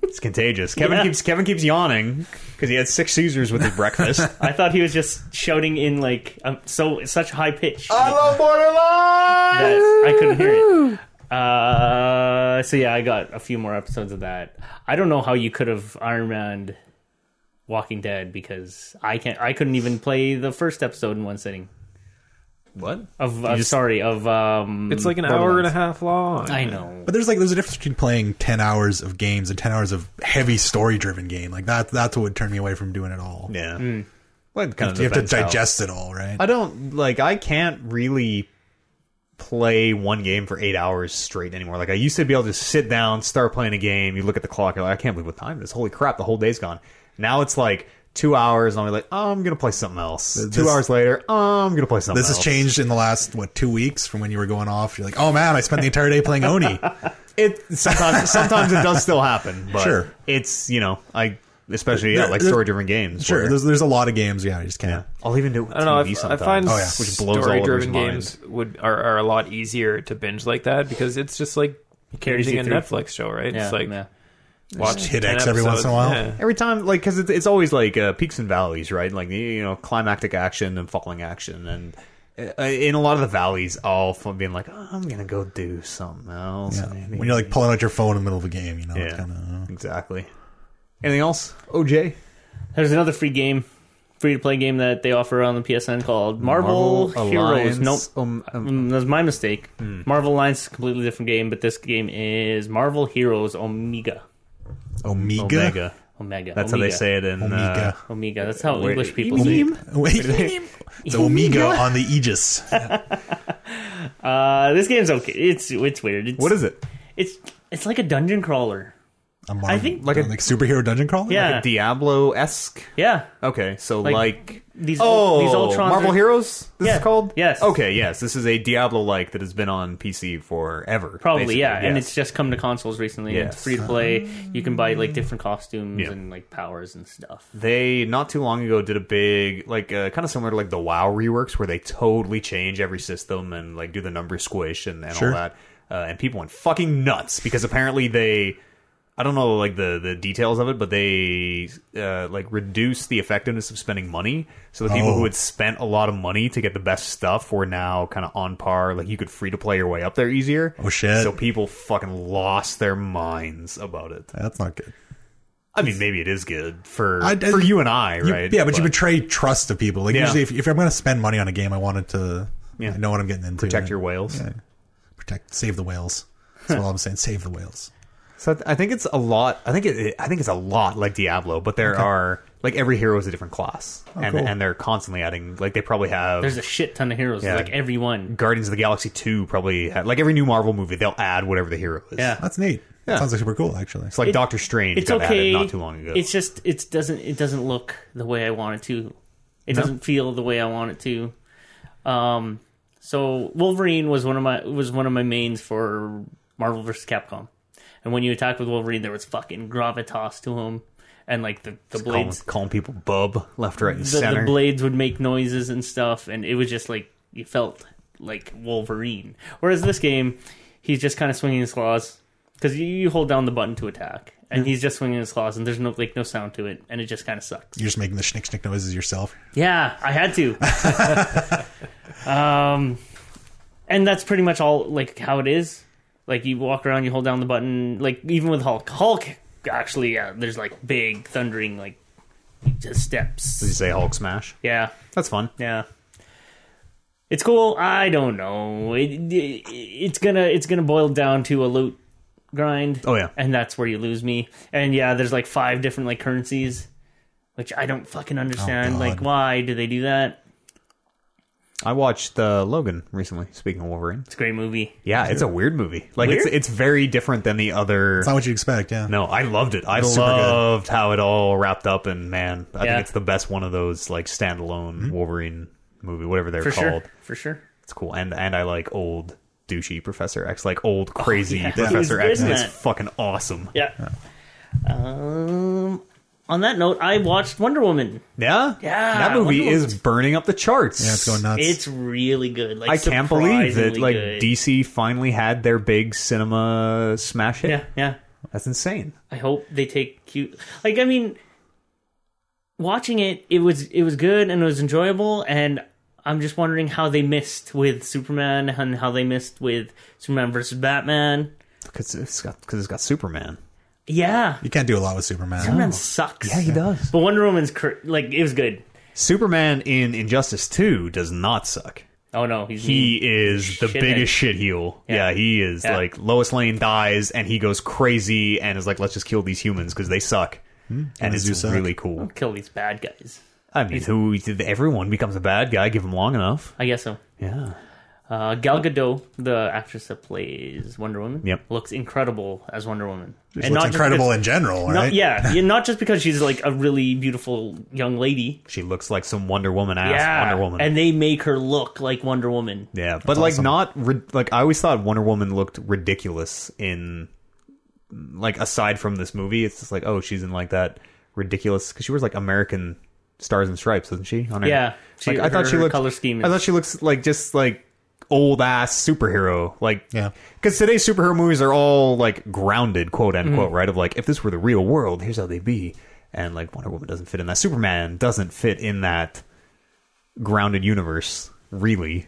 S2: It's contagious. Kevin
S4: Yeah.
S2: keeps Kevin keeps yawning because he had six Caesars with his breakfast.
S4: I thought he was just shouting in like um, so such high pitch.
S2: love Borderline.
S4: that I couldn't hear it. Uh, so yeah, I got a few more episodes of that. I don't know how you could have Iron Man, Walking Dead because I can't. I couldn't even play the first episode in one sitting.
S2: What?
S4: Of uh, sorry of um.
S1: It's like an hour and a
S4: Borderlands.
S1: half long.
S4: I know.
S3: But there's like there's a difference between playing ten hours of games and ten hours of heavy story driven game. Like that that's what would turn me away from doing it all.
S2: Yeah.
S4: Hmm.
S2: Well, it kind of
S3: You have to
S2: depends how-
S3: digest it all, right?
S2: I don't like. I can't really play one game for eight hours straight anymore. Like I used to be able to sit down, start playing a game. You look at the clock, you're like, I can't believe what time it is. Holy crap, the whole day's gone. Now it's like two hours, and I'm like, oh, I'm gonna play something else. two
S3: this-
S2: hours later, oh, I'm gonna play something.
S3: This has
S2: else.
S3: changed in the last what two weeks from when you were going off. You're like, oh man, I spent the entire day playing Oni.
S2: It sometimes sometimes it does still happen, but
S3: Sure.
S2: it's you know I especially yeah,
S3: There-
S2: like
S3: there-
S2: story driven games.
S3: Sure,
S2: where-
S3: there's there's a lot of games. Yeah, I just
S2: yeah.
S3: can't.
S2: I'll even do. It with
S1: I don't know.
S2: TV
S1: I f- I,
S2: sometimes,
S1: find
S3: Oh, yeah.
S2: which blows all over
S1: story-driven games would are, are a lot easier to binge like that because it's just like
S4: carries
S1: binging
S4: you
S1: a
S4: through.
S1: Netflix show, right?
S4: Yeah,
S1: it's like
S4: yeah.
S1: watch
S3: hit
S1: 10
S3: X every once in
S1: episodes.
S3: a while.
S1: Yeah.
S2: Every time, like, because it's, it's always like uh, peaks and valleys, right? Like, you know, climactic action and falling action. And uh, in a lot of the valleys, all from being like, oh, I'm going to go do something else.
S3: Yeah.
S2: Maybe-
S3: When you're like uh-huh. pulling out your phone in the middle of a game, you know,
S2: yeah,
S3: it's kind of.
S2: exactly. Anything else? OJ?
S4: There's another free game, free to play game that they offer on the PSN called Marvel,
S2: Alliance?
S4: Heroes.
S2: Hmm.
S4: Nope.
S2: Um, um,
S4: Mm, that was my mistake. Marvel Alliance is a completely different game, but this game is Marvel Heroes Omega.
S3: Omega.
S2: Omega.
S4: Omega.
S2: That's how
S4: Omega.
S2: they say it in.
S3: Omega.
S2: Uh,
S4: Omega. That's how
S2: where-
S4: English people say. it.
S3: Wait. it's Omega on the Aegis.
S4: Uh, this game's okay. It's it's weird. It's,
S2: what is it?
S4: It's it's like a dungeon crawler.
S3: A Marvel,
S4: I think-
S3: like
S2: Like
S3: a
S2: a-
S3: superhero dungeon crawler.
S4: Yeah,
S2: Diablo esque?
S4: yeah.
S2: Okay, so
S4: Like,
S2: like,
S4: these
S2: oh,
S4: ul- these Ultrons
S2: Marvel
S4: are-
S2: Heroes. This
S4: Yeah,
S2: is called
S4: yes.
S2: Okay, yes, this is a Diablo like that has been on PC forever.
S4: Probably, yeah.
S2: basically,
S4: And
S2: yes.
S4: it's just come to consoles recently. and It's
S2: Yes.
S4: free to play. You can buy like different costumes
S2: Yeah.
S4: and like powers and stuff.
S2: they not too long ago did a big like uh, kind of similar to like the WoW reworks where they totally change every system and like do the number squish and, and
S3: Sure.
S2: all that, uh, and people went fucking nuts because apparently they. I don't know like the, the details of it, but they uh, like reduced the effectiveness of spending money. So the people
S3: Oh.
S2: who had spent a lot of money to get the best stuff were now kind of on par. Like you could free to play your way up there easier.
S3: Oh, shit.
S2: So people fucking lost their minds about it.
S3: That's not good.
S2: I mean, maybe it is good for
S3: I- I-
S2: for you and I,
S3: You-
S2: right?
S3: Yeah, but, you betray trust to people. Like
S2: Yeah.
S3: usually, if, if I'm going to spend money on a game, I want it to
S2: Yeah.
S3: I know what I'm getting into.
S2: protect
S3: right?
S2: your whales.
S3: Yeah. protect, save the whales. That's all I'm saying. Save the whales.
S2: So I th- I think it's a lot. I think it- it, I think it's a lot like Diablo, but there are like every hero is a different class, and
S3: Oh, cool.
S2: and they're constantly adding. Like they probably have
S4: There's a shit ton of heroes.
S2: Yeah.
S4: Like every one.
S2: Guardians of the Galaxy two probably ha like every new Marvel movie they'll add whatever the hero is.
S4: Yeah.
S3: That's neat. That
S2: Yeah.
S3: sounds like super cool, actually.
S2: it's like Doctor Strange.
S4: It's
S2: got
S4: okay.
S2: added not too long ago.
S4: It's just it doesn't it doesn't look the way I want it to. It doesn't feel the way I want it to. Um. So Wolverine was one of my was one of my mains for Marvel vs. Capcom, and when you attack with Wolverine, there was fucking gravitas to him, and like the the
S2: calling,
S4: blades
S2: calling people bub left, right, and
S4: the,
S2: center.
S4: the blades would make noises and stuff, and it was just like you felt like Wolverine. Whereas this game, he's just kind of swinging his claws because you, you hold down the button to attack, and he's just swinging his claws, and there's no like no sound to it, and it just kind of sucks.
S3: You're just making the schnick schnick noises yourself.
S4: Yeah, I had to. um, and that's pretty much all like how it is. Like you walk around, you hold down the button. Like even with Hulk, Hulk actually, yeah, there's like big thundering like just
S2: Did you
S4: steps.
S2: say Hulk smash?
S4: Yeah,
S2: That's fun.
S4: yeah. It's cool. I don't know. It, it- it's gonna it's gonna boil down to a loot grind.
S2: Oh, yeah.
S4: and that's where you lose me. And yeah, there's like five different like currencies, which I don't
S2: Oh,
S4: fucking understand.
S3: God.
S4: like, why do they do that?
S2: I watched uh, Logan recently. Speaking of Wolverine,
S4: It's a great movie.
S2: yeah, it's a weird movie. Like it's
S4: Weird?
S2: it's very different than the other.
S3: It's not what you expect, yeah.
S2: No, I loved it. I
S3: It's super good.
S2: loved how it all wrapped up, and man, I
S4: Yeah.
S2: think it's the best one of those like standalone Wolverine movie, whatever they're
S4: For
S2: called.
S4: sure. For sure.
S2: It's cool, and and I like old douchey Professor X, like old crazy
S4: yeah.
S2: Professor
S4: He
S2: X.
S4: was good in
S2: It's
S4: that.
S2: fucking awesome.
S4: Yeah. Um. On that note, I watched Wonder Woman.
S2: Yeah,
S4: Yeah,
S2: That movie
S4: Wonder
S2: is burning up the charts.
S3: Yeah, it's going nuts.
S4: It's really good. Like
S2: I can't believe that
S4: surprisingly
S2: like
S4: good.
S2: DC finally had their big cinema smash hit.
S4: Yeah, yeah.
S2: That's insane.
S4: I hope they take cute. Like I mean, watching it, it was it was good and it was enjoyable. And I'm just wondering how they missed with Superman and how they missed with Superman versus Batman.
S2: Because it's got because it's got Superman.
S4: Yeah,
S3: you can't do a lot with Superman.
S4: Superman sucks.
S2: Oh. Yeah, he does.
S4: But Wonder Woman's cr- like it was good.
S2: Superman in Injustice Two does not suck.
S4: Oh no, he's
S2: He
S4: mean.
S2: is the
S4: Shithead.
S2: biggest shit heel. Yeah.
S4: Yeah.
S2: he is
S4: Yeah.
S2: like Lois Lane dies and he goes crazy and is like, let's just kill these humans because they suck.
S4: Mm.
S2: And it's
S3: do suck.
S2: really cool.
S4: kill these bad guys.
S2: I mean, who everyone becomes a bad guy. Give him long enough.
S4: I guess so.
S2: Yeah,
S4: Uh, Gal Gadot, the actress that plays Wonder Woman,
S2: Yep.
S4: looks incredible as Wonder Woman,
S3: It's looks
S4: just because-
S3: incredible in general,
S4: not-
S3: right?
S4: yeah, yeah, not just because she's like a really beautiful young lady.
S2: she looks like some Wonder Woman ass
S4: yeah,
S2: Wonder Woman.
S4: and they make her look like Wonder Woman.
S2: yeah, but like not ri- like I always thought Wonder Woman looked ridiculous in like aside from this movie. It's just like oh, she's in like that ridiculous because she wears like American stars and stripes, doesn't she? On her,
S4: Yeah, she-
S2: like, I thought
S4: her-
S2: she
S4: her
S2: looked
S4: color scheme
S2: I
S4: is-
S2: thought she looks like just like old ass superhero like
S3: Yeah.
S2: because today's superhero movies are all like grounded quote
S4: Mm-hmm.
S2: unquote right of like if this were the real world here's how they'd be and like wonder woman doesn't fit in that superman doesn't fit in that grounded universe really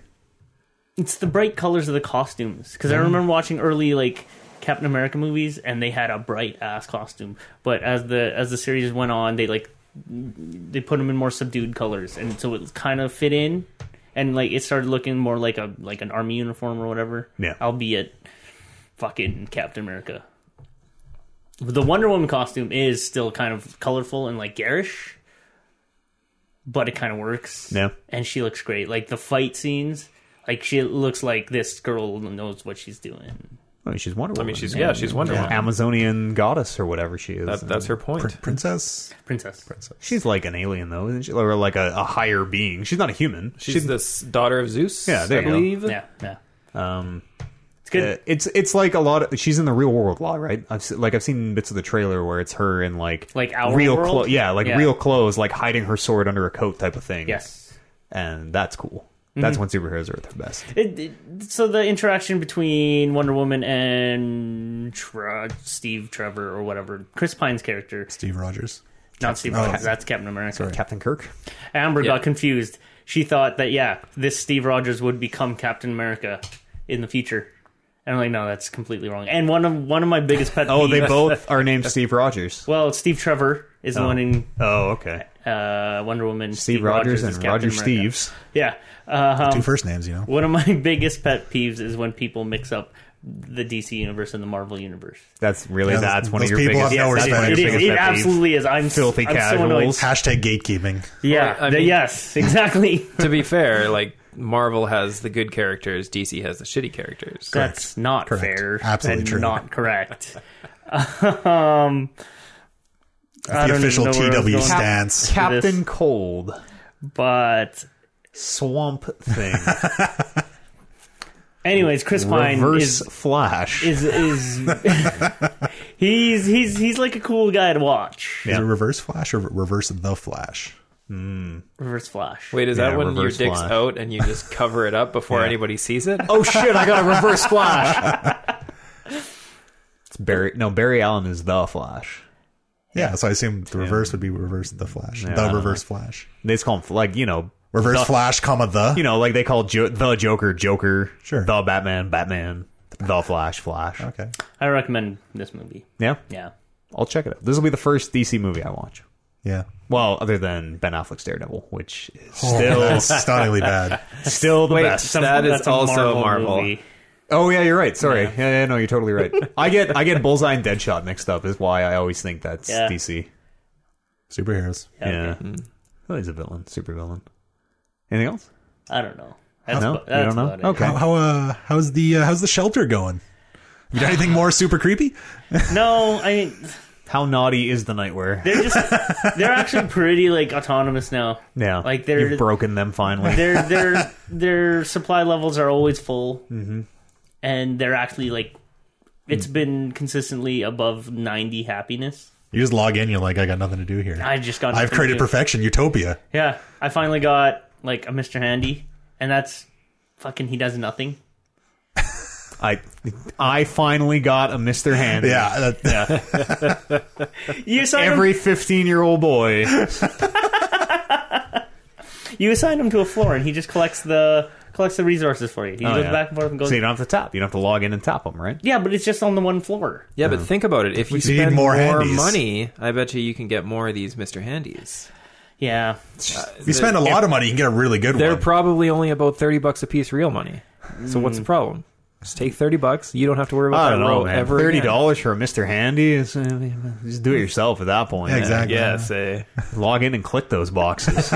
S4: It's the bright colors of the costumes because
S2: Mm-hmm.
S4: I remember watching early like Captain America movies, and they had a bright ass costume. But as the as the series went on, they like they put them in more subdued colors, and so it kind of fit in, and like it started looking more like a like an army uniform or whatever.
S2: Yeah.
S4: albeit fucking Captain America. The Wonder Woman costume is still kind of colorful and like garish, but it kind of works.
S2: Yeah.
S4: and she looks great. Like the fight scenes, like she looks like this girl knows what she's doing.
S2: I mean, she's Wonder
S1: I
S2: Woman.
S1: mean, she's yeah, she's Wonder Woman.
S2: Amazonian goddess or whatever she is.
S1: That, that's her point.
S3: Princess?
S4: Princess.
S2: She's like an alien though, isn't she? Or like a, a higher being. She's not a human.
S1: She's the s- daughter of Zeus.
S2: Yeah, there
S1: I
S2: you go.
S1: believe.
S4: Yeah, yeah.
S2: um,
S4: It's good.
S2: uh, it's it's like a lot. Of, she's in the real world a lot, right? I've se- like I've seen bits of the trailer where it's her in like
S4: Like our
S2: real
S4: world?
S2: clothes. Yeah, like
S4: Yeah.
S2: real clothes, like hiding her sword under a coat type of thing.
S4: yes.
S2: and that's cool. That's
S1: Mm-hmm.
S2: when superheroes are at their best.
S4: It, it- so the interaction between Wonder Woman and Tra- Steve Trevor or whatever Chris Pine's character,
S3: Steve Rogers.
S4: not Steve,
S3: oh.
S4: Rogers, that's Captain America.
S2: Captain Kirk.
S4: Amber
S1: Yeah.
S4: got confused. She thought that yeah, this Steve Rogers would become Captain America in the future. And I'm like, no, that's completely wrong. And one of one of my biggest pet
S2: Oh, they
S4: peeves-
S2: both are named Steve Rogers.
S4: Well, Steve Trevor is the one in
S2: Oh, okay.
S4: uh, Wonder Woman.
S2: Steve, Rogers,
S4: is
S2: and Roger
S4: Captain America.
S2: Steves.
S4: Yeah. Uh,
S3: Two first names, you know?
S4: one of my biggest pet peeves is when people mix up the DC universe and the Marvel universe.
S2: That's really
S3: Yeah,
S2: that's one of
S3: those
S2: your
S3: people
S2: biggest.
S3: have no
S2: that's
S3: respect.
S2: one of
S4: It
S2: your
S4: is.
S2: biggest pet
S4: It
S2: peeves.
S4: absolutely is. I'm
S2: Filthy
S4: I'm so annoyed.
S2: casuals.
S3: Hashtag gatekeeping.
S4: Yeah.
S1: Well, I mean-
S4: yes. Exactly.
S1: to be fair, like Marvel has the good characters, DC has the shitty characters.
S4: That's not
S3: Correct.
S4: fair.
S3: Absolutely
S4: and
S3: true.
S4: Not correct. um, I
S3: the
S4: don't even
S3: official
S4: know where I was
S3: TW
S4: going.
S3: stance.
S2: Captain
S4: this.
S2: Cold,
S4: but
S2: Swamp Thing,
S4: anyways, Chris Pine
S2: Reverse
S4: is
S2: Flash.
S4: is is he's he's he's like a cool guy to watch.
S3: Is
S2: Yeah.
S3: it reverse flash or reverse the flash?
S4: Reverse Flash.
S1: Wait, is
S2: Yeah,
S1: that when your
S2: reverse
S1: dick's
S2: flash.
S1: out and you just cover it up before anybody sees it?
S2: oh shit! I got a Reverse Flash. it's Barry. No, Barry Allen is the Flash.
S3: Yeah, so I assume the reverse would be reverse the flash.
S2: I
S3: the
S2: don't
S3: reverse flash.
S2: They just call him like you know
S3: Reverse
S2: the-
S3: flash, comma the.
S2: You know, like they call jo- the Joker Joker,
S3: Sure.
S2: the Batman Batman, the Flash Flash.
S3: okay.
S4: I recommend this movie.
S2: Yeah,
S4: Yeah.
S2: I'll check it out. This will be the first DC movie I watch.
S3: Yeah.
S2: Well, other than Ben Affleck's Daredevil, which is
S4: Oh.
S3: Still
S2: still
S3: stunningly bad.
S2: still the
S1: Wait,
S2: best.
S1: some- That is
S4: that's a
S1: also
S4: Marvel.
S1: Marvel.
S4: movie.
S2: Oh yeah, you're right. Sorry. Yeah, yeah, no, you're totally right. I get I get Bullseye and Deadshot mixed up. Is why I always think that's
S4: Yeah.
S2: DC.
S3: Superheroes.
S2: Yeah.
S4: Okay.
S2: Oh, he's a villain, super villain. Anything else?
S4: I don't know. That's
S2: No, you
S4: about-
S2: don't
S4: that's
S2: know.
S4: about it.
S2: Okay.
S3: How, how uh how's the uh, how's the shelter going? You got anything more super creepy?
S4: No, I mean
S2: How naughty is the nightwear?
S4: they're just they're actually pretty like autonomous now.
S2: Yeah,
S4: Like they're
S2: you've broken them finally.
S4: their their their supply levels are always full,
S2: Mm-hmm.
S4: and they're actually like it's
S2: Mm.
S4: been consistently above ninety happiness.
S3: You just log in. You're like, I got nothing to do here.
S4: I just got.
S3: I've
S4: nothing
S3: created
S4: to do.
S3: perfection, utopia.
S4: Yeah, I finally got like a Mr. Handy, and that's fucking he does nothing.
S2: I I finally got a Mister Hand.
S3: Yeah, that,
S4: You assign
S2: Every 15 year old boy.
S4: him you assign him to a floor, and he just collects the collects the resources for you. He
S2: Oh,
S4: goes
S2: yeah.
S4: back and forth and goes.
S2: So you don't have to top. You don't have to log in and top them, right?
S4: yeah, but it's just on the one floor.
S1: Yeah, but think about it. If you
S3: need
S1: spend
S3: more
S1: more,
S3: handies.
S1: money, I bet you you can get more of these Mr. Handies.
S4: Yeah,
S3: if you spend a lot of money, you can get a really good
S1: They're
S3: one.
S1: probably only about 30 bucks a piece real money. So what's the problem? Just take 30 bucks. You don't have to worry about
S2: Mm. I
S1: that
S2: don't know,
S1: row
S2: man.
S1: ever
S2: Thirty
S1: again.
S2: dollars for a Mister Handy is uh, just do it yourself at that point.
S3: Yeah, exactly.
S1: Yeah, say.
S2: Log in and click those boxes.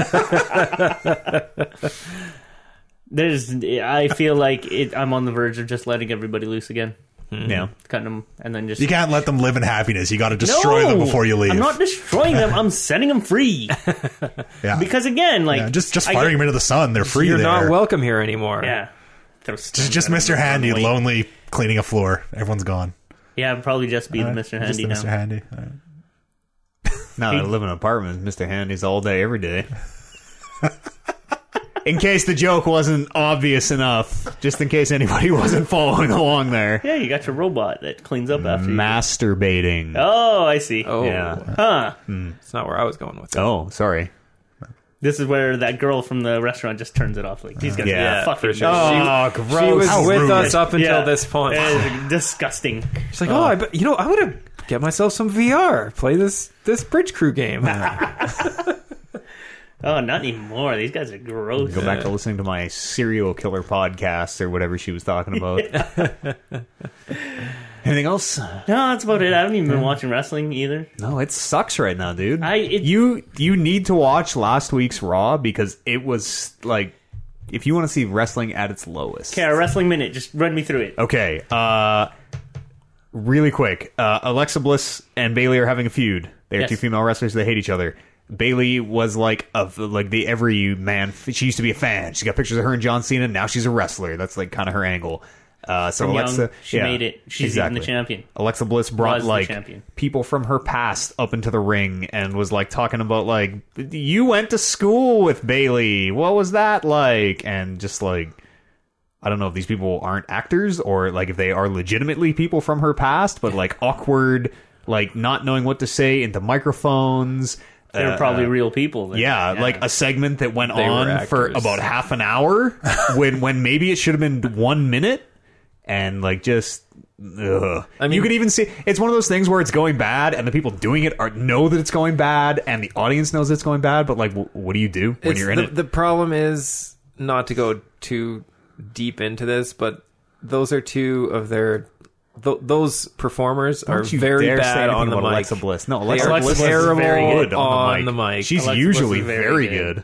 S4: there's. I feel like it, I'm on the verge of just letting everybody loose again,
S2: yeah,
S4: cutting them, and then just
S3: you can't let them live in happiness. You got to destroy
S4: No!
S3: them before you leave.
S4: I'm not destroying them. I'm setting them free
S3: yeah.
S4: because again, like
S3: Yeah, just just
S4: I
S3: firing
S4: get-
S3: them into the sun. They're free
S1: You're
S3: there.
S1: not welcome here anymore.
S4: Yeah, Throw stones
S3: Just, just
S4: at
S3: Mr.
S4: them.
S3: Handy,
S4: Wait.
S3: lonely, cleaning a floor. Everyone's gone.
S4: Yeah, it'd probably just be the Mr.
S3: Uh, Just
S4: Handy
S3: the
S4: now.
S3: Mr. Handy. All right.
S2: now that I live in an apartment, Mister Handy's all day, every day. In case the joke wasn't obvious enough, just in case anybody wasn't following along there,
S4: Yeah, you got your robot that cleans up after you.
S2: masturbating.
S4: Oh, I see.
S1: Oh,
S2: Yeah.
S4: Huh.
S1: that's not where I was going with it.
S2: Oh, sorry.
S4: This is where that girl from the restaurant just turns it off. Like she's gonna
S2: Yeah,
S4: be a fucking
S1: for sure.
S4: bitch.
S2: Oh, gross.
S1: She was
S3: How
S1: with
S3: rude.
S1: us up until
S4: Yeah.
S1: this point.
S4: That is disgusting.
S1: She's like, oh, I bet, you know, I'm going to get myself some VR. Play this this Bridge Crew game.
S4: Oh, not anymore. These guys are gross.
S2: Go back to listening to my serial killer podcast or whatever she was talking about. Anything else?
S4: No, that's about it. I haven't even been watching wrestling either.
S2: No, it sucks right now, dude.
S4: I- it-
S2: you you need to watch last week's Raw because it was like if you want to see wrestling at its lowest.
S4: Okay, our wrestling minute. Just run me through it.
S2: Okay. Uh, really quick. Uh, Alexa Bliss and Bailey are having a feud. They are
S4: Yes.
S2: two female wrestlers. They hate each other. Bailey was like of like the every man. She used to be a fan. She got pictures of her and John Cena. Now she's a wrestler. That's like kind of her angle. Uh, so
S4: Young,
S2: Alexa,
S4: she
S2: yeah,
S4: made it. She's
S2: exactly.
S4: even the champion.
S2: Alexa Bliss brought
S4: Was the
S2: like
S4: champion.
S2: people from her past up into the ring and was like talking about like you went to school with Bailey. What was that like? And just like I don't know if these people aren't actors or like if they are legitimately people from her past, but like awkward, like not knowing what to say into microphones.
S4: They were
S2: Uh,
S4: probably real people. Then.
S2: yeah, like a segment that went
S1: They were
S2: on for
S1: actors.
S2: about half an hour when when maybe it should have been one minute and like just ugh. I mean, you could even see it's one of those things where it's going bad and the people doing it are know that it's going bad and the audience knows it's going bad, but like w- what do you do when
S1: It's-
S2: you're in
S1: the,
S2: it?
S1: the problem is not to go too deep into this, but those are two of their. Th- those performers are
S2: Don't you
S1: very
S2: dare say
S1: bad
S2: anything
S1: on the
S2: about
S1: mic.
S2: Alexa Bliss. No, Alexa
S1: they are
S4: Bliss is
S1: terrible
S4: very good
S1: on the mic.
S2: She's
S4: Alexa Bliss
S2: usually
S4: is
S2: very,
S4: very
S2: good.
S4: good.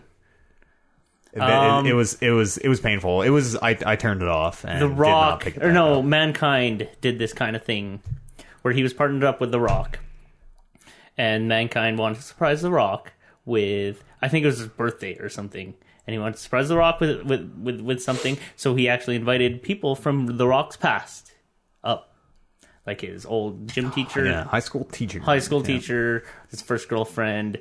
S2: It,
S4: Um,
S2: it, it was it was it was painful. It was I I turned it off and
S4: The
S2: did not
S4: Rock,
S2: pick it
S4: or
S2: back
S4: no,
S2: up.
S4: Mankind did this kind of thing where he was partnered up with The Rock, and Mankind wanted to surprise The Rock with I think it was his birthday or something, and he wanted to surprise The Rock with with with, with something, so he actually invited people from The Rock's past up, like his old gym teacher,
S2: Oh, yeah, high school teacher.
S4: high school teacher, his first girlfriend,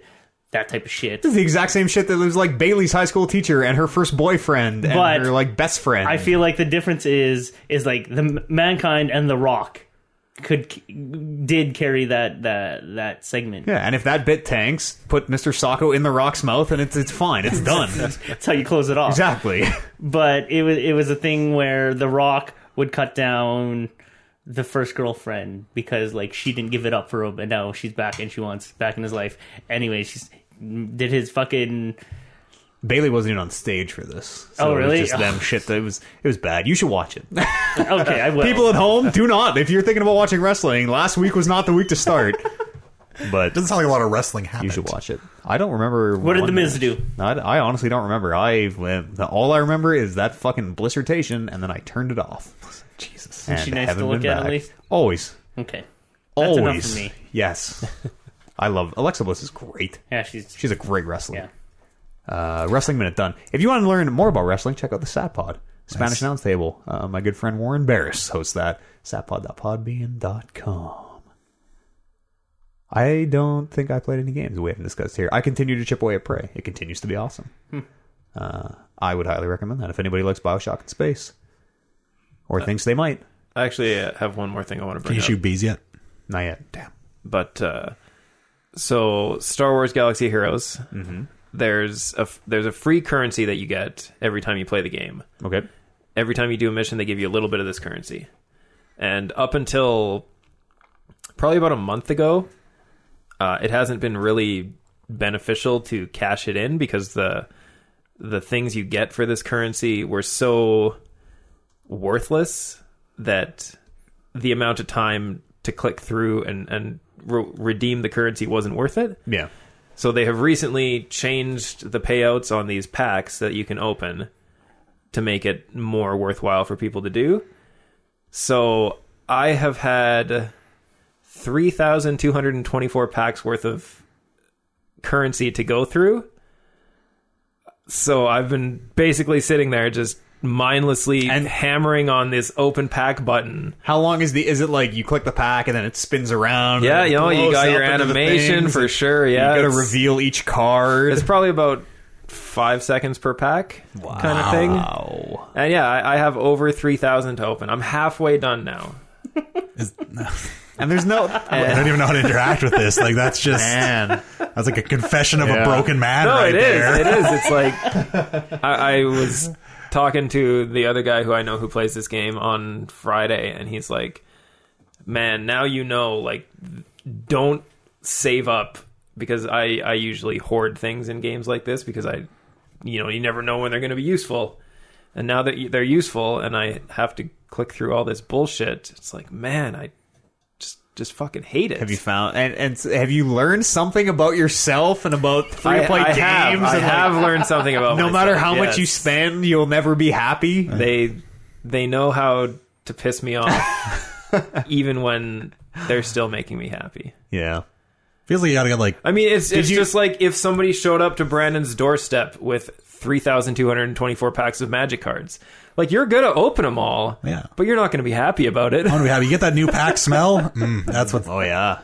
S4: that type of shit.
S2: It's the exact same shit that was like Bailey's high school teacher and her first boyfriend and
S4: But
S2: her like best friend.
S4: I feel like the difference is is like the M- mankind and the Rock could did carry that that that segment.
S2: yeah, and if that bit tanks, put Mr. Sacco in the rock's mouth and it's it's fine. It's done.
S4: That's how you close it off.
S2: exactly.
S4: But it was it was a thing where the Rock would cut down the first girlfriend because like she didn't give it up for him, and now she's back and she wants back in his life. Anyway, she's did his fucking
S2: Bailey wasn't even on stage for this.
S4: Oh, really?
S2: It was just them shit. That it was it was bad. You should watch it.
S4: okay. I will.
S2: People at home, do not. If you're thinking about watching wrestling, last week was not the week to start. But
S3: Doesn't sound like a lot of wrestling happened.
S2: you should watch it. I don't remember.
S4: What did
S2: one
S4: The Miz
S2: match.
S4: do?
S2: I, I honestly don't remember. I went, all I remember is that fucking blissertation, and then I turned it off. Jesus, and
S4: she nice to
S2: haven't
S4: look
S2: been
S4: at, at
S2: back.
S4: least?
S2: Always,
S4: okay.
S2: always.
S4: That's enough for me.
S2: Yes, I love Alexa Bliss is great.
S4: Yeah, she's
S2: She's a great wrestler.
S4: yeah.
S2: Uh, wrestling minute done. If you want to learn more about wrestling, check out the Sat Pod Spanish Announce Table. Uh, my good friend Warren Barris hosts that. Satpod.podbean.com. I don't think I played any games we haven't discussed here. I continue to chip away at Prey. It continues to be awesome.
S1: Hmm.
S2: Uh, I would highly recommend that if anybody likes Bioshock in space
S1: Uh,
S2: or thinks they might.
S1: I actually uh, have one more thing I want to
S3: Can
S1: bring
S3: you
S1: up.
S3: shoot bees yet?
S2: Not yet. Damn.
S1: but uh, so Star Wars Galaxy Heroes, there's a f- there's a free currency that you get every time you play the game.
S2: Okay.
S1: Every time you do a mission, they give you a little bit of this currency, and up until probably about a month ago, uh, it hasn't been really beneficial to cash it in because the the things you get for this currency were so worthless that the amount of time to click through and and re- redeem the currency wasn't worth it.
S2: Yeah.
S1: So they have recently changed the payouts on these packs that you can open to make it more worthwhile for people to do. So I have had 3,224 packs worth of currency to go through. So I've been basically sitting there just mindlessly
S2: And-
S1: hammering on this open pack button.
S2: How long is the? Is it like you click the pack and then it spins around? and
S1: Yeah,
S2: it
S1: you know, you
S2: blows
S1: got your
S2: up into the
S1: animation
S2: things,
S1: for
S2: and
S1: sure. Yeah,
S2: you got to
S1: it's-
S2: reveal each card.
S1: It's probably about five seconds per pack kind of thing.
S2: Wow.
S1: And yeah, I, I have over 3,000 to open. I'm halfway done now.
S3: Is,
S2: And there's no
S3: I don't even know how to interact with this. Like that's just
S2: man.
S3: that's like a confession of
S2: Yeah.
S3: a broken man
S1: No,
S3: right
S1: it is.
S3: there.
S1: It is. It's like I, I was talking to the other guy who I know who plays this game on Friday, and he's like, "Man, now you know. Like, don't save up because I I usually hoard things in games like this because I, you know, you never know when they're going to be useful. And now that you- they're useful, and I have to click through all this bullshit, it's like, man, I just just fucking hate it.
S2: Have you found and, and s- have you learned something about yourself and about free to play games?
S1: Have,
S2: and
S1: I
S2: like,
S1: have learned something about
S2: no
S1: myself,
S2: matter how much you
S1: yes.
S2: spend, you'll never be happy.
S1: they they know how to piss me off even when they're still making me happy
S2: Yeah.
S3: Feels like you gotta get like
S1: i mean it's it's
S2: you-
S1: just like if somebody showed up to brandon's doorstep with 3224 packs of magic cards like you're gonna open them all
S3: Yeah.
S1: but you're not gonna be happy about it
S3: I don't know how you get that new pack smell. Mm, that's what
S2: Oh yeah.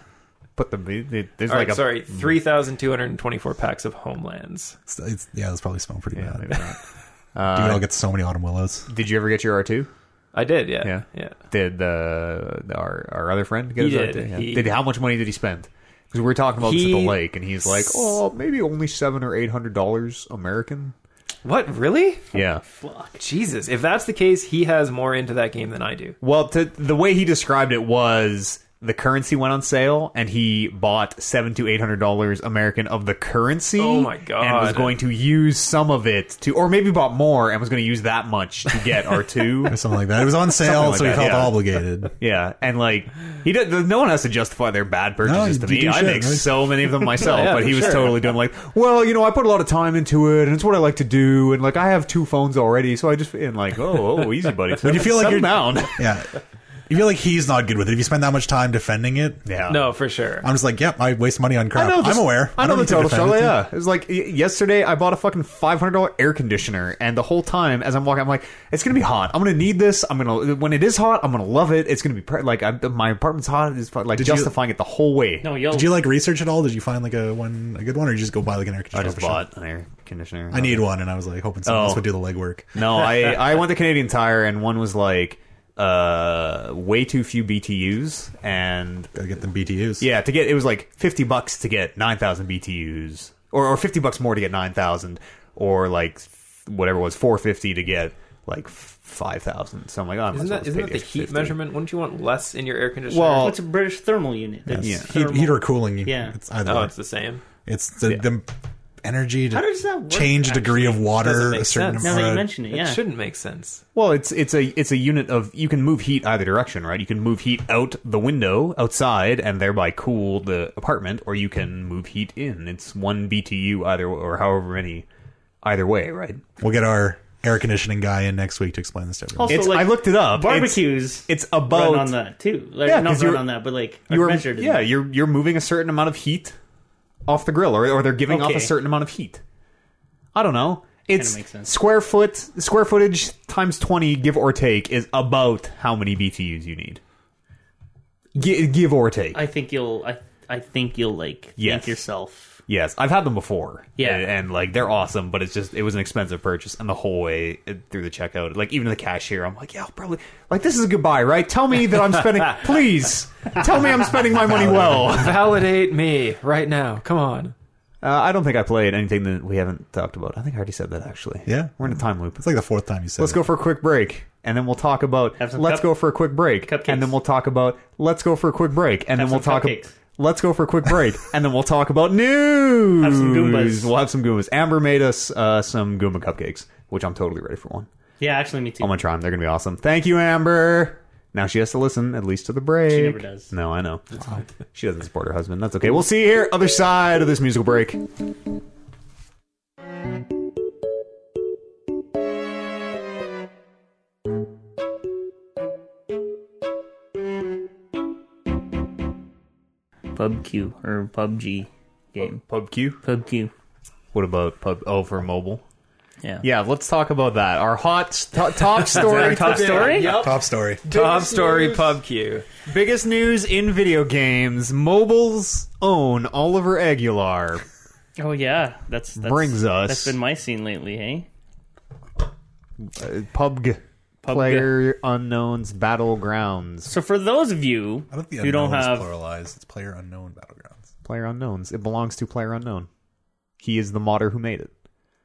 S2: Put the the- there's
S1: all
S2: like
S1: right
S2: a Mm.
S1: sorry 3224 packs of homelands
S3: it's, it's- yeah, that's probably smell pretty
S2: Yeah,
S3: bad.
S2: maybe not.
S3: Dude,
S2: Uh,
S3: I'll get so many autumn willows.
S2: Did you ever get your R two?
S1: i did yeah
S2: Yeah.
S1: yeah
S2: Did uh, our our other friend get
S1: He
S2: his
S1: did.
S2: R2? Yeah.
S1: He-
S2: Did how much money did he spend? Because we were talking about this at
S1: He-
S2: the lake, and he's like, "Oh, maybe only seven or eight hundred dollars American."
S1: what really
S2: Yeah,
S1: jesus if that's the case he has more into that game than i do
S2: Well, to, the way he described it was the currency went on sale, and he bought seven to eight hundred dollars American of the currency.
S1: Oh my God.
S2: And was going to use some of it to, or maybe bought more and was going to use that much to get R two.
S3: Or something like that. It was on sale,
S2: Something like
S3: so he
S2: that,
S3: felt
S2: yeah.
S3: obligated.
S2: yeah, and like he, did, no one has to justify their bad purchases
S3: No,
S2: to
S3: you
S2: me.
S3: do
S2: I
S3: shit,
S2: make
S3: right?
S2: so many of them myself,
S1: Yeah,
S2: but he
S1: for
S2: was
S1: sure.
S2: totally doing like, well, you know, I put a lot of time into it, and it's what I like to do, and like I have two phones already, so I just and like, oh, oh easy, buddy. Would
S3: you feel like you're-
S2: down?
S3: Yeah. You feel like he's not good with it. If you spend that much time defending it,
S2: Yeah.
S1: no for sure
S3: I'm just like, yep, I waste money on crap.
S2: I know. Just,
S3: I'm aware.
S2: I know
S3: don't
S2: the
S3: need to
S2: total
S3: defend
S2: struggle.
S3: it.
S2: Yeah, it's like y- yesterday. I bought a fucking five hundred dollar air conditioner, and the whole time as I'm walking, I'm like, it's gonna be hot. I'm gonna need this. I'm gonna when it is hot, I'm gonna love it. It's gonna be pre- like I, my apartment's hot. It's fu- like
S3: you-
S2: justifying it the whole way.
S4: No, yo.
S3: Did you like research at all? Did you find like a one a good one, or you just go buy like an air
S2: I
S3: conditioner?
S2: just
S3: off a shop?
S2: bought an air conditioner.
S3: I need one, and I was like hoping someone
S2: Oh.
S3: else would do the legwork.
S2: No, I I went to Canadian Tire, and one was like uh way too few BTUs, and
S3: Gotta get them BTUs.
S2: Yeah, to get it was like fifty bucks to get nine thousand BTUs, or, or fifty bucks more to get nine thousand, or like whatever it was four fifty to get like five thousand. So I'm like, oh, I
S1: Isn't
S2: might as well
S1: that,
S2: just
S1: isn't that
S2: pay
S1: the
S2: the
S1: heat
S2: 50.
S1: measurement? Wouldn't you want less in your air conditioner?
S2: Well-
S4: What's a British thermal unit? That's
S2: Yeah.
S3: Heat,
S4: thermal.
S3: heat or cooling. you-
S4: Yeah.
S3: It's either.
S1: oh,
S3: way.
S1: it's the same.
S3: It's the, the energy to
S4: How does that work,
S3: change a degree of
S1: Doesn't
S4: actually?
S3: water
S1: make
S3: a certain
S1: sense.
S4: Now
S3: amount.
S4: that you
S3: of-
S4: mention it, yeah.
S1: It shouldn't make sense.
S2: Well, it's it's a it's a unit of you can move heat either direction, right? You can move heat out the window outside and thereby cool the apartment, or you can move heat in. It's one BTU either or however many either way, right?
S3: We'll get our air conditioning guy in next week to explain this to everyone.
S4: Also,
S2: It's-
S4: like,
S2: I looked it up. It's-
S4: Barbecues.
S2: It's about
S4: run on that too. Like,
S2: Yeah,
S4: not
S2: 'cause
S4: run
S2: you're-
S4: on that, but like are
S2: you're
S4: measured. in
S2: yeah
S4: that.
S2: you're you're moving a certain amount of heat off the grill, or or they're giving off
S4: Okay.
S2: a certain amount of heat. I don't know. It's
S4: makes sense.
S2: square foot square footage times twenty, give or take, is about how many BTUs you need. Gi- give or take.
S4: I think you'll. I, I think you'll like
S2: Yes.
S4: think yourself.
S2: Yes, I've had them before.
S4: Yeah.
S2: and, and, like they're awesome, but it's just it was an expensive purchase, and the whole way uh, through the checkout, like even the cashier, I'm like, yeah, I'll probably like this is a goodbye, right? Tell me that I'm spending, please, tell me I'm spending my money well. Uh,
S1: Validate me right now. Come on.
S2: I don't think I played anything that we haven't talked about. I think I already said that actually.
S3: Yeah.
S2: we're in a time loop.
S3: It's like the fourth time you said
S2: Let's
S3: it.
S2: go for a quick break, and then we'll talk about.
S4: Have some
S2: let's
S4: cup-
S2: go for a quick break,
S4: Cupcakes.
S2: and then we'll talk about. Let's go for a quick break, and then we'll
S4: some
S2: talk.
S4: cupcakes.
S2: Let's go for a quick break, and then we'll talk about news.
S4: Have some Goombas.
S2: We'll have some goombas. Amber made us uh, some Goomba cupcakes, which I'm totally ready for one.
S4: Yeah, actually, me too.
S2: I'm gonna try them. They're gonna be awesome. Thank you, Amber. Now she has to listen at least to the break. She
S4: never does.
S2: No, I know. She doesn't support her husband. That's okay. We'll see you here, other side of this musical break.
S4: PubQ or PubG game.
S2: PubQ.
S4: PubQ.
S2: What about Pub? Oh, for mobile.
S4: Yeah.
S2: Yeah, let's talk about that. Our hot to- top story.
S4: Top story.
S3: Top story.
S1: Top story pub queue.
S2: Biggest news in video games: Mobile's own Oliver Aguilar.
S4: Oh yeah, that's, that's
S2: Brings us-
S4: That's been my scene lately, hey.
S2: PUBG, Player Unknown's Battlegrounds.
S4: So for those of you
S3: I don't think
S4: who don't
S3: unknown is
S4: have,
S3: pluralized. It's player unknown battlegrounds.
S2: Player Unknown's. It belongs to Player Unknown. He is the modder who made it.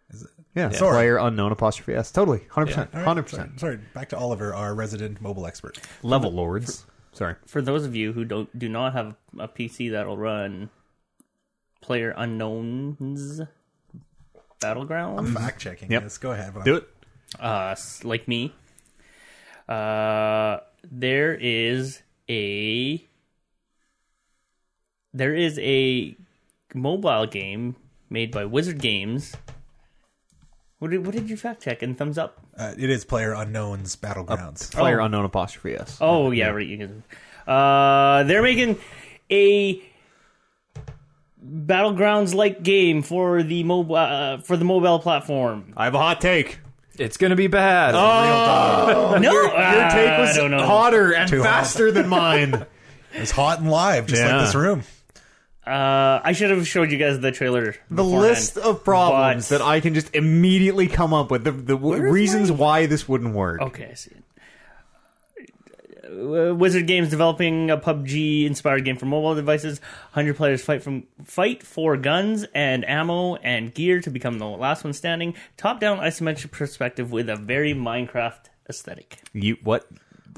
S3: Is it?
S2: Yeah,
S3: Sorry.
S2: Player Unknown apostrophe S. Totally, hundred percent,
S3: All right,
S2: hundred
S3: sorry,
S2: percent.
S3: sorry, back to Oliver, our resident mobile expert.
S2: Level lords. Sorry.
S4: for those of you who don't do not have a PC that'll run Player Unknowns Battlegrounds,
S3: Fact checking.
S2: Mm-hmm. Yep.
S3: Yes, go ahead. but
S2: Do it.
S4: uh, s- like me, uh, there is a there is a mobile game made by Wizard Games. What did, what did you fact check and thumbs up?
S3: Uh, it is player unknown's battlegrounds.
S2: Player Unknown apostrophe S.
S4: Oh yeah, right. You can. Uh, they're making a battlegrounds like game for the mobile uh, for the mobile platform.
S2: I have a hot take.
S1: It's gonna be bad.
S3: Oh,
S2: Oh.
S4: no, uh, your,
S2: Your take was
S4: I don't know.
S2: hotter and
S3: Too hot.
S2: faster than mine.
S3: It's hot and live, just
S2: Yeah.
S3: like this room.
S4: Uh, I should have showed you guys the trailer.
S2: the list of problems
S4: But-
S2: that I can just immediately come up with the, the w- reasons why this wouldn't work.
S4: Okay, I see it. Uh, Wizard Games developing a PUBG inspired game for mobile devices. 100 players fight from fight for guns and ammo and gear to become the last one standing. Top down isometric perspective with a very Minecraft aesthetic.
S2: You what?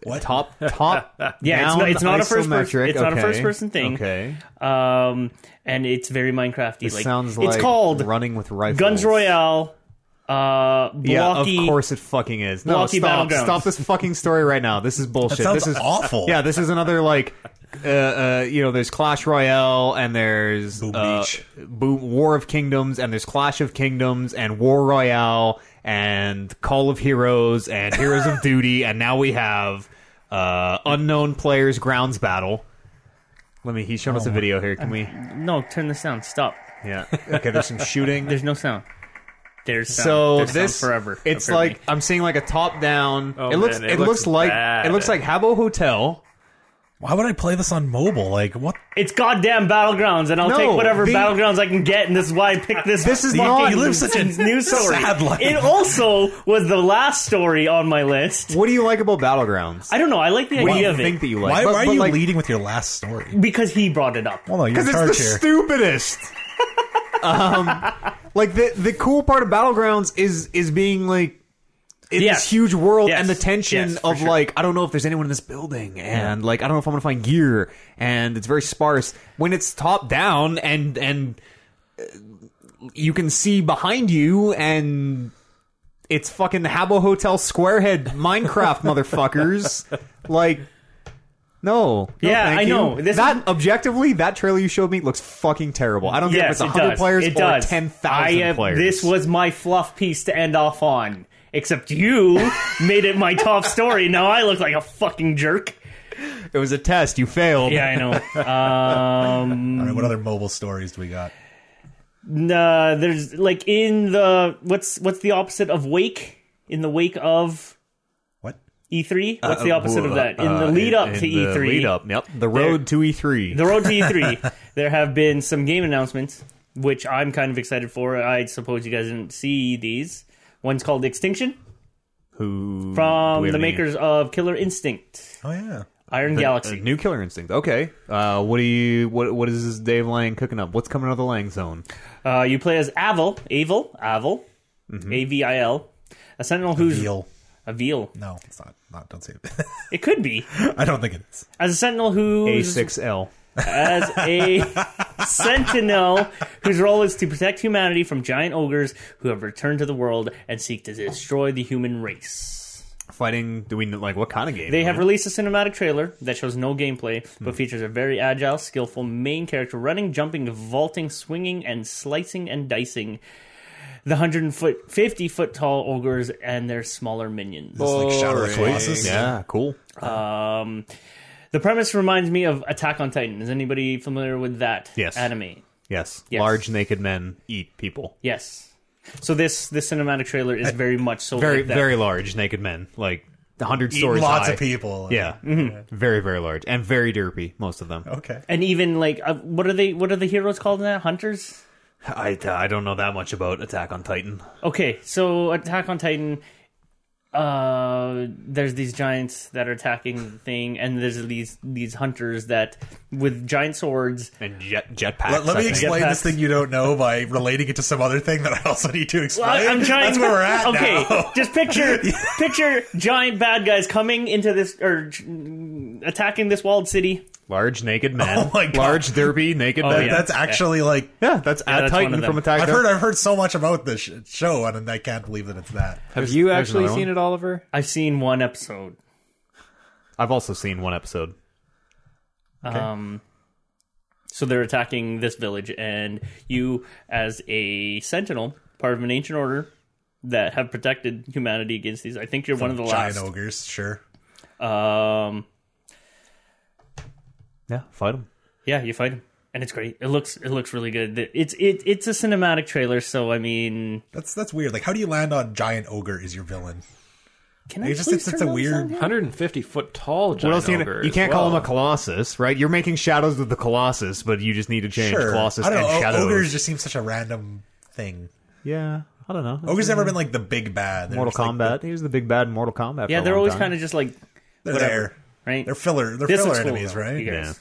S3: What?
S2: Top top.
S4: Yeah, it's
S2: down
S4: not- it's not a first person-
S2: isometric,
S4: it's not a
S2: okay.
S4: first-person thing.
S2: Okay,
S4: Um, and it's very Minecrafty.
S2: it
S4: like
S2: sounds like
S4: it's called
S2: running with rifles.
S4: Guns Royale. Uh,
S2: Yeah,
S4: blocky.
S2: of course it fucking is. No,
S4: Blocky
S2: stop!
S4: Battlegrounds.
S2: Stop this fucking story right now. This is bullshit.
S3: Sounds
S2: this is
S3: awful.
S2: Yeah, this is another like, uh, uh, you know, there's Clash Royale and there's
S3: Boom
S2: uh,
S3: Beach.
S2: Boom War of Kingdoms and there's Clash of Kingdoms and War Royale and Call of Heroes and Heroes of Duty and now we have uh, unknown players grounds battle. Let me. He's showing us a video here. Can we?
S4: No, turn the sound. Stop.
S2: Yeah. Okay. There's some shooting.
S4: There's no sound. There's sound.
S2: So
S4: There's sound
S2: this
S4: forever.
S2: It's
S4: apparently.
S2: like I'm seeing like a top down.
S1: Oh,
S2: it looks.
S1: man,
S2: it,
S1: it
S2: looks,
S1: looks
S2: like
S1: bad.
S2: it looks like Habbo Hotel.
S3: Why would I play this on mobile? Like what?
S4: It's goddamn battlegrounds, and I'll
S2: No,
S4: take whatever
S2: the-
S4: battlegrounds I can get, and this is why I picked this.
S2: This is
S4: fucking
S2: not-
S3: You live such a
S4: news story.
S3: sad life.
S4: It also was the last story on my list.
S2: What do you like about battlegrounds?
S4: I don't know. I like the
S2: what do
S4: idea
S2: you
S4: of
S2: think
S4: it
S2: that you like?
S3: Why,
S2: But-
S3: why are
S2: but,
S3: you
S2: like,
S3: leading with your last story?
S4: because he brought it up.
S3: Well, no, you're in
S2: Because
S3: charge
S2: it's the
S3: here.
S2: stupidest. um, like the the cool part of battlegrounds is is being like in
S4: Yes.
S2: this huge world
S4: Yes.
S2: and the tension
S4: Yes, for
S2: of
S4: sure.
S2: like I don't know if there's anyone in this building and like I don't know if I'm gonna find gear and it's very sparse when it's top down and and uh, you can see behind you and it's fucking Habbo Hotel Squarehead Minecraft motherfuckers like no, no,
S4: Yeah,
S2: thank
S4: I
S2: you.
S4: know. This
S2: that
S4: is-
S2: objectively that trailer you showed me looks fucking terrible. I don't care
S4: Yes,
S2: if
S4: it
S2: it's 100
S4: does.
S2: players
S4: it
S2: or
S4: does.
S2: 10,000
S4: I am-
S2: players.
S4: This was my fluff piece to end off on. Except you made it my top story. Now I look like a fucking jerk.
S2: it was a test. You failed.
S4: Yeah, I know. Um,
S3: All right, what other mobile stories do we got?
S4: nah, there's like in the what's what's the opposite of wake? In the wake of
S3: What?
S4: E3, what's the opposite of that? Uh, In the
S2: Uh,
S4: lead up to E3,
S2: yep. The road to E E3.
S4: the road to E3, there have been some game announcements, which I'm kind of excited for. I suppose you guys didn't see these. One's called Extinction
S2: Who do
S4: from
S2: we have
S4: the
S2: any-
S4: makers of Killer Instinct,
S3: Oh yeah,
S4: Iron
S2: Uh,
S4: Galaxy.
S2: New Killer Instinct. Okay. Uh, what do you? What What is this Dave Lang cooking up? What's coming out of the Lang zone?
S4: Uh, you play as Avil, Avil, Avil, A V I L, a sentinel who's
S3: veal.
S4: a veal.
S3: No, it's not. Not. Don't say it.
S4: It could be
S3: I don't think it is.
S4: as a sentinel who's
S2: A6L.
S4: as a sentinel whose role is to protect humanity from giant ogres who have returned to the world and seek to destroy the human race.
S2: Fighting. Do we kn- like what kind of game?
S4: They have released a cinematic trailer that shows no gameplay, but features a very agile, skillful main character running, jumping, vaulting, swinging, and slicing and dicing the 100 foot, 50 foot tall ogres and their smaller minions.
S3: It's like Shadow of the
S2: Boring.
S3: Colossus.
S2: Yeah. Cool.
S4: Um, the premise reminds me of Attack on Titan. Is anybody familiar with that
S2: Yes.
S4: anime?
S2: Yes.
S4: Yes.
S2: Large naked men eat people.
S4: Yes. So this this cinematic trailer is very much so
S2: Very
S4: like that.
S2: very large naked men. Like hundred
S3: Eating
S2: stories
S3: lots
S2: high. Mm-hmm.
S3: of people.
S2: Yeah. Very very large and very derpy. Most of them.
S3: Okay.
S4: and even like uh, what are they what are the heroes called now? Hunters.
S2: I I don't know that much about Attack on Titan.
S4: Okay, so Attack on Titan. Uh, there's these giants that are attacking the thing, and there's these these hunters that with giant swords.
S2: and jet jetpacks.
S3: Let, let
S2: I
S3: me
S2: think.
S3: explain this
S4: Jetpacks.
S3: thing you don't know by relating it to some other thing that I also need to explain.
S4: I, am trying.
S3: That's where we're at
S4: Okay,
S3: now.
S4: just picture picture giant bad guys coming into this or mm, attacking this walled city.
S2: Large naked men.
S3: Oh my God. Oh,
S2: Large derby naked men.
S4: yeah.
S2: Yeah.
S3: That's actually like
S2: that's
S4: Yeah,
S2: at
S4: that's one
S2: Titan
S4: of them.
S2: from Attack.
S3: I've
S2: on-
S3: heard. I've heard so much about this sh- show, and I can't believe that it's that.
S1: Have you
S2: there's
S1: actually
S2: another
S1: seen it, Oliver?
S4: I've seen one episode.
S2: I've also seen one episode.
S4: Um, so they're attacking this village, and you, as a sentinel, part of an ancient order that have protected humanity against these. I think you're one of the
S3: Giant
S4: last.
S3: ogres, sure.
S4: Um,
S2: Yeah, fight them.
S4: yeah, you fight him, and it's great. It looks it looks really good. It's it it's a cinematic trailer, so I mean,
S3: That's that's weird. Like, how do you land on giant ogre is your villain?
S4: can I,
S3: It's just-
S4: please
S3: it's- it's
S4: turn
S3: a
S4: on the
S3: weird-
S4: sound?
S1: 150 foot tall
S2: What
S1: giant
S2: else? Are you, gonna-
S1: ogre
S2: you
S1: as
S2: can't call
S1: well.
S2: him a Colossus, right? You're making shadows of the Colossus, but you just need to change
S3: Sure.
S2: Colossus
S3: I don't
S2: and
S3: know. o-
S2: shadows.
S3: Ogres just seem such a random thing.
S2: Yeah, I don't know. That's
S3: Ogres
S4: Mm-hmm.
S3: never been like the big bad. They're
S2: Mortal
S3: just, like,
S2: Kombat. he was the big bad in Mortal Kombat.
S4: Yeah, they're always kind of just like
S3: they're
S4: whatever,
S3: there.
S4: right?
S3: They're filler. They're
S4: this
S3: filler
S4: looks cool,
S3: enemies,
S4: though,
S3: right?
S4: You guys.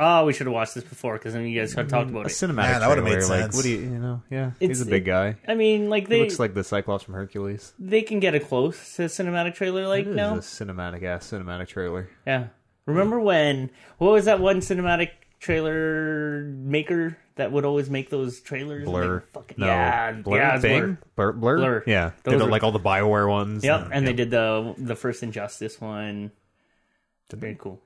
S4: Oh, we should have watched this before because then you guys had
S3: Mm-hmm.
S4: talked about
S2: a
S4: it.
S2: cinematic.
S3: Yeah, that would've made
S2: trailer, Like,
S3: sense.
S2: what do you, you know? Yeah,
S4: It's-
S2: he's a big
S4: it-
S2: guy.
S4: I mean, like
S2: He
S4: they
S2: looks like the Cyclops from Hercules.
S4: they can get a close to cinematic trailer like
S2: It is
S4: now.
S2: a cinematic ass cinematic trailer.
S4: Yeah. Remember when? What was that one cinematic trailer maker that would always make those trailers?
S2: Blur.
S4: Like, fucking,
S2: no.
S4: Yeah.
S2: Blur.
S4: Yeah. it's
S2: Bing? Blur.
S4: Blur.
S2: Blur.
S4: Blur.
S2: Yeah.
S4: Those
S2: Did,
S4: are-
S2: like all the Bioware ones.
S4: Yep. And they did the the first Injustice one. Very cool.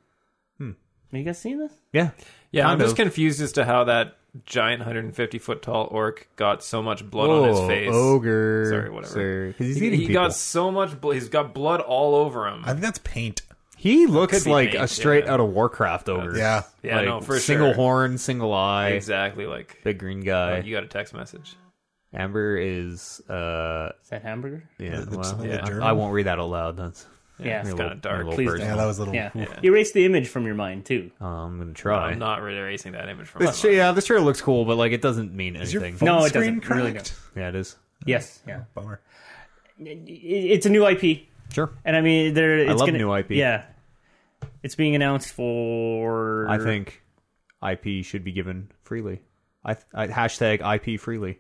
S4: Hmm. Have you guys seen this?
S2: yeah.
S1: Yeah, I'm
S2: Kind
S1: just
S2: of.
S1: confused as to how that giant 150 foot tall orc got so much blood on his
S2: Whoa,
S1: face.
S2: Oh, Ogre.
S1: Sorry, whatever.
S2: Because he's
S1: He-
S2: eating
S1: he
S2: people.
S1: got so much. Bl- he's got blood all over him.
S3: I think that's paint.
S2: he
S1: could
S2: looks
S1: be
S2: like
S1: paint,
S2: a straight
S1: yeah.
S2: out of Warcraft ogre.
S3: Yeah.
S1: yeah,
S2: Like,
S1: no, for
S2: single
S1: sure.
S2: horn, single eye,
S1: Exactly. Like
S2: big green guy.
S1: you got a text message.
S2: Amber is. uh
S4: Is that hamburger?
S2: Yeah.
S3: Looks
S2: well,
S3: like a
S2: yeah.
S3: German.
S2: I won't read that aloud. That's.
S4: Yeah.
S1: it's
S4: You're
S1: kind
S2: a
S1: of dark.
S2: little
S4: Please
S2: person.
S3: Yeah, that was a little.
S4: Yeah. Erase the image from your mind too.
S2: Uh, I'm gonna try.
S1: I'm not really erasing that image from my
S2: This
S1: mind.
S2: tra- yeah, this trailer looks cool, but like it doesn't mean
S3: Is your
S2: anything.
S3: phone
S4: No, it
S3: screen
S4: doesn't. Really
S3: cracked?
S2: yeah, it is.
S4: Yes. Yeah.
S3: Bummer.
S4: It- It's a new IP.
S2: Sure.
S4: And I mean, there. It's
S2: love
S4: gonna,
S2: new IP.
S4: Yeah, it's being announced for.
S2: I think IP should be given freely. I, I hashtag IP freely.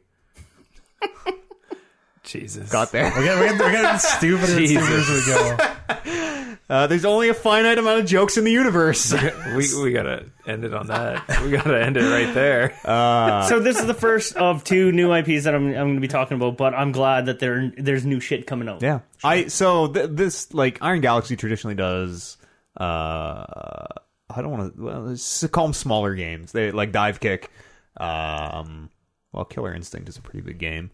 S1: Jesus.
S2: got there.
S3: We're getting, we're getting, we're getting stupider and stupider as we go.
S2: Uh, there's only a finite amount of jokes in the universe.
S1: We, we gotta end it on that. we gotta end it right there.
S4: so this is the first of two new IPs that I'm, I'm going to be talking about, but I'm glad that there there's new shit coming out.
S2: yeah, I so th- this like Iron Galaxy traditionally does. Uh, I don't want to well, let's call them smaller games. They like Dive Kick. Um, well, Killer Instinct is a pretty big game.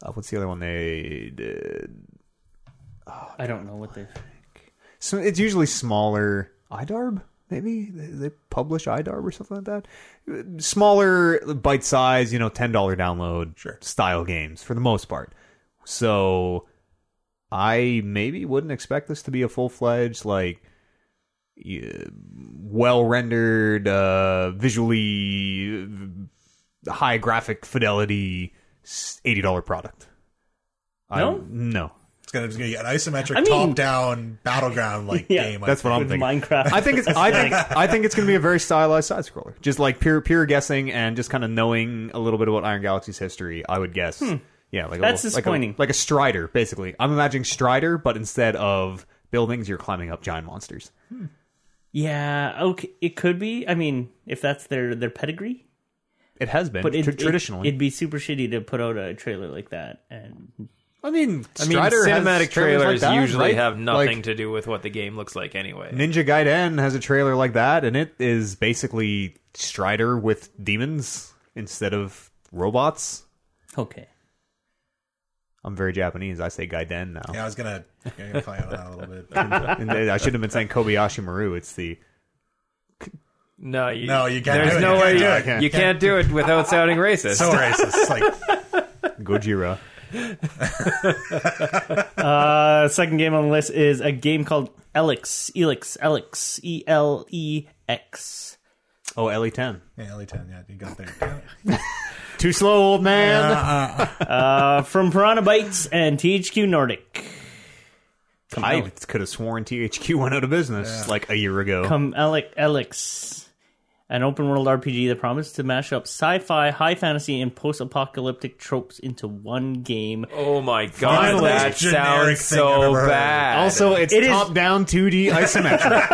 S2: Uh, what's the other one they did?
S4: I don't know what they.
S2: So it's usually smaller idarb maybe they, they publish idarb or something like that smaller bite size you know $10 download style games for the most part so i maybe wouldn't expect this to be a full-fledged like well rendered, uh, visually uh, high graphic fidelity, s- eighty dollar product.
S4: No?
S2: I, no,
S3: It's gonna, it's gonna get an isometric
S4: I mean-
S3: top-down battleground like
S4: Yeah.
S3: game.
S2: that's what I'm
S4: With
S2: thinking.
S4: Minecraft,
S2: I think it's I think I think it's going to be a very stylized side scroller. Just like pure pure guessing and just kind of knowing a little bit about Iron Galaxy's history, I would guess. Yeah, like a
S4: That's
S2: little-
S4: disappointing.
S2: Like a, like a Strider, basically. I'm imagining Strider, but instead of buildings, you're climbing up giant monsters.
S4: yeah, okay, it could be. I mean, if that's their their pedigree,
S2: It has been
S4: but it,
S2: tr-
S4: it-
S2: traditionally.
S4: it'd be super shitty to put out a trailer like that. And
S2: I mean,
S1: I mean,
S2: Strider has
S1: cinematic
S2: trailers like
S1: trailers
S2: that,
S1: usually
S2: right?
S1: have nothing
S2: Like,
S1: to do with what the game looks like anyway.
S2: Ninja Gaiden has a trailer like that, and it is basically Strider with demons instead of robots.
S4: okay,
S2: I'm very Japanese. I say Gaiden now.
S3: Yeah, I was gonna, I'm gonna play on that a little bit.
S2: And I should have been saying Kobayashi Maru. It's the
S1: No, you,
S3: No, you can't
S1: There's
S3: do it.
S1: no
S3: You
S1: way
S3: can't
S1: you,
S3: do
S1: you
S3: it.
S1: can't,
S3: You can't-
S1: do it without sounding racist.
S3: so racist. It's Like
S2: Gojira.
S4: uh, second game on the list is a game called Elix, Elix, Elix, E L E X.
S2: Oh,
S4: E
S2: LE10.
S3: yeah, LA ten. Yeah, you got there.
S2: Too slow, old man.
S4: Uh, from Piranha Bytes and THQ Nordic.
S2: I could have sworn THQ went out of business like a year ago.
S4: Come Elix, Elix, an open world RPG that promised to mash up sci fi, high fantasy, and post apocalyptic tropes into one game.
S1: oh my god,
S3: Finally,
S1: that
S3: it's a generic
S1: sounds
S3: thing I've
S1: so
S3: ever heard.
S1: bad.
S2: also, it's
S4: It is-
S2: top-down 2D isometric.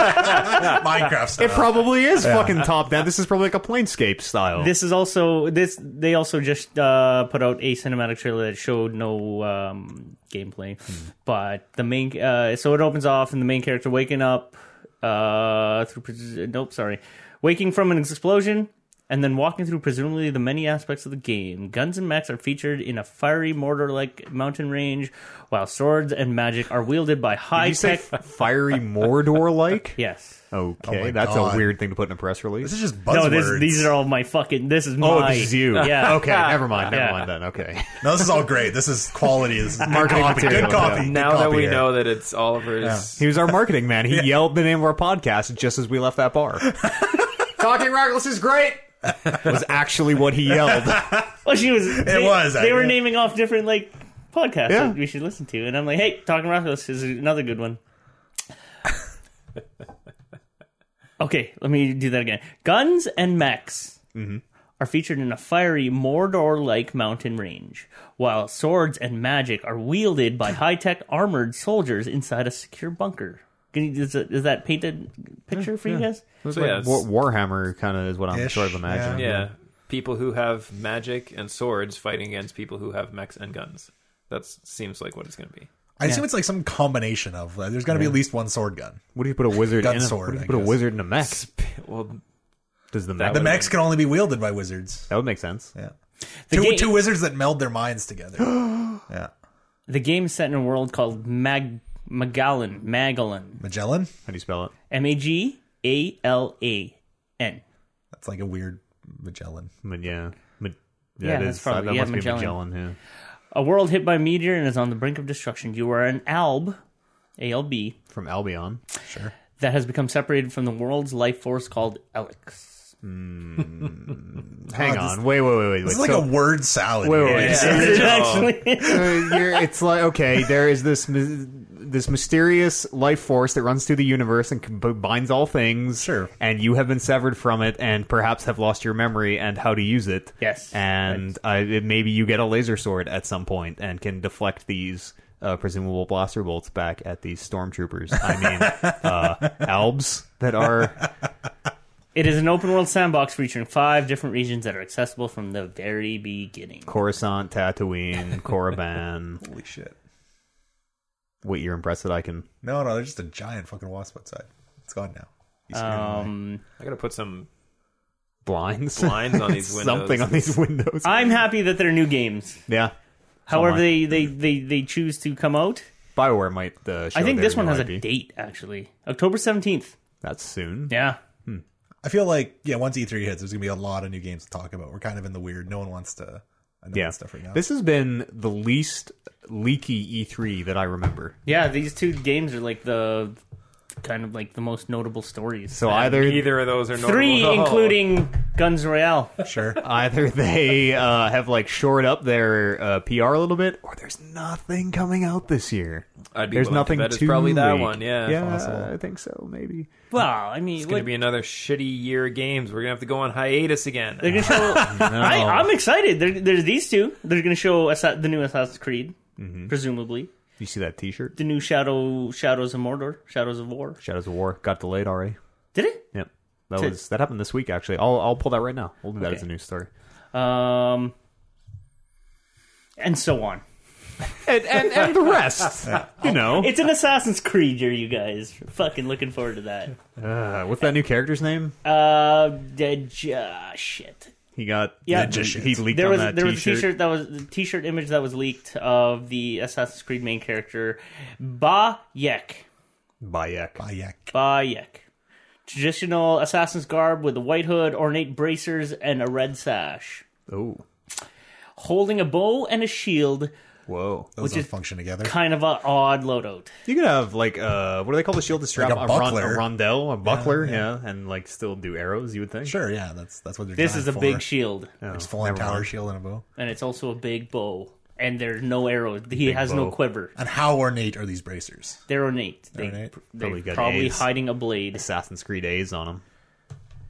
S3: Minecraft
S2: it
S3: style.
S2: probably is fucking top-down. This is probably like a Planescape style.
S4: This is also this. They also just uh, put out a cinematic trailer that showed no um, gameplay,
S2: Hmm.
S4: but the main. Uh, so it opens off and the main character waking up. Uh, through pres- nope, sorry, waking from an explosion and then walking through presumably the many aspects of the game. Guns and mechs are featured in a fiery mortar-like mountain range, while swords and magic are wielded by
S2: Did
S4: high
S2: you say
S4: tech.
S2: fiery Mordor-like?
S4: yes.
S2: Okay,
S3: my
S2: that's
S3: God.
S2: a weird thing to put in a press release.
S3: This is just
S4: No,
S3: buzzwords.
S4: this, these are all my fucking. This is
S2: oh,
S4: my.
S2: this is you.
S4: Yeah.
S2: Okay, never mind. Never
S4: Yeah.
S2: mind then. Okay.
S3: no, this is all great. This is quality. This is
S2: Marketing
S3: good copy.
S2: material,
S3: Good copy.
S2: yeah.
S3: Good
S1: now that
S3: copy
S1: we
S3: here.
S1: know that it's Oliver's,
S2: He was our marketing man. He yelled the name of our podcast just as we left that bar. Talking Reckless is great. was actually what he yelled.
S4: Well, she was. It
S3: was,
S4: They
S3: I-
S4: were
S3: yeah.
S4: naming off different like podcasts
S2: Yeah.
S4: that we should listen to, and I'm like, hey, Talking Reckless is another good one. okay, let me do that again. Guns and mechs are featured in a fiery Mordor-like mountain range, while swords and magic are wielded by high-tech armored soldiers inside a secure bunker. Can you- Is, it- is that painted picture for you guys?
S1: so yeah, it's-
S2: War- Warhammer kind of is what I'm
S3: Ish,
S2: sort of imagining.
S1: yeah, people who have magic and swords fighting against people who have mechs and guns. That seems like what it's going to be.
S3: I assume it's like some combination of. Like, there's got to be at least one sword gun.
S2: What do you put a wizard
S3: Gun
S2: in? A,
S3: sword,
S2: what do you
S3: I
S2: put a
S3: guess.
S2: wizard in a mech?
S1: Well,
S2: Does the mech?
S3: The
S1: would-
S3: mechs can only be wielded by wizards.
S2: that would make sense.
S3: Yeah. Two,
S4: game-
S3: two wizards that meld their minds together. yeah.
S4: The game is set in a world called Mag Magallan, Magellan,
S3: Magellan?
S2: How do you spell it?
S4: M A G A L A N.
S3: That's like a weird Magellan.
S2: Ma- yeah. Ma- yeah,
S4: Yeah,
S2: it
S4: that's
S2: is.
S4: probably-
S2: that
S4: yeah,
S2: must
S4: Magellan.
S2: be Magellan.
S4: A world hit by meteor and is on the brink of destruction. You are an alb, A L B,
S2: Yeah, from Albion.
S3: Sure.
S4: that has become separated from the world's life force called Elix.
S2: Hang
S3: this-
S2: on. Wait, wait, wait, wait.
S3: This is
S2: wait.
S3: like
S2: So-
S3: a word salad.
S2: Wait, wait,
S3: here.
S2: wait.
S1: Yeah.
S4: It actually-
S2: Uh, you're, it's like okay, there is this mis- this mysterious life force that runs through the universe and combines all things.
S3: Sure.
S2: And you have been severed from it, and perhaps have lost your memory and how to use it.
S4: Yes.
S2: And I, it, maybe you get a laser sword at some point and can deflect these. Uh, presumable blaster bolts back at these stormtroopers. I mean, uh, albs that are
S4: It is an open world sandbox featuring five different regions that are accessible from the very beginning.
S2: Coruscant, Tatooine, Korriban.
S3: Holy shit.
S2: Wait, you're impressed that I can.
S3: No, no, there's just a giant fucking wasp outside. It's gone now. He's scared him away.
S4: Um,
S1: I gotta put some
S2: Blinds?
S1: blinds on these windows.
S2: Something on these windows.
S4: I'm happy that they're new games.
S2: yeah.
S4: However,
S2: Online.
S4: they, they, they, they choose to come out.
S2: Bioware might. Uh, show
S4: I think
S2: their
S4: this one
S2: new
S4: has
S2: IP.
S4: a date, actually. October 17th.
S2: That's soon.
S4: Yeah.
S3: I feel like yeah, once E3 hits, there's gonna be a lot of new games to talk about. We're kind of in the weird. No one wants to announce
S2: Yeah.
S3: stuff right now.
S2: This has been the least leaky E3 that I remember.
S4: Yeah, these two games are like the kind of like the most notable stories.
S2: So either
S1: Neither of those are Oh, notable
S4: Three,
S1: at all.
S4: including Guns Royale.
S3: sure.
S2: either they uh, have like shored up their uh, PR a little bit, or there's nothing coming out this year.
S1: I'd be
S2: There's
S1: willing to
S2: nothing
S1: bet it's
S2: too
S1: probably that
S2: leak.
S1: one. Yeah,
S2: yeah,
S1: possible.
S2: I think so. Maybe
S4: Well, I mean,
S1: It's gonna be another shitty year of games. We're gonna have to go on hiatus again.
S4: they're gonna show. I, I'm excited. There, there's these two. They're gonna show Assa- the new Assassin's Creed,
S1: Mm-hmm.
S4: presumably
S2: you see that T-shirt?
S4: the new Shadow Shadows of Mordor, Shadows of War.
S2: Shadows of War got delayed already.
S4: Did it?
S2: Yep. That
S4: To-
S2: was that happened this week actually. I'll I'll pull that right now. We'll do that
S4: Okay.
S2: as a news story.
S4: Um, and so on.
S2: And and, and the rest. you know.
S4: It's an Assassin's Creed year, you guys. Fucking looking forward to that.
S2: Uh, what's that new character's name?
S4: Uh, dead, uh shit.
S2: He got
S4: Yeah.
S2: he, he leaked
S4: there
S2: on
S4: was
S2: that
S4: there was a
S2: t-shirt.
S4: t-shirt that was the t-shirt image that was leaked of the Assassin's Creed main character Ba Yek.
S2: Bayek.
S3: Bayek.
S4: Ba Yek. Traditional assassin's garb with a white hood, ornate bracers, and a red sash.
S2: Oh.
S4: Holding a bow and a shield,
S2: Whoa.
S3: Those don't
S4: is
S3: function together.
S4: kind of an odd loadout.
S2: Oh. You could have like uh what do they call the shield to strap
S3: Like a
S2: ron-
S3: buckler.
S2: a rondelle, a buckler, yeah. and like still do arrows, you would think.
S3: Sure, yeah, that's that's what they're.
S4: This
S3: designed
S4: is a
S3: for.
S4: big shield,
S2: No,
S3: It's falling
S2: Oh, never
S3: tower
S2: mind.
S3: shield and a bow.
S4: and it's also a big bow. And there's no arrows. He has no
S2: bow.
S4: quiver.
S3: And how ornate are these bracers?
S4: They're ornate. They,
S3: Ornate.
S4: They're
S2: Probably
S4: probably,
S2: got A's.
S4: hiding a blade.
S2: Assassin's Creed A's on him.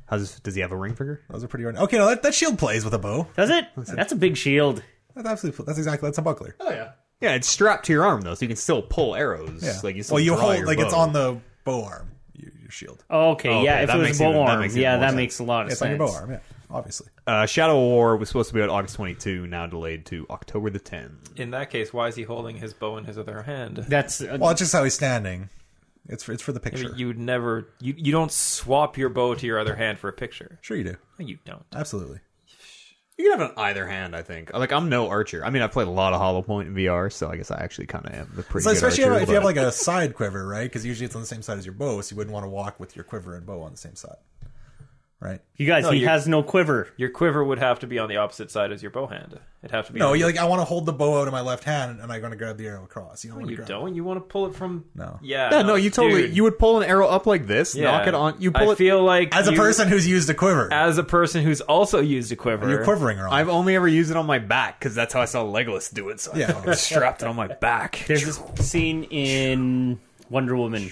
S2: How's does he have a ring finger?
S3: Those are pretty ornate. Okay, no, that, that shield plays with a bow.
S4: Does it? That's a big shield.
S3: That's absolutely. That's exactly. That's a buckler.
S2: Oh yeah. Yeah, it's strapped to your arm though, so you can still pull arrows.
S3: Yeah.
S2: Like you still
S3: well, you
S2: draw
S3: hold
S2: your
S3: like it's
S2: bow.
S3: on the bow arm. Your, your shield.
S4: Okay,
S2: Okay,
S4: yeah. If
S2: that
S4: it
S2: makes
S4: was a bow
S2: even- that
S4: arm,
S2: makes even
S4: yeah,
S2: more
S4: that
S2: sense.
S4: makes a lot of
S3: It's on your
S4: sense.
S3: bow arm. Yeah, obviously.
S2: Uh, Shadow of War was supposed to be out August 22, now delayed to October the 10th.
S1: In that case, why is he holding his bow in his other hand?
S4: That's uh,
S3: Well, it's just how he's standing. It's for, it's for the picture.
S1: You'd never you you don't swap your bow to your other hand for a picture.
S3: sure, you do.
S1: No, you don't.
S3: Absolutely.
S2: You can have it on either hand, I think. Like, I'm no archer. I mean, I've played a lot of Hollow Point in VR, so I guess I actually kind of am the pretty
S3: So
S2: good
S3: especially
S2: archer,
S3: if you have
S2: but-
S3: like a side quiver, right? Because usually it's on the same side as your bow, so you wouldn't want to walk with your quiver and bow on the same side, right?
S4: you guys. he
S1: you're-
S4: has no quiver.
S1: Your quiver would have to be on the opposite side as your bow hand. It'd have to be.
S3: No,
S1: on-
S3: you like I want to hold the bow out of my left hand and I'm going to grab the arrow across. You don't want to
S1: you
S3: grab.
S1: don't. You want to pull it from.
S3: No.
S1: Yeah.
S2: Yeah, no, you totally.
S1: dude.
S2: You would pull an arrow up like this,
S1: Yeah.
S2: knock it on. You pull
S1: I
S2: it.
S1: feel like
S3: As a
S1: you-
S3: person who's used a quiver,
S1: as a person who's also used a quiver,
S3: you're quivering wrong.
S2: I've only ever used it on my back because that's how I saw Legolas do it. So I
S3: Yeah.
S2: fucking strapped it on my back.
S4: There's this scene in Wonder Woman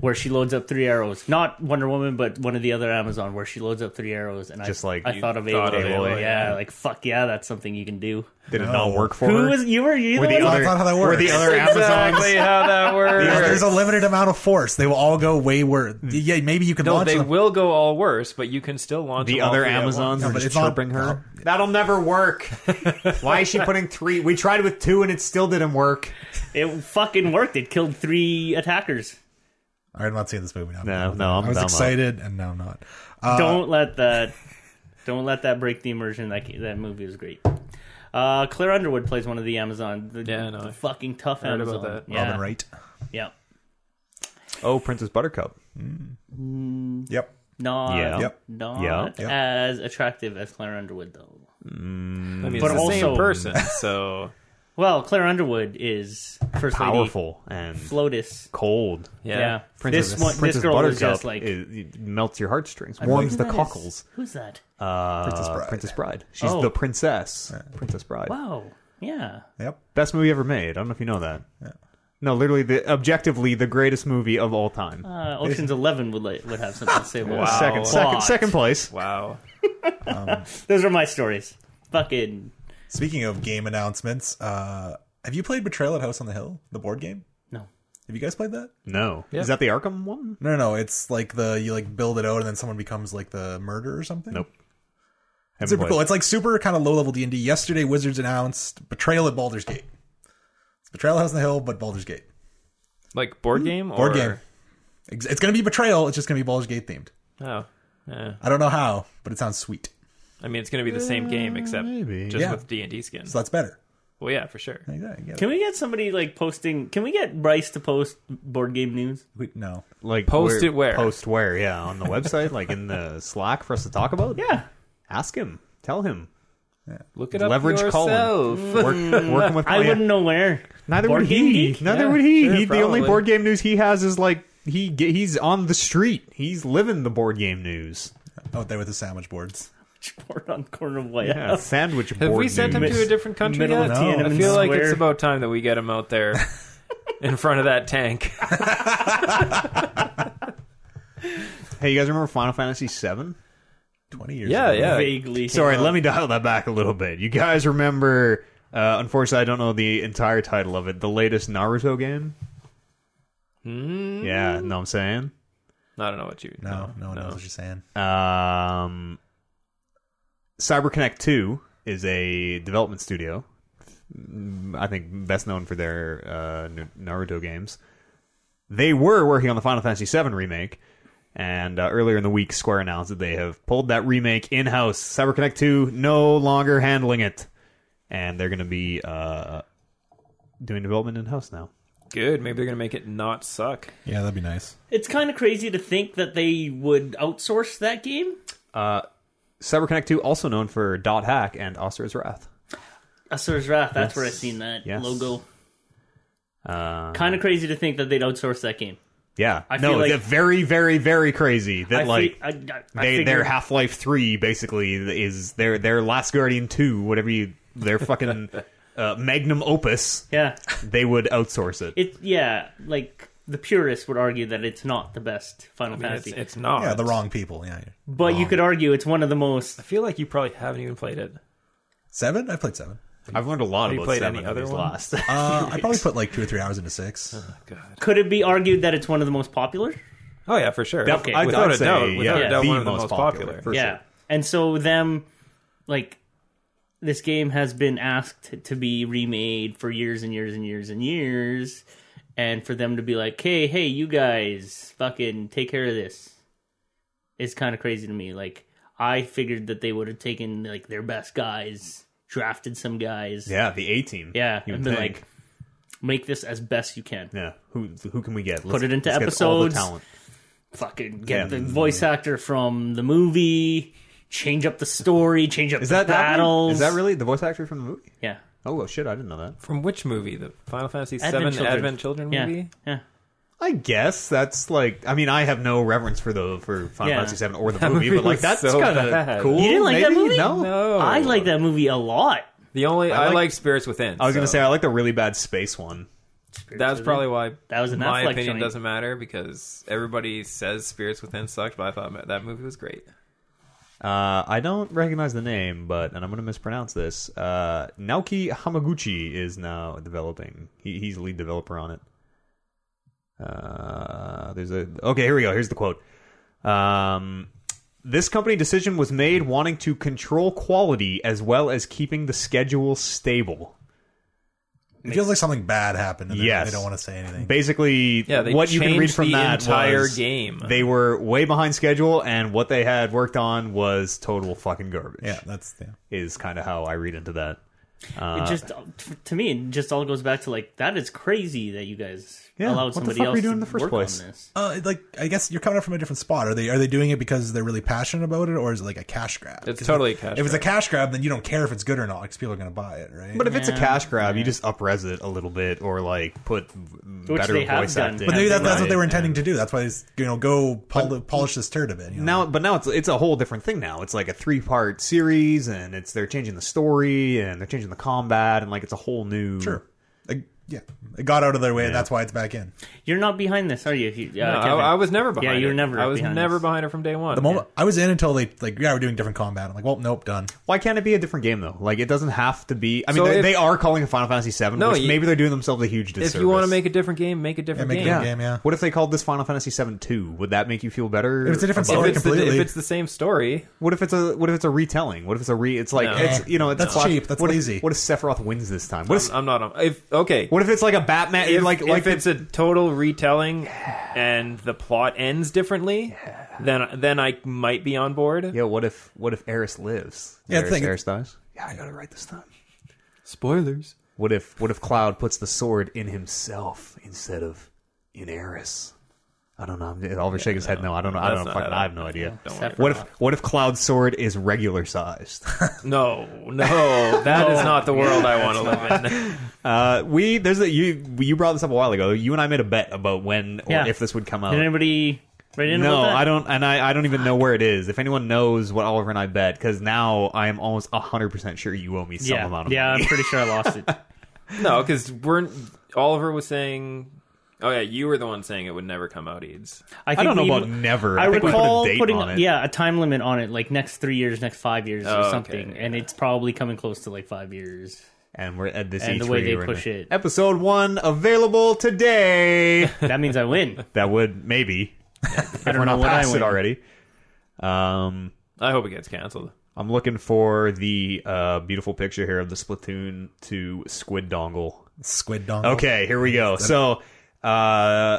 S4: where she loads up three arrows. Not Wonder Woman, but one of the other Amazon where she loads up three arrows. And
S2: Just
S4: I,
S2: like
S4: I
S2: you
S4: thought of
S1: thought
S4: Aloy.
S1: of Aloy,
S4: yeah,
S1: yeah.
S4: like fuck yeah, that's something you can do.
S2: Did it not work for
S4: Who
S2: her?
S4: was you were you
S2: Were
S4: the
S2: the
S4: one-
S2: other,
S3: That's not how that
S2: were the
S3: works.
S2: other Amazons?
S1: exactly how that works.
S3: Because there's a Hmm. limited amount of force. They will all go way worse. Yeah, maybe you can
S1: no,
S3: launch
S1: they
S3: them.
S1: will go all worse, but you can still launch
S2: the
S1: them all
S2: other
S1: three at
S2: Amazons
S3: No,
S2: are
S3: but
S2: just
S3: it's not-
S2: chirping her. That'll never work. Why is she putting three? We tried with two and it still didn't work.
S4: It fucking worked. It killed three attackers.
S3: All right, I'm not seeing this movie now.
S2: No, no, I'm
S3: I was
S2: dumb.
S3: excited, and now I'm not.
S4: don't let that don't let that break the immersion. That that movie was great. Uh, Claire Underwood plays one of the Amazon. The,
S1: Yeah, I know.
S4: the fucking tough
S1: heard
S4: Amazon.
S1: about that.
S4: Yeah,
S3: Robin Wright.
S4: Yeah.
S2: Oh, Princess Buttercup.
S3: Yep.
S4: Not,
S2: Yeah.
S3: Yep.
S4: not
S2: Yeah.
S3: Yep.
S4: as attractive as Claire Underwood, though.
S1: once. I mean,
S4: But
S1: it's the same
S4: also-
S1: person, so
S4: Well, Claire Underwood is first
S2: Powerful and
S4: lady. Flotus.
S2: cold.
S1: yeah.
S4: Yeah.
S2: Princess,
S4: this one,
S2: Princess
S4: this girl
S2: Buttercup
S4: is just like
S2: is- it melts your heartstrings,
S4: who
S2: warms the
S4: that is?
S2: cockles.
S4: Who's that?
S2: Uh,
S3: Princess Bride.
S2: Princess Bride. She's
S4: Oh.
S2: the princess. Princess Bride.
S4: Wow. Yeah.
S3: Yep.
S2: Best movie ever made. I don't know if you know that. No, literally, the objectively the greatest movie of all time.
S4: Uh, Ocean's Eleven would li- would have something to say about
S1: Wow.
S4: it.
S2: second, second,
S4: Plot.
S2: second place.
S1: Wow.
S4: Those are my stories. Fucking
S3: Speaking of game announcements, uh, have you played Betrayal at House on the Hill, the board game?
S4: no.
S3: Have you guys played that?
S2: No,
S1: Yeah.
S2: is that the Arkham one?
S3: No, no, no. It's like the you like build it out, and then someone becomes like the murderer or something.
S2: Nope.
S3: It's
S2: Haven't
S3: super
S2: played.
S3: cool. It's like super kind of low level D and D. Yesterday, Wizards announced Betrayal at Baldur's Gate. It's Betrayal at House on the Hill, but Baldur's Gate
S1: Like board game or
S3: board game. Ex- It's going to be Betrayal. It's just going to be Baldur's Gate themed.
S1: Oh. Yeah.
S3: I don't know how, but it sounds sweet.
S1: I mean, it's going to be the same game except
S2: maybe.
S1: just
S3: Yeah.
S1: with D and D skin.
S3: So that's better.
S1: Well, yeah, for sure.
S3: Like that, you get it.
S4: Can we get somebody like posting? Can we get Bryce to post board game news?
S3: We- no.
S2: Like
S1: Post it where?
S2: Post where? Yeah, on the website, like in the Slack for us to talk about.
S4: Yeah,
S2: ask him, tell him.
S1: Look it up
S2: Leverage
S1: yourself.
S2: Work, working with
S4: I wouldn't know where.
S2: Oh, Neither
S4: Board
S2: would
S4: Game
S2: he.
S4: Geek?
S2: Neither
S1: Yeah,
S2: would he.
S1: sure,
S2: he the
S1: probably.
S2: only board game news he has is like he ge- he's on the street. He's living the board game news.
S3: Out there with Oh, the sandwich boards.
S4: Board on the corner of White
S2: Yeah,
S4: House.
S2: sandwich board.
S1: Have we sent him
S2: news.
S1: to a different country
S4: Middle
S1: yet?
S4: of No.
S1: I
S4: Tiananmen
S1: feel like
S4: Square.
S1: it's about time that we get him out there in front of that tank.
S2: Hey, you guys remember Final Fantasy VII?
S3: 20 years
S1: Yeah,
S3: ago.
S1: yeah.
S4: Vaguely.
S2: Sorry, let me dial that back a little bit. You guys remember? Uh, unfortunately, I don't know the entire title of it. The latest Naruto game.
S1: Hmm.
S2: Yeah, know what I'm saying.
S1: I don't know what you.
S3: No, no one knows what you're saying.
S2: Um, CyberConnect 2 is a development studio. Mm, I think best known for their uh, N- Naruto games. They were working on the Final Fantasy VII remake, and uh, earlier in the week, Square announced that they have pulled that remake in house. CyberConnect 2 no longer handling it, and they're going to be uh, doing development in house now.
S1: Good. Maybe they're gonna make it not suck.
S3: Yeah, that'd be nice.
S4: It's kind of crazy to think that they would outsource that game.
S2: CyberConnect 2, also known for Dot Hack and Oster's Wrath.
S4: Asur's Wrath. That's
S2: Yes.
S4: where I seen that
S2: Yes.
S4: logo.
S2: Uh,
S4: Kind of crazy to think that they'd outsource that game.
S2: Yeah,
S4: I
S2: no,
S4: feel like-
S2: they're very, very, very crazy. That
S4: I fi-
S2: like
S4: I, I, I
S2: they, their
S4: figured-
S2: Half Life Three basically is their their Last Guardian Two, whatever you their fucking uh, magnum opus.
S4: Yeah,
S2: They would outsource it.
S4: it. Yeah, like the purists would argue that it's not the best Final
S1: I mean, it's,
S4: Fantasy,
S1: it's not.
S3: Yeah, the wrong people. Yeah.
S4: but
S2: Oh.
S4: you could argue it's one of the most.
S1: I feel like you probably haven't even played it.
S3: Seven? I played seven.
S2: I've learned a lot
S1: Have you
S2: about
S1: played
S2: seven
S1: any
S2: of
S1: other
S2: these
S1: one?
S2: last.
S3: Uh, I probably put like two or three hours into six.
S1: God.
S4: Could it be argued that it's one of the most popular?
S1: Oh yeah, for sure.
S2: Def-
S4: I'd-
S1: without
S2: I'd
S1: a
S2: say,
S1: doubt,
S2: yeah,
S1: without a doubt,
S2: the
S1: one of the
S2: most
S1: most
S2: popular,
S1: popular.
S2: for
S4: yeah, and so them, like, this game has been asked to be remade for years and years and years and years, and for them to be like, "Hey, hey, you guys, fucking take care of this," is kind of crazy to me. Like, I figured that they would have taken like their best guys, drafted some guys,
S2: yeah, the A Team.
S4: yeah,
S2: you
S4: and
S2: would
S4: been
S2: think.
S4: like, make this as best you can.
S2: yeah, who who can we get? Let's,
S4: Put it into
S2: let's get all the
S4: episodes.
S2: talent.
S4: fucking get
S2: Yeah.
S4: the voice actor from the movie, change up the story, change up
S2: Is
S4: the
S2: that
S4: battles.
S2: Is that really the voice actor from the movie?
S4: Yeah.
S2: Oh well, shit, I didn't know that.
S1: From which movie? The Final Fantasy VII
S4: Advent Children.
S1: Advent Children
S4: Yeah.
S1: movie?
S4: Yeah.
S2: I guess that's like I mean I have no reverence for the for Final
S4: Yeah.
S2: Fantasy Seven or the
S1: That
S2: movie,
S1: movie
S2: but like
S1: was
S2: that's
S1: so
S2: kind of
S1: bad.
S2: cool.
S4: You didn't like that
S2: maybe?
S4: movie?
S2: No,
S1: No.
S4: I like that movie a lot.
S1: The only I,
S2: like-
S1: like, Spirits Within.
S2: I was gonna say I like the really bad space one.
S1: that was probably why
S4: That was an
S1: my
S4: Affleck
S1: opinion
S4: joint.
S1: doesn't matter because everybody says Spirits Within sucked, but I thought that movie was great.
S2: Uh, I don't recognize the name, but and I'm gonna mispronounce this. Uh, Naoki Hamaguchi is now developing. He, he's the lead developer on it. Uh, there's a okay. Here we go. Here's the quote. Um, this company decision was made wanting to control quality as well as keeping the schedule stable.
S3: It feels like something bad happened. And they-
S2: Yes.
S3: They don't want to say anything.
S2: basically
S1: Yeah, they
S2: what you can read
S1: changed
S2: from
S1: the
S2: that
S1: entire
S2: was
S1: game.
S2: they were way behind schedule and what they had worked on was total fucking garbage
S3: yeah, that's yeah.
S2: is kind of how i read into that
S4: it just to me it just all goes back to like that is crazy that you guys
S2: Yeah, what
S4: allowed
S2: the
S4: somebody
S2: fuck were
S4: else
S2: you doing
S4: to
S2: in the first
S4: work
S2: place?
S4: on this.
S3: Uh, it- like I guess you're coming up from a different spot. Are they are they doing it because they're really passionate about it, or is it like a cash grab?
S1: It's
S3: 'Cause
S1: totally a
S3: if-
S1: cash
S3: If it's a
S1: grab.
S3: cash grab, then you don't care if it's good or not because people are going to buy it, right?
S2: but if it's a
S4: Yeah,
S2: cash grab you just upres it a little bit or like put v-
S4: Which
S2: better
S4: they have
S2: voice
S4: done.
S2: acting
S4: But
S3: maybe that,
S2: around
S3: that's what they were
S2: it,
S3: intending
S2: and-
S3: to do. That's why they s- you know go pol- polish this turd of it. You know?
S2: now but now it's it's a whole different thing now it's like a three part series and it's they're changing the story and they're changing the combat and like it's a whole new
S3: sure. Like, Yeah, it got out of their way. That's why it's back in.
S4: You're not behind this, are you? If you uh,
S1: No, I,
S4: Kevin?
S1: I was never behind.
S4: Yeah, you were
S1: it.
S4: never.
S1: I was
S4: behind
S1: never
S4: this.
S1: behind it from day one.
S3: The moment I was in until they like, yeah, we're doing different combat. I'm like, well, nope, done.
S2: Why can't it be a different game though? Like it doesn't have to be. I
S1: So
S2: mean, they,
S1: if-
S2: they are calling it Final Fantasy VII.
S1: No,
S2: which
S1: you-
S2: maybe they're doing themselves a huge
S1: if
S2: disservice.
S1: you want to make a different game, make a different
S3: make a
S1: game.
S3: different game, yeah.
S2: What if they called this Final Fantasy VII two? Would that make you feel better?
S3: If it's a different
S2: about-
S1: If
S3: story
S1: it's, the,
S3: completely.
S1: if it's the same story,
S2: What if it's a what if it's a retelling? What if it's a re? It's like
S1: No.
S2: it's you know it's
S3: That's
S2: Clock-
S3: cheap. That's
S2: what if-
S3: lazy.
S2: what if Sephiroth wins this time? What if
S1: I'm not. On, if okay,
S2: what if it's like a Batman?
S1: if,
S2: like like
S1: if it's a total retelling and the plot ends differently, then then I might be on board.
S2: yeah. What if what if Eris lives?
S3: Yeah, the
S2: Eris,
S3: thing-
S2: Eris dies. Yeah, I got it right this time.
S1: Spoilers.
S2: What if what if Cloud puts the sword in himself instead of in Eris? I don't know. I'm- Oliver shaking his head. No, I don't know. I
S1: that's
S2: don't know.
S1: not-
S2: Fucking,
S1: I
S2: I have no idea.
S1: Don't worry.
S2: What if what if Cloud's sword is regular sized?
S1: No, no, that is not the world I want to live in.
S2: Uh, we there's a you you brought this up a while ago. You and I made a bet about when or
S4: Yeah.
S2: if this would come out.
S4: Did anybody write in
S2: no,
S4: about that?
S2: I don't, and I, I don't even know where it is. If anyone knows what Oliver and I bet, because now I am almost hundred percent sure you owe me some
S4: Yeah,
S2: amount of
S4: yeah.
S2: money.
S4: I'm pretty sure I lost it.
S1: No, because we're Oliver was saying. Oh yeah, you were the one saying it would never come out. Eads.
S4: I,
S2: I
S4: think
S2: don't know
S4: we
S2: about
S4: even-
S2: never.
S4: I,
S2: I, think we
S4: recall
S2: put a date
S4: putting
S2: on it.
S4: yeah a time limit on it, like next three years, next five years,
S1: Oh,
S4: or
S1: okay,
S4: something, and it's probably coming close to like five years.
S2: and we're at this
S4: And the
S2: E3,
S4: way they
S2: we're in
S4: push
S2: the-
S4: it.
S2: Episode one available today.
S4: That means I win.
S2: that would maybe if
S4: don't
S2: we're
S4: know
S2: not
S4: what I
S2: past it
S4: win.
S2: already. Um,
S1: I hope it gets canceled.
S2: I'm looking for the uh, beautiful picture here of the Splatoon to squid dongle
S3: Squid dong.
S2: Okay, here we go. So, uh,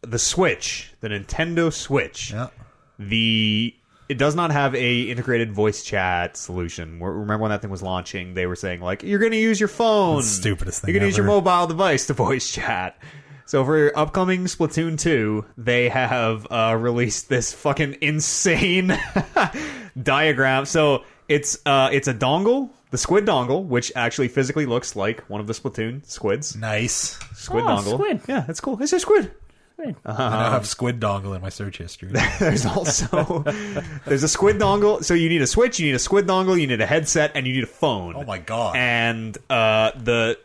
S2: the Switch, the Nintendo Switch,
S3: Yeah.
S2: the it does not have a integrated voice chat solution. Where- Remember when that thing was launching, they were saying like, "You're going to use your phone,
S3: That's the stupidest thing
S2: You're to use your
S3: ever."
S2: mobile device to voice chat." So for upcoming Splatoon 2, they have uh, released this fucking insane diagram. So it's uh, it's a dongle, the squid dongle, which actually physically looks like one of the Splatoon squids
S3: Nice.
S2: squid
S4: Oh,
S2: dongle.
S4: squid.
S2: Yeah, that's cool. It's a squid.
S1: Uh-huh.
S3: I now have squid dongle in my search history.
S2: There's also there's a squid dongle. So you need a switch, you need a squid dongle, you need a headset, and you need a phone.
S3: Oh my God.
S2: And uh, the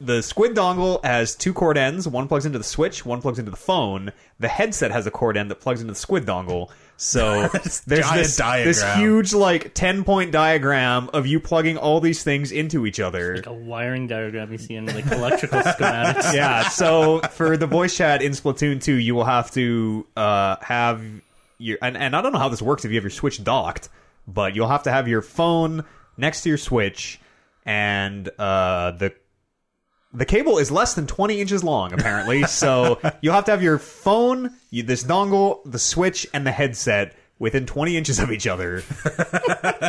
S2: the squid dongle has two cord ends. One plugs into the switch. One plugs into the phone. The headset has a cord end that plugs into the squid dongle. So there's
S3: giant
S2: this this
S3: diagram.
S2: huge like ten point diagram of you plugging all these things into each other.
S4: Like a wiring diagram you see in like electrical schematics.
S2: yeah. So for the voice chat in Splatoon 2, you will have to uh, have your and, and I don't know how this works if you have your Switch docked, but you'll have to have your phone next to your Switch, and uh, the the cable is less than 20 inches long apparently. so you'll have to have your phone, you, this dongle, the Switch, and the headset. Within 20 inches of each other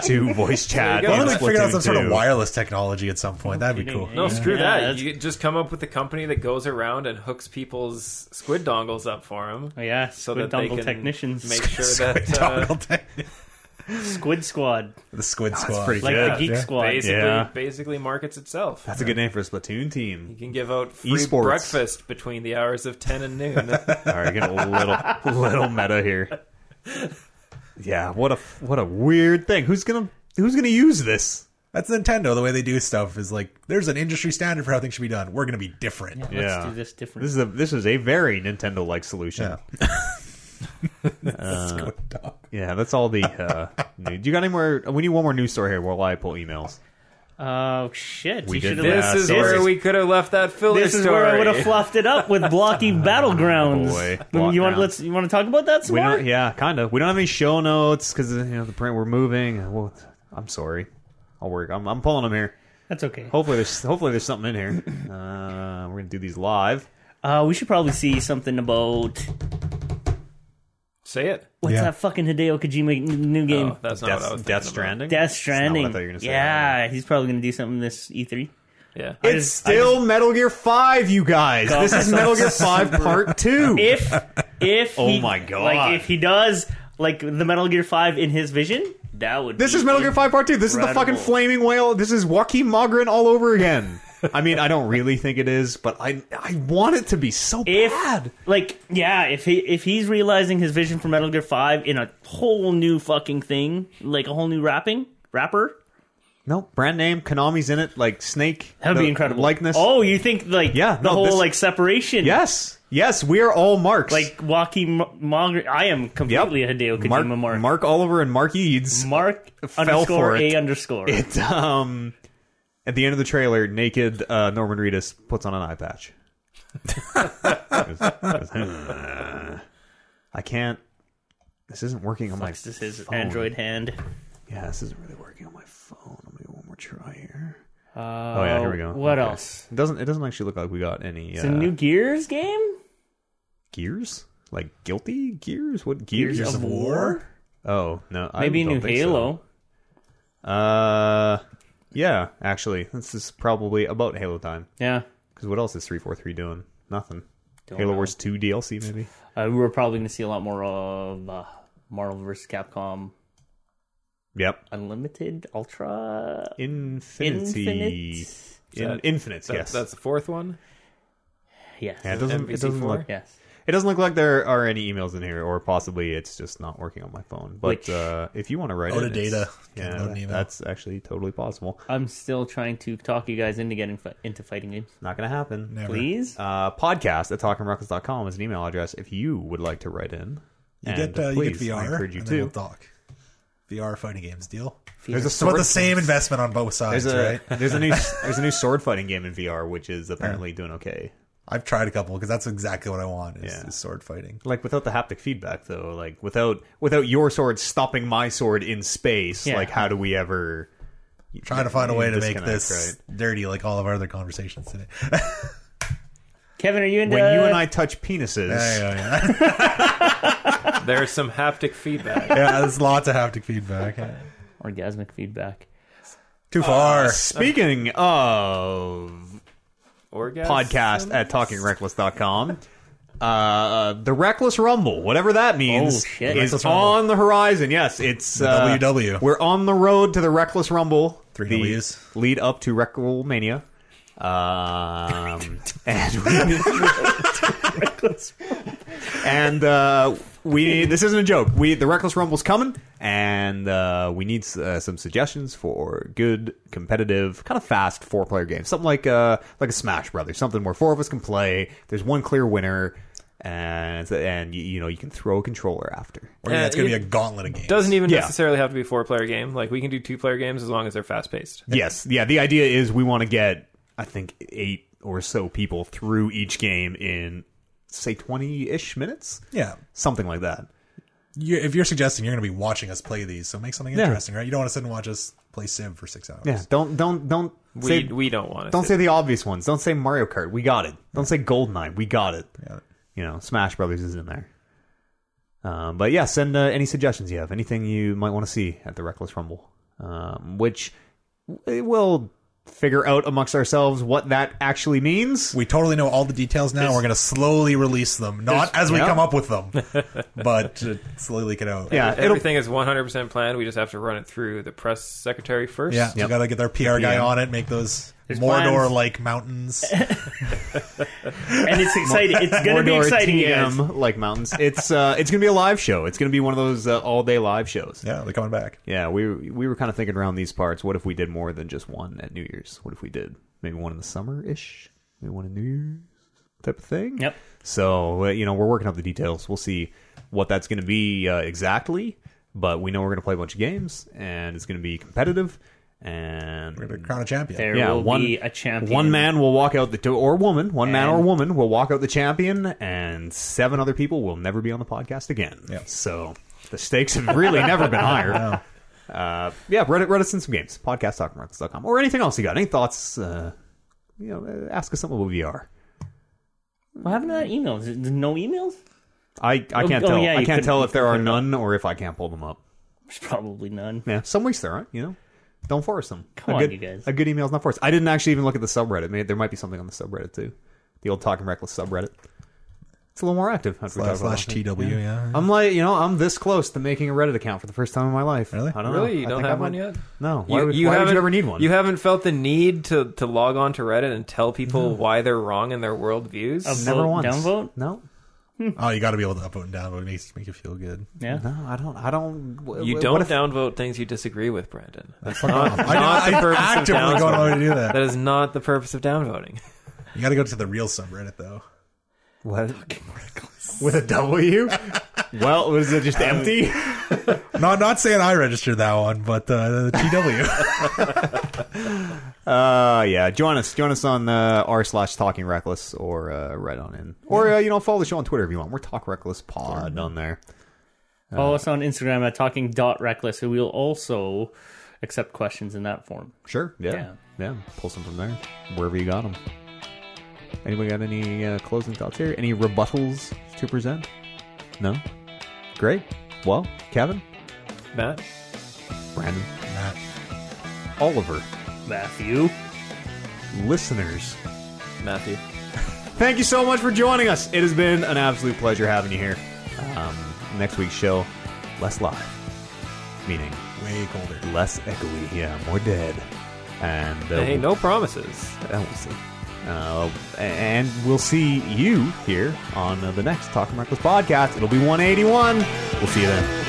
S2: to voice chat.
S1: go.
S2: in
S3: Why don't we
S2: Splatoon
S3: figure out some sort of
S2: 2.
S3: wireless technology at some point? That'd be cool.
S1: No, screw
S4: Yeah,
S1: that.
S4: that's-
S1: You just come up with a company that goes around and hooks people's squid dongles up for them.
S4: Oh, yeah,
S1: so
S4: squid
S1: that they
S4: dongle
S1: can
S4: technicians.
S1: make sure
S3: Squid
S1: that uh,
S3: dongle tech-
S4: Squid Squad,
S3: the squid squad.
S2: pretty
S4: like
S2: Yeah,
S4: the Geek
S3: yeah.
S4: Squad.
S1: basically
S2: Yeah.
S1: basically markets itself.
S2: That's a good name for a Splatoon team.
S1: You can give out free
S2: Esports.
S1: breakfast between the hours of ten and noon.
S2: All right, get a little little meta here. Yeah, what a what a weird thing. Who's gonna who's gonna use this?
S3: That's Nintendo. The way they do stuff is like there's an industry standard for how things should be done. We're gonna be different.
S4: Let's
S2: Yeah.
S4: do this different.
S2: This is a this is a very Nintendo like solution.
S3: Yeah.
S2: Yeah.
S3: Squid dog.
S2: that's all the. Uh, new, do you got any more? We need one more news story here while I pull emails.
S4: Oh shit!
S2: We
S4: you
S2: did
S4: should have
S2: that.
S1: this
S2: Yeah,
S1: is
S2: sorry.
S1: where we could have left that filler
S4: This is
S1: story.
S4: where I would have fluffed it up with blocky battlegrounds.
S2: Oh, Boy,
S4: you want
S2: Blockgrounds.
S4: let's you want to talk about that some
S2: We
S4: more?
S2: don't. Yeah, kind of. We don't have any show notes because you know the print we're moving. Well, I'm sorry. I'll work. I'm, I'm pulling them here.
S4: That's okay.
S2: Hopefully there's hopefully there's something in here. Uh, we're gonna do these live.
S4: Uh, we should probably see something about
S1: Say it.
S4: what's
S3: Yeah.
S4: that fucking Hideo Kojima n- new game?
S1: Oh, that's not what I was
S2: Death, Death
S1: thinking
S2: Stranding.
S4: Death
S2: That's
S4: Stranding.
S2: not what I thought you were gonna say.
S4: yeah, he's probably gonna do something this E E3.
S1: About. Yeah.
S4: I
S2: It's
S4: just- I
S2: still Metal Gear Five, you guys.
S4: Got
S2: This is
S4: myself
S2: Metal Gear Five Part Two.
S4: If if
S2: Oh
S4: he-
S2: my God.
S4: like if he does like the Metal Gear Five in his vision, that would
S2: this
S4: be
S2: is Metal Gear Five Part Two. This is the fucking
S4: Incredible.
S2: flaming whale. This is Joaquin Mogren all over again. I mean, I don't really think it is, but I I want it to be so
S4: if
S2: bad.
S4: like yeah if he if he's realizing his vision for metal gear 5 in a whole new fucking thing like a whole new rapping rapper
S2: Nope. Brand name. Konami's in it. Like Snake.
S4: That would
S2: the
S4: be incredible.
S2: Likeness.
S4: Oh, you think like
S2: Yeah,
S4: the
S2: no,
S4: whole
S2: this-
S4: like separation?
S2: yes. Yes. We are all marks.
S4: Like Walkie Mogri. I am completely a Hideo Kojima
S2: Mark,
S4: mark.
S2: Mark Oliver and Mark Eads.
S4: Mark
S2: fell for
S4: underscore
S2: it.
S4: a underscore.
S2: It, um, at the end of the trailer, naked uh, Norman Reedus puts on an eye patch. It was- it was, "Uh, I can't. This isn't working on my.
S4: This is his
S2: phone.
S4: Android hand.
S2: Yeah, this isn't really working on my phone. Let me get one more try here.
S4: Uh,
S2: Oh yeah, here we go.
S4: What
S2: Okay.
S4: else?
S2: It doesn't. It doesn't actually look like we got any
S4: It's
S2: uh,
S4: a new Gears game.
S2: gears. Like guilty gears? What gears?
S4: Gears, of,
S3: of
S4: War.
S3: War?
S2: Oh no, I
S4: Maybe a
S2: don't
S4: new
S2: think so.
S4: Halo.
S2: Uh, yeah, actually, this is probably about Halo time.
S4: Yeah.
S2: Because what else is three four three doing? Nothing.
S4: Don't
S2: Halo
S4: know.
S2: Wars two DLC maybe.
S4: Uh, we're probably going to see a lot more of uh, Marvel vs. Capcom
S2: Yep.
S4: Unlimited Ultra
S2: Infinity.
S4: Infinite.
S2: In,
S1: That-
S2: Infinite.
S1: That-
S2: yes.
S1: That's the fourth one.
S4: Yes.
S2: yeah, it doesn't. It doesn't
S1: MVC4?
S2: look.
S4: Yes.
S2: It doesn't look like there are any emails in here, or possibly it's just not working on my phone. But
S4: Which-
S2: uh, if you want to write
S3: Out
S2: it,
S3: of
S2: it's-
S3: data. Can't
S2: yeah,
S3: load an email.
S2: that's actually totally possible.
S4: I'm still trying to talk you guys into getting fi- into fighting games.
S2: Not gonna happen.
S3: Never.
S4: Please.
S2: Uh, podcast at talkingruckus.com is an email address if you would like to write in.
S3: You
S2: And,
S3: get uh,
S2: please,
S3: you get VR.
S2: I encourage you
S3: and then
S2: to.
S3: we'll talk. VR fighting games deal.
S2: There's a
S3: It's about
S2: sword.
S3: the same investment on both sides,
S2: There's a
S3: right?
S2: there's a new there's a new sword fighting game in VR which is apparently doing okay.
S3: I've tried a couple because that's exactly what I want is,
S2: Yeah.
S3: is sword fighting.
S2: Like without the haptic feedback though, like without without your sword stopping my sword in space,
S4: Yeah.
S2: like how do we ever
S3: Trying to find a way to make
S2: Disconnect,
S3: this dirty like all of our other conversations today.
S4: Kevin, are you into?
S2: when you and I touch penises?
S3: yeah, yeah, yeah.
S1: There's some haptic feedback.
S3: Yeah, there's lots of haptic feedback.
S4: orgasmic feedback.
S3: Too far.
S2: Uh, Speaking of
S1: Orgasm?
S2: podcast at talkingreckless.com. Uh, the Reckless Rumble, whatever that means,
S4: Oh, shit.
S2: is
S3: Reckless Rumble.
S2: on the horizon. Yes, it's uh,
S3: WW.
S2: We're on the road to the Reckless Rumble.
S3: Three
S2: the
S3: Ws.
S2: Lead up to Recklesmania. Um, and we, and uh, we need, this isn't a joke. We the Reckless Rumble's coming, and uh, we need uh, some suggestions for good, competitive, kind of fast four player game. Something like uh, like a Smash Brothers, something where four of us can play. There's one clear winner, and and you, you know you can throw a controller after.
S3: Or yeah,
S1: Uh,
S3: it's going to
S1: it
S3: be a gauntlet of games.
S1: Doesn't even
S2: Yeah.
S1: necessarily have to be a four player game. Like we can do two player games as long as they're fast paced.
S2: Yes, yeah. The idea is we want to get I think eight or so people through each game in say twenty ish minutes,
S3: yeah.
S2: something like that.
S3: you if you're suggesting you're going to be watching us play these, so make something
S2: Yeah.
S3: interesting, right? You don't want to sit and watch us play Civ for six hours.
S2: Yeah, don't don't don't
S1: We
S2: say,
S1: we don't want to.
S2: don't say the obvious ones. Don't say Mario Kart. We got it. Don't say Goldeneye. We got it.
S3: Yeah.
S2: You know, Smash Brothers is in there. Um, but yeah, send uh, any suggestions you have, anything you might want to see at the Reckless Rumble, um, which we will figure out amongst ourselves what that actually means.
S3: We totally know all the details now. We're going to slowly release them, not as we
S2: yeah.
S3: come up with them, but to slowly leak it out.
S2: Yeah, it'll
S1: Everything is 100% planned. We just have to run it through the press secretary first.
S3: Yeah,
S2: Yep.
S3: we got to get our PR guy
S2: PM.
S3: on it, make those
S4: There's
S3: Mordor like mountains.
S4: And it's exciting. It's going to be
S2: Mordor
S4: exciting, you guys.
S2: TM, like mountains. It's uh, it's gonna be a live show. It's gonna be one of those uh, all day live shows.
S3: yeah, they're coming back.
S2: Yeah, we we were kind of thinking around these parts. What if we did more than just one at New Year's? What if we did maybe one in the summer ish, maybe one in New Year's type of thing?
S4: Yep.
S2: So uh, you know we're working out the details. We'll see what that's going to be uh, exactly, but we know we're going to play a bunch of games and it's going to be competitive. And
S3: We're going to crown a champion.
S4: There
S2: yeah,
S4: will
S2: one
S4: be a champion.
S2: One man will walk out the door, or woman. One man or
S4: And-
S2: woman will walk out the champion, and seven other people will never be on the podcast again.
S3: Yep.
S2: So the stakes have really never been higher. Uh, yeah, Reddit, Reddit, send some games. Podcast.com or anything else you got. Any thoughts? Uh, you know, ask us something about VR.
S4: What happened to that email? Is it- there's no emails?
S2: I, I can't
S4: oh,
S2: tell.
S4: yeah,
S2: I
S4: you
S2: can't
S4: couldn't-
S2: tell if there are
S4: couldn't-
S2: none or if I can't pull them up.
S4: There's probably none.
S2: Yeah, some weeks there aren't. You know, don't force them.
S4: Come
S2: a
S4: on,
S2: good,
S4: you guys.
S2: A good email's not forced. I didn't actually even look at the subreddit. Maybe there might be something on the subreddit too. The old talking reckless subreddit. It's a little more active. after we
S3: Slash,
S2: talk about Oh.
S3: slash
S2: it.
S3: TW, yeah.
S2: I'm like, you know, I'm this close to making a Reddit account for the first time in my life.
S3: Really?
S2: I don't know.
S1: Really? You
S2: I
S1: don't
S2: think I
S1: have one
S2: might-
S1: yet?
S2: No. Why, would, why would you
S1: haven't-
S2: ever need one?
S1: You haven't felt the need to, to log on to Reddit and tell people why they're wrong in their worldviews.
S4: Of-
S2: Never
S4: Vote
S2: once.
S4: downvote?
S2: No.
S3: Oh, you got to be able to upvote and downvote. It makes make you feel good.
S4: Yeah.
S2: No, I don't. I don't. wh-
S1: You
S2: wh-
S1: don't
S2: what if-
S1: downvote things you disagree with, Brandon. That's
S3: Fuck
S1: not,
S3: off. I,
S1: not the
S3: I,
S1: purpose
S3: I
S1: of
S3: actively going
S1: downvoting.
S3: away to do that.
S1: That is not the purpose of downvoting.
S3: You got to go to the real subreddit though.
S2: what? With a W? well, was it just empty?
S3: No, not saying I registered that one, but uh, TW.
S2: Uh, yeah. Join us. Join us on uh, r slash talking reckless or uh, right on in, or uh, you know, follow the show on Twitter if you want. We're Talk Reckless Pod on there.
S4: Follow us on Instagram at talking dot reckless, who will also accept questions in that form.
S2: Sure. Yeah. Yeah.
S4: Yeah.
S2: Pull some from there, wherever you got them. Anybody got any uh, closing thoughts here? Any rebuttals to present? No. Great. Well, Kevin,
S1: Matt,
S2: Brandon,
S3: Matt.
S2: Oliver,
S4: Matthew.
S2: listeners.
S1: Matthew.
S2: Thank you so much for joining us. It has been an absolute pleasure having you here. Um, next week's show, less live, meaning
S3: Way colder.
S2: less echoey. Yeah, more dead. And uh,
S1: Hey, no promises.
S2: Uh, we'll see. Uh, and we'll see you here on uh, the next Talking Reckless podcast. It'll be 181. We'll see you then.